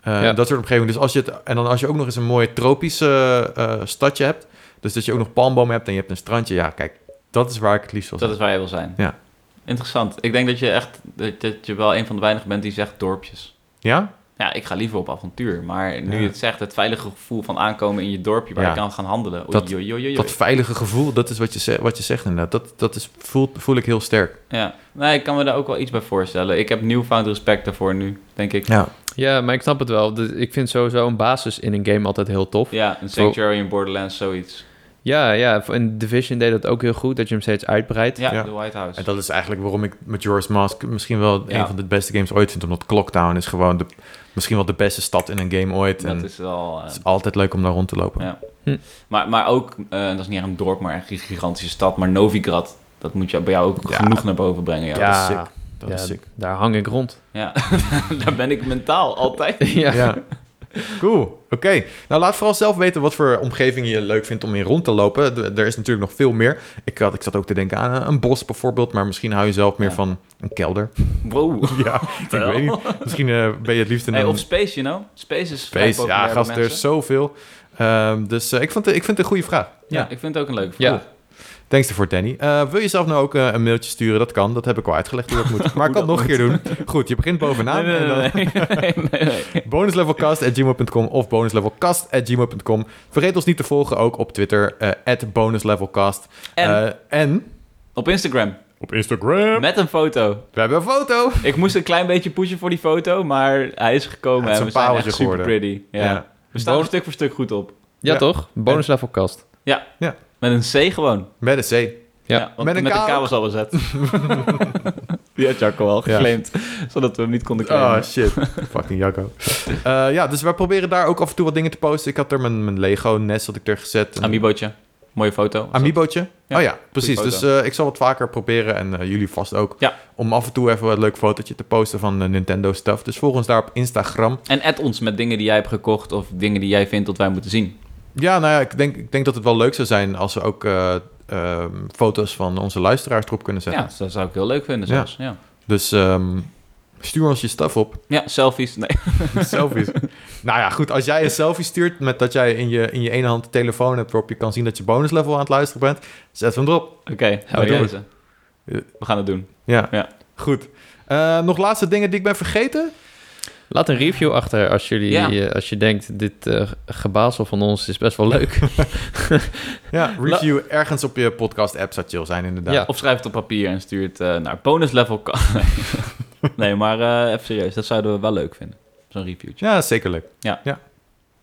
S1: Eh,
S3: Ja.
S1: Dat soort omgeving. Dus als je het, en dan als je ook nog eens een mooi tropische eh, stadje hebt. Dus dat je ook nog palmbomen hebt en je hebt een strandje. Ja, kijk, dat is waar ik het liefst wil
S2: Dat is waar jij wil zijn.
S1: Ja.
S2: Interessant. Ik denk dat je echt... Dat, dat je wel een van de weinigen bent die zegt dorpjes.
S1: Ja?
S2: Ja, ik ga liever op avontuur. Maar nu
S1: Ja.
S2: je het zegt, het veilige gevoel van aankomen in je dorpje... waar
S1: Ja.
S2: je kan gaan handelen. Oei,
S1: Dat-
S2: oei, oei, oei,
S1: Dat veilige gevoel, dat is wat je, ze- wat je zegt inderdaad. Dat, dat is, voel, voel ik heel sterk.
S2: Ja. Nee, ik kan me daar ook wel iets bij voorstellen. Ik heb newfound respect daarvoor nu, denk ik.
S1: Ja.
S3: Ja, maar ik snap het wel. Dus ik vind sowieso een basis in een game altijd heel tof.
S2: Ja, een Sanctuary in Borderlands, zoiets.
S3: Ja, ja. En Division deed dat ook heel goed, dat je hem steeds uitbreidt.
S2: Ja,
S1: Ja.
S2: de White House.
S1: En dat is eigenlijk waarom ik Majora's Mask misschien wel
S2: Ja.
S1: een van de beste games ooit vind. Omdat Clocktown is gewoon de, misschien wel de beste stad in een game ooit. en
S2: Dat is wel... eh,
S1: het is altijd leuk om daar rond te lopen.
S2: Ja. Maar, maar ook, eh, dat is niet echt een dorp, maar echt een gigantische stad. Maar Novigrad, dat moet je bij jou ook
S1: Ja.
S2: genoeg naar boven brengen. Ja,
S1: Ja. dat is
S2: Dus,
S1: sick. Dat
S3: Ja,
S1: is sick.
S3: Daar hang ik rond.
S2: ja. daar ben ik mentaal altijd.
S3: ja.
S1: Ja. Cool. Oké. Nou, laat vooral zelf weten wat voor omgeving je leuk vindt om in rond te lopen. D- er is natuurlijk nog veel meer. Ik, had, ik zat ook te denken aan eh, een bos bijvoorbeeld. Maar misschien hou je zelf meer
S2: Ja.
S1: van een kelder.
S2: Wow.
S1: ja, ik
S2: Wel.
S1: weet niet. Misschien eh, ben je het liefst in
S2: Hey,
S1: een...
S2: of Space, you know? Space is vrij
S1: Space,
S2: populair
S1: ja,
S2: bij
S1: gast, er is
S2: mensen.
S1: zoveel. Ehm, dus eh, ik, vond het, ik vind het een goede vraag.
S2: Ja,
S1: Ja.
S2: ik vind het ook een leuke
S3: Ja.
S2: vraag.
S1: Thanks ervoor, Danny. Eh, wil je zelf nou ook eh, een mailtje sturen? Dat kan, dat heb ik al uitgelegd hoe dat moet. Maar ik kan het nog een keer doen. Goed, je begint bovenaan.
S2: Nee,
S1: en dan-
S2: nee, nee, nee, nee, nee.
S1: bonuslevelcast.gmail.com of bonuslevelcast.gmail.com. Vergeet ons niet te volgen ook op Twitter, eh bonuslevelcast.
S2: En
S1: Eh, en
S2: op Instagram,
S1: op Instagram.
S2: met een foto.
S1: We hebben een foto.
S2: Ik moest een klein beetje pushen voor die foto, maar hij is gekomen.
S1: Ja, het is
S2: en
S1: een
S2: we zijn
S1: pareltje
S2: echt super
S1: geworden.
S2: pretty. Ja. We staan
S3: Bon-
S2: er stuk voor stuk goed op.
S3: Ja,
S1: Ja.
S3: toch? Bonus level cast.
S2: Met een C gewoon.
S1: Met een C.
S3: Ja.
S2: want
S1: Met een
S2: met een, met
S1: K
S2: K was al bezet. Die had Jacco al
S1: Ja.
S2: geclaimd, zodat we hem niet konden claimen.
S1: Oh shit, fucking Jacco. Eh, ja, dus wij proberen daar ook af en toe wat dingen te posten. Ik had er mijn, mijn Lego nest had ik er gezet. Een-
S2: Amiibootje. Mooie foto.
S1: Amiibootje?
S2: Ja,
S1: oh ja, precies.
S2: foto.
S1: Dus eh, ik zal wat vaker proberen en eh, jullie vast ook.
S2: Ja.
S1: Om af en toe even een leuk fotootje te posten van eh, Nintendo stuff. Dus volg ons daar op Instagram.
S2: En add ons met dingen die jij hebt gekocht of dingen die jij vindt dat wij moeten zien.
S1: Ja, nou ja, ik denk, ik denk dat het wel leuk zou zijn als we ook eh, ehm, foto's van onze luisteraars erop kunnen
S2: Ja,
S1: zetten.
S2: dat zou ik heel leuk vinden
S1: Ja.
S2: zelfs. Ja,
S1: Dus ehm, stuur ons je stuff op.
S2: ja. selfies. Nee.
S1: Selfies. nou ja, goed. Als jij een selfie stuurt met dat jij in je, in je ene hand de telefoon hebt waarop je kan zien dat je bonuslevel aan het luisteren bent, zet hem erop.
S2: Oké,
S1: doen
S2: bij
S1: we.
S2: deze. We gaan het doen.
S1: Ja,
S2: Ja.
S1: goed. Eh, nog laatste dingen die ik ben vergeten?
S3: Laat een review achter als, jullie,
S2: Ja.
S3: eh, als je denkt, dit eh gebazel van ons is best wel leuk.
S1: Ja, review ergens op je podcast-app zou chill zijn, inderdaad.
S3: Ja.
S2: Of schrijf het op papier en stuur het eh, naar bonuslevel. kan- nee, maar eh, even serieus. Dat zouden we wel leuk vinden. Zo'n reviewtje.
S1: Ja, zeker leuk.
S2: Ja.
S1: ja.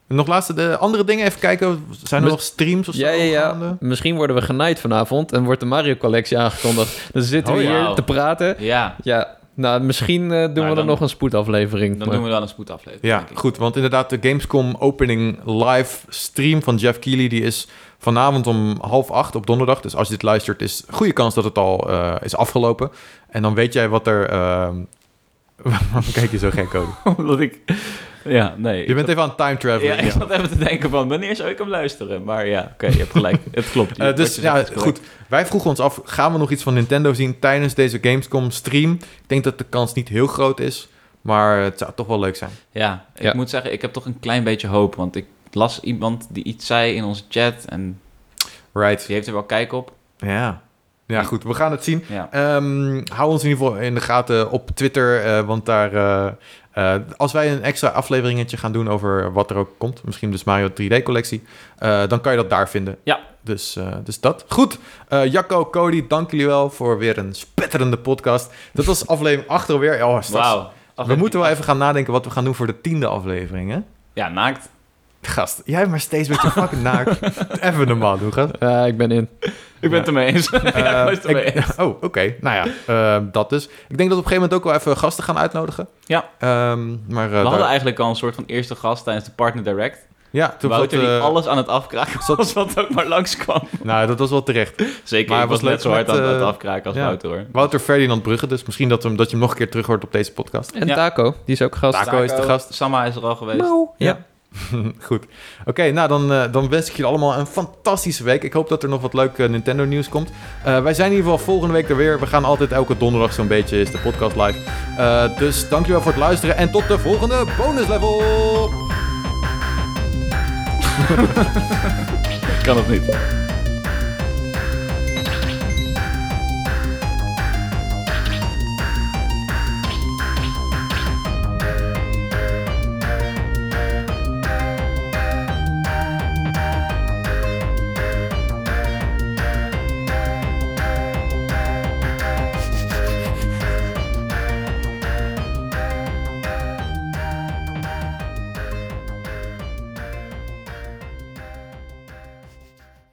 S1: En nog laatste de andere dingen, even kijken. Zijn er
S3: Mis-
S1: nog streams of zo
S3: ja, ja, ja.
S1: gaande?
S3: Misschien worden we genaaid vanavond en wordt de Mario Collectie aangekondigd. Dan zitten we
S2: Oh,
S3: hier
S2: wauw.
S3: te praten.
S2: Ja,
S3: Ja, nou, misschien eh, doen we
S2: dan-
S3: er nog een spoedaflevering.
S2: dan
S3: maar-
S2: doen we dan een spoedaflevering.
S1: Ja,
S2: denk ik.
S1: goed. Want inderdaad, de Gamescom opening live stream van Jeff Keighley... die is vanavond om half acht op donderdag. Dus als je dit luistert, is goede kans dat het al eh, is afgelopen. En dan weet jij wat er... ehm, Waarom kijk je zo gek, Cody?
S2: Omdat ik... Ja, nee.
S1: Je bent even aan het time
S2: ja,
S1: traveling.
S2: ik zat even te denken van wanneer zou ik hem luisteren? Maar ja, oké, je hebt gelijk. Het klopt.
S1: Eh, dus ja, goed. Wij vroegen ons af, gaan we nog iets van Nintendo zien tijdens deze Gamescom stream? Ik denk dat de kans niet heel groot is, maar het zou toch wel leuk zijn.
S2: Ja, ik
S3: Ja.
S2: moet zeggen, ik heb toch een klein beetje hoop. Want ik las iemand die iets zei in onze chat. En
S1: Right.
S2: die heeft er wel kijk op.
S1: Ja. Ja, goed. We gaan het zien.
S2: Ja.
S1: Ehm, hou ons in ieder geval in de gaten op Twitter, eh, want daar... eh, eh, als wij een extra afleveringetje gaan doen over wat er ook komt, misschien dus Mario 3D-collectie, eh, dan kan je dat daar vinden.
S2: Ja.
S1: Dus, eh, dus dat. Goed. Eh, Jacco, Cody, dank jullie wel voor weer een spetterende podcast. Dat was aflevering 8 alweer. Oh, straks,
S2: Wauw.
S1: we moeten wel even gaan nadenken wat we gaan doen voor de tiende aflevering, hè?
S2: Ja, naakt.
S1: Gast, jij maar steeds met je fucking naak. Even normaal doen, gast.
S3: Ja, ik ben in.
S2: Ik ben het ermee eens. ja, ik
S1: Eh,
S2: was het ermee
S1: ik-
S2: eens.
S1: oh, oké. Nou ja, ehm, dat dus. Ik denk dat we op een gegeven moment ook wel even gasten gaan uitnodigen.
S2: Ja.
S1: Ehm, maar, eh,
S2: We
S1: daar-
S2: hadden eigenlijk al een soort van eerste gast tijdens de Partner Direct.
S1: ja, toen
S2: Toen Wouter
S1: zat,
S2: die
S1: eh,
S2: alles aan het afkraken was, wat ook maar langskwam.
S1: Nou, dat was wel terecht.
S2: Zeker,
S1: Maar
S2: maar
S1: het
S2: ik was
S1: was
S2: net
S1: leuk
S2: zo hard
S1: met,
S2: aan het
S1: eh,
S2: afkraken als
S1: ja.
S2: Wouter hoor.
S1: Wouter Ferdinand Brugge, dus misschien dat, hem, dat je hem nog een keer terug hoort op deze podcast.
S3: En
S2: Ja.
S3: Taco, die is ook gast.
S1: Taco is de gast.
S2: Samma is er al geweest.
S3: Nou, ja.
S1: Ja. Goed. Oké, nou dan, eh, dan wens ik jullie allemaal een fantastische week. Ik hoop dat er nog wat leuk eh, Nintendo nieuws komt. Eh, wij zijn in ieder geval volgende week er weer. We gaan altijd elke donderdag zo'n beetje is de podcast live. Eh, dus dankjewel voor het luisteren en tot de volgende bonus level.
S2: Kan het niet.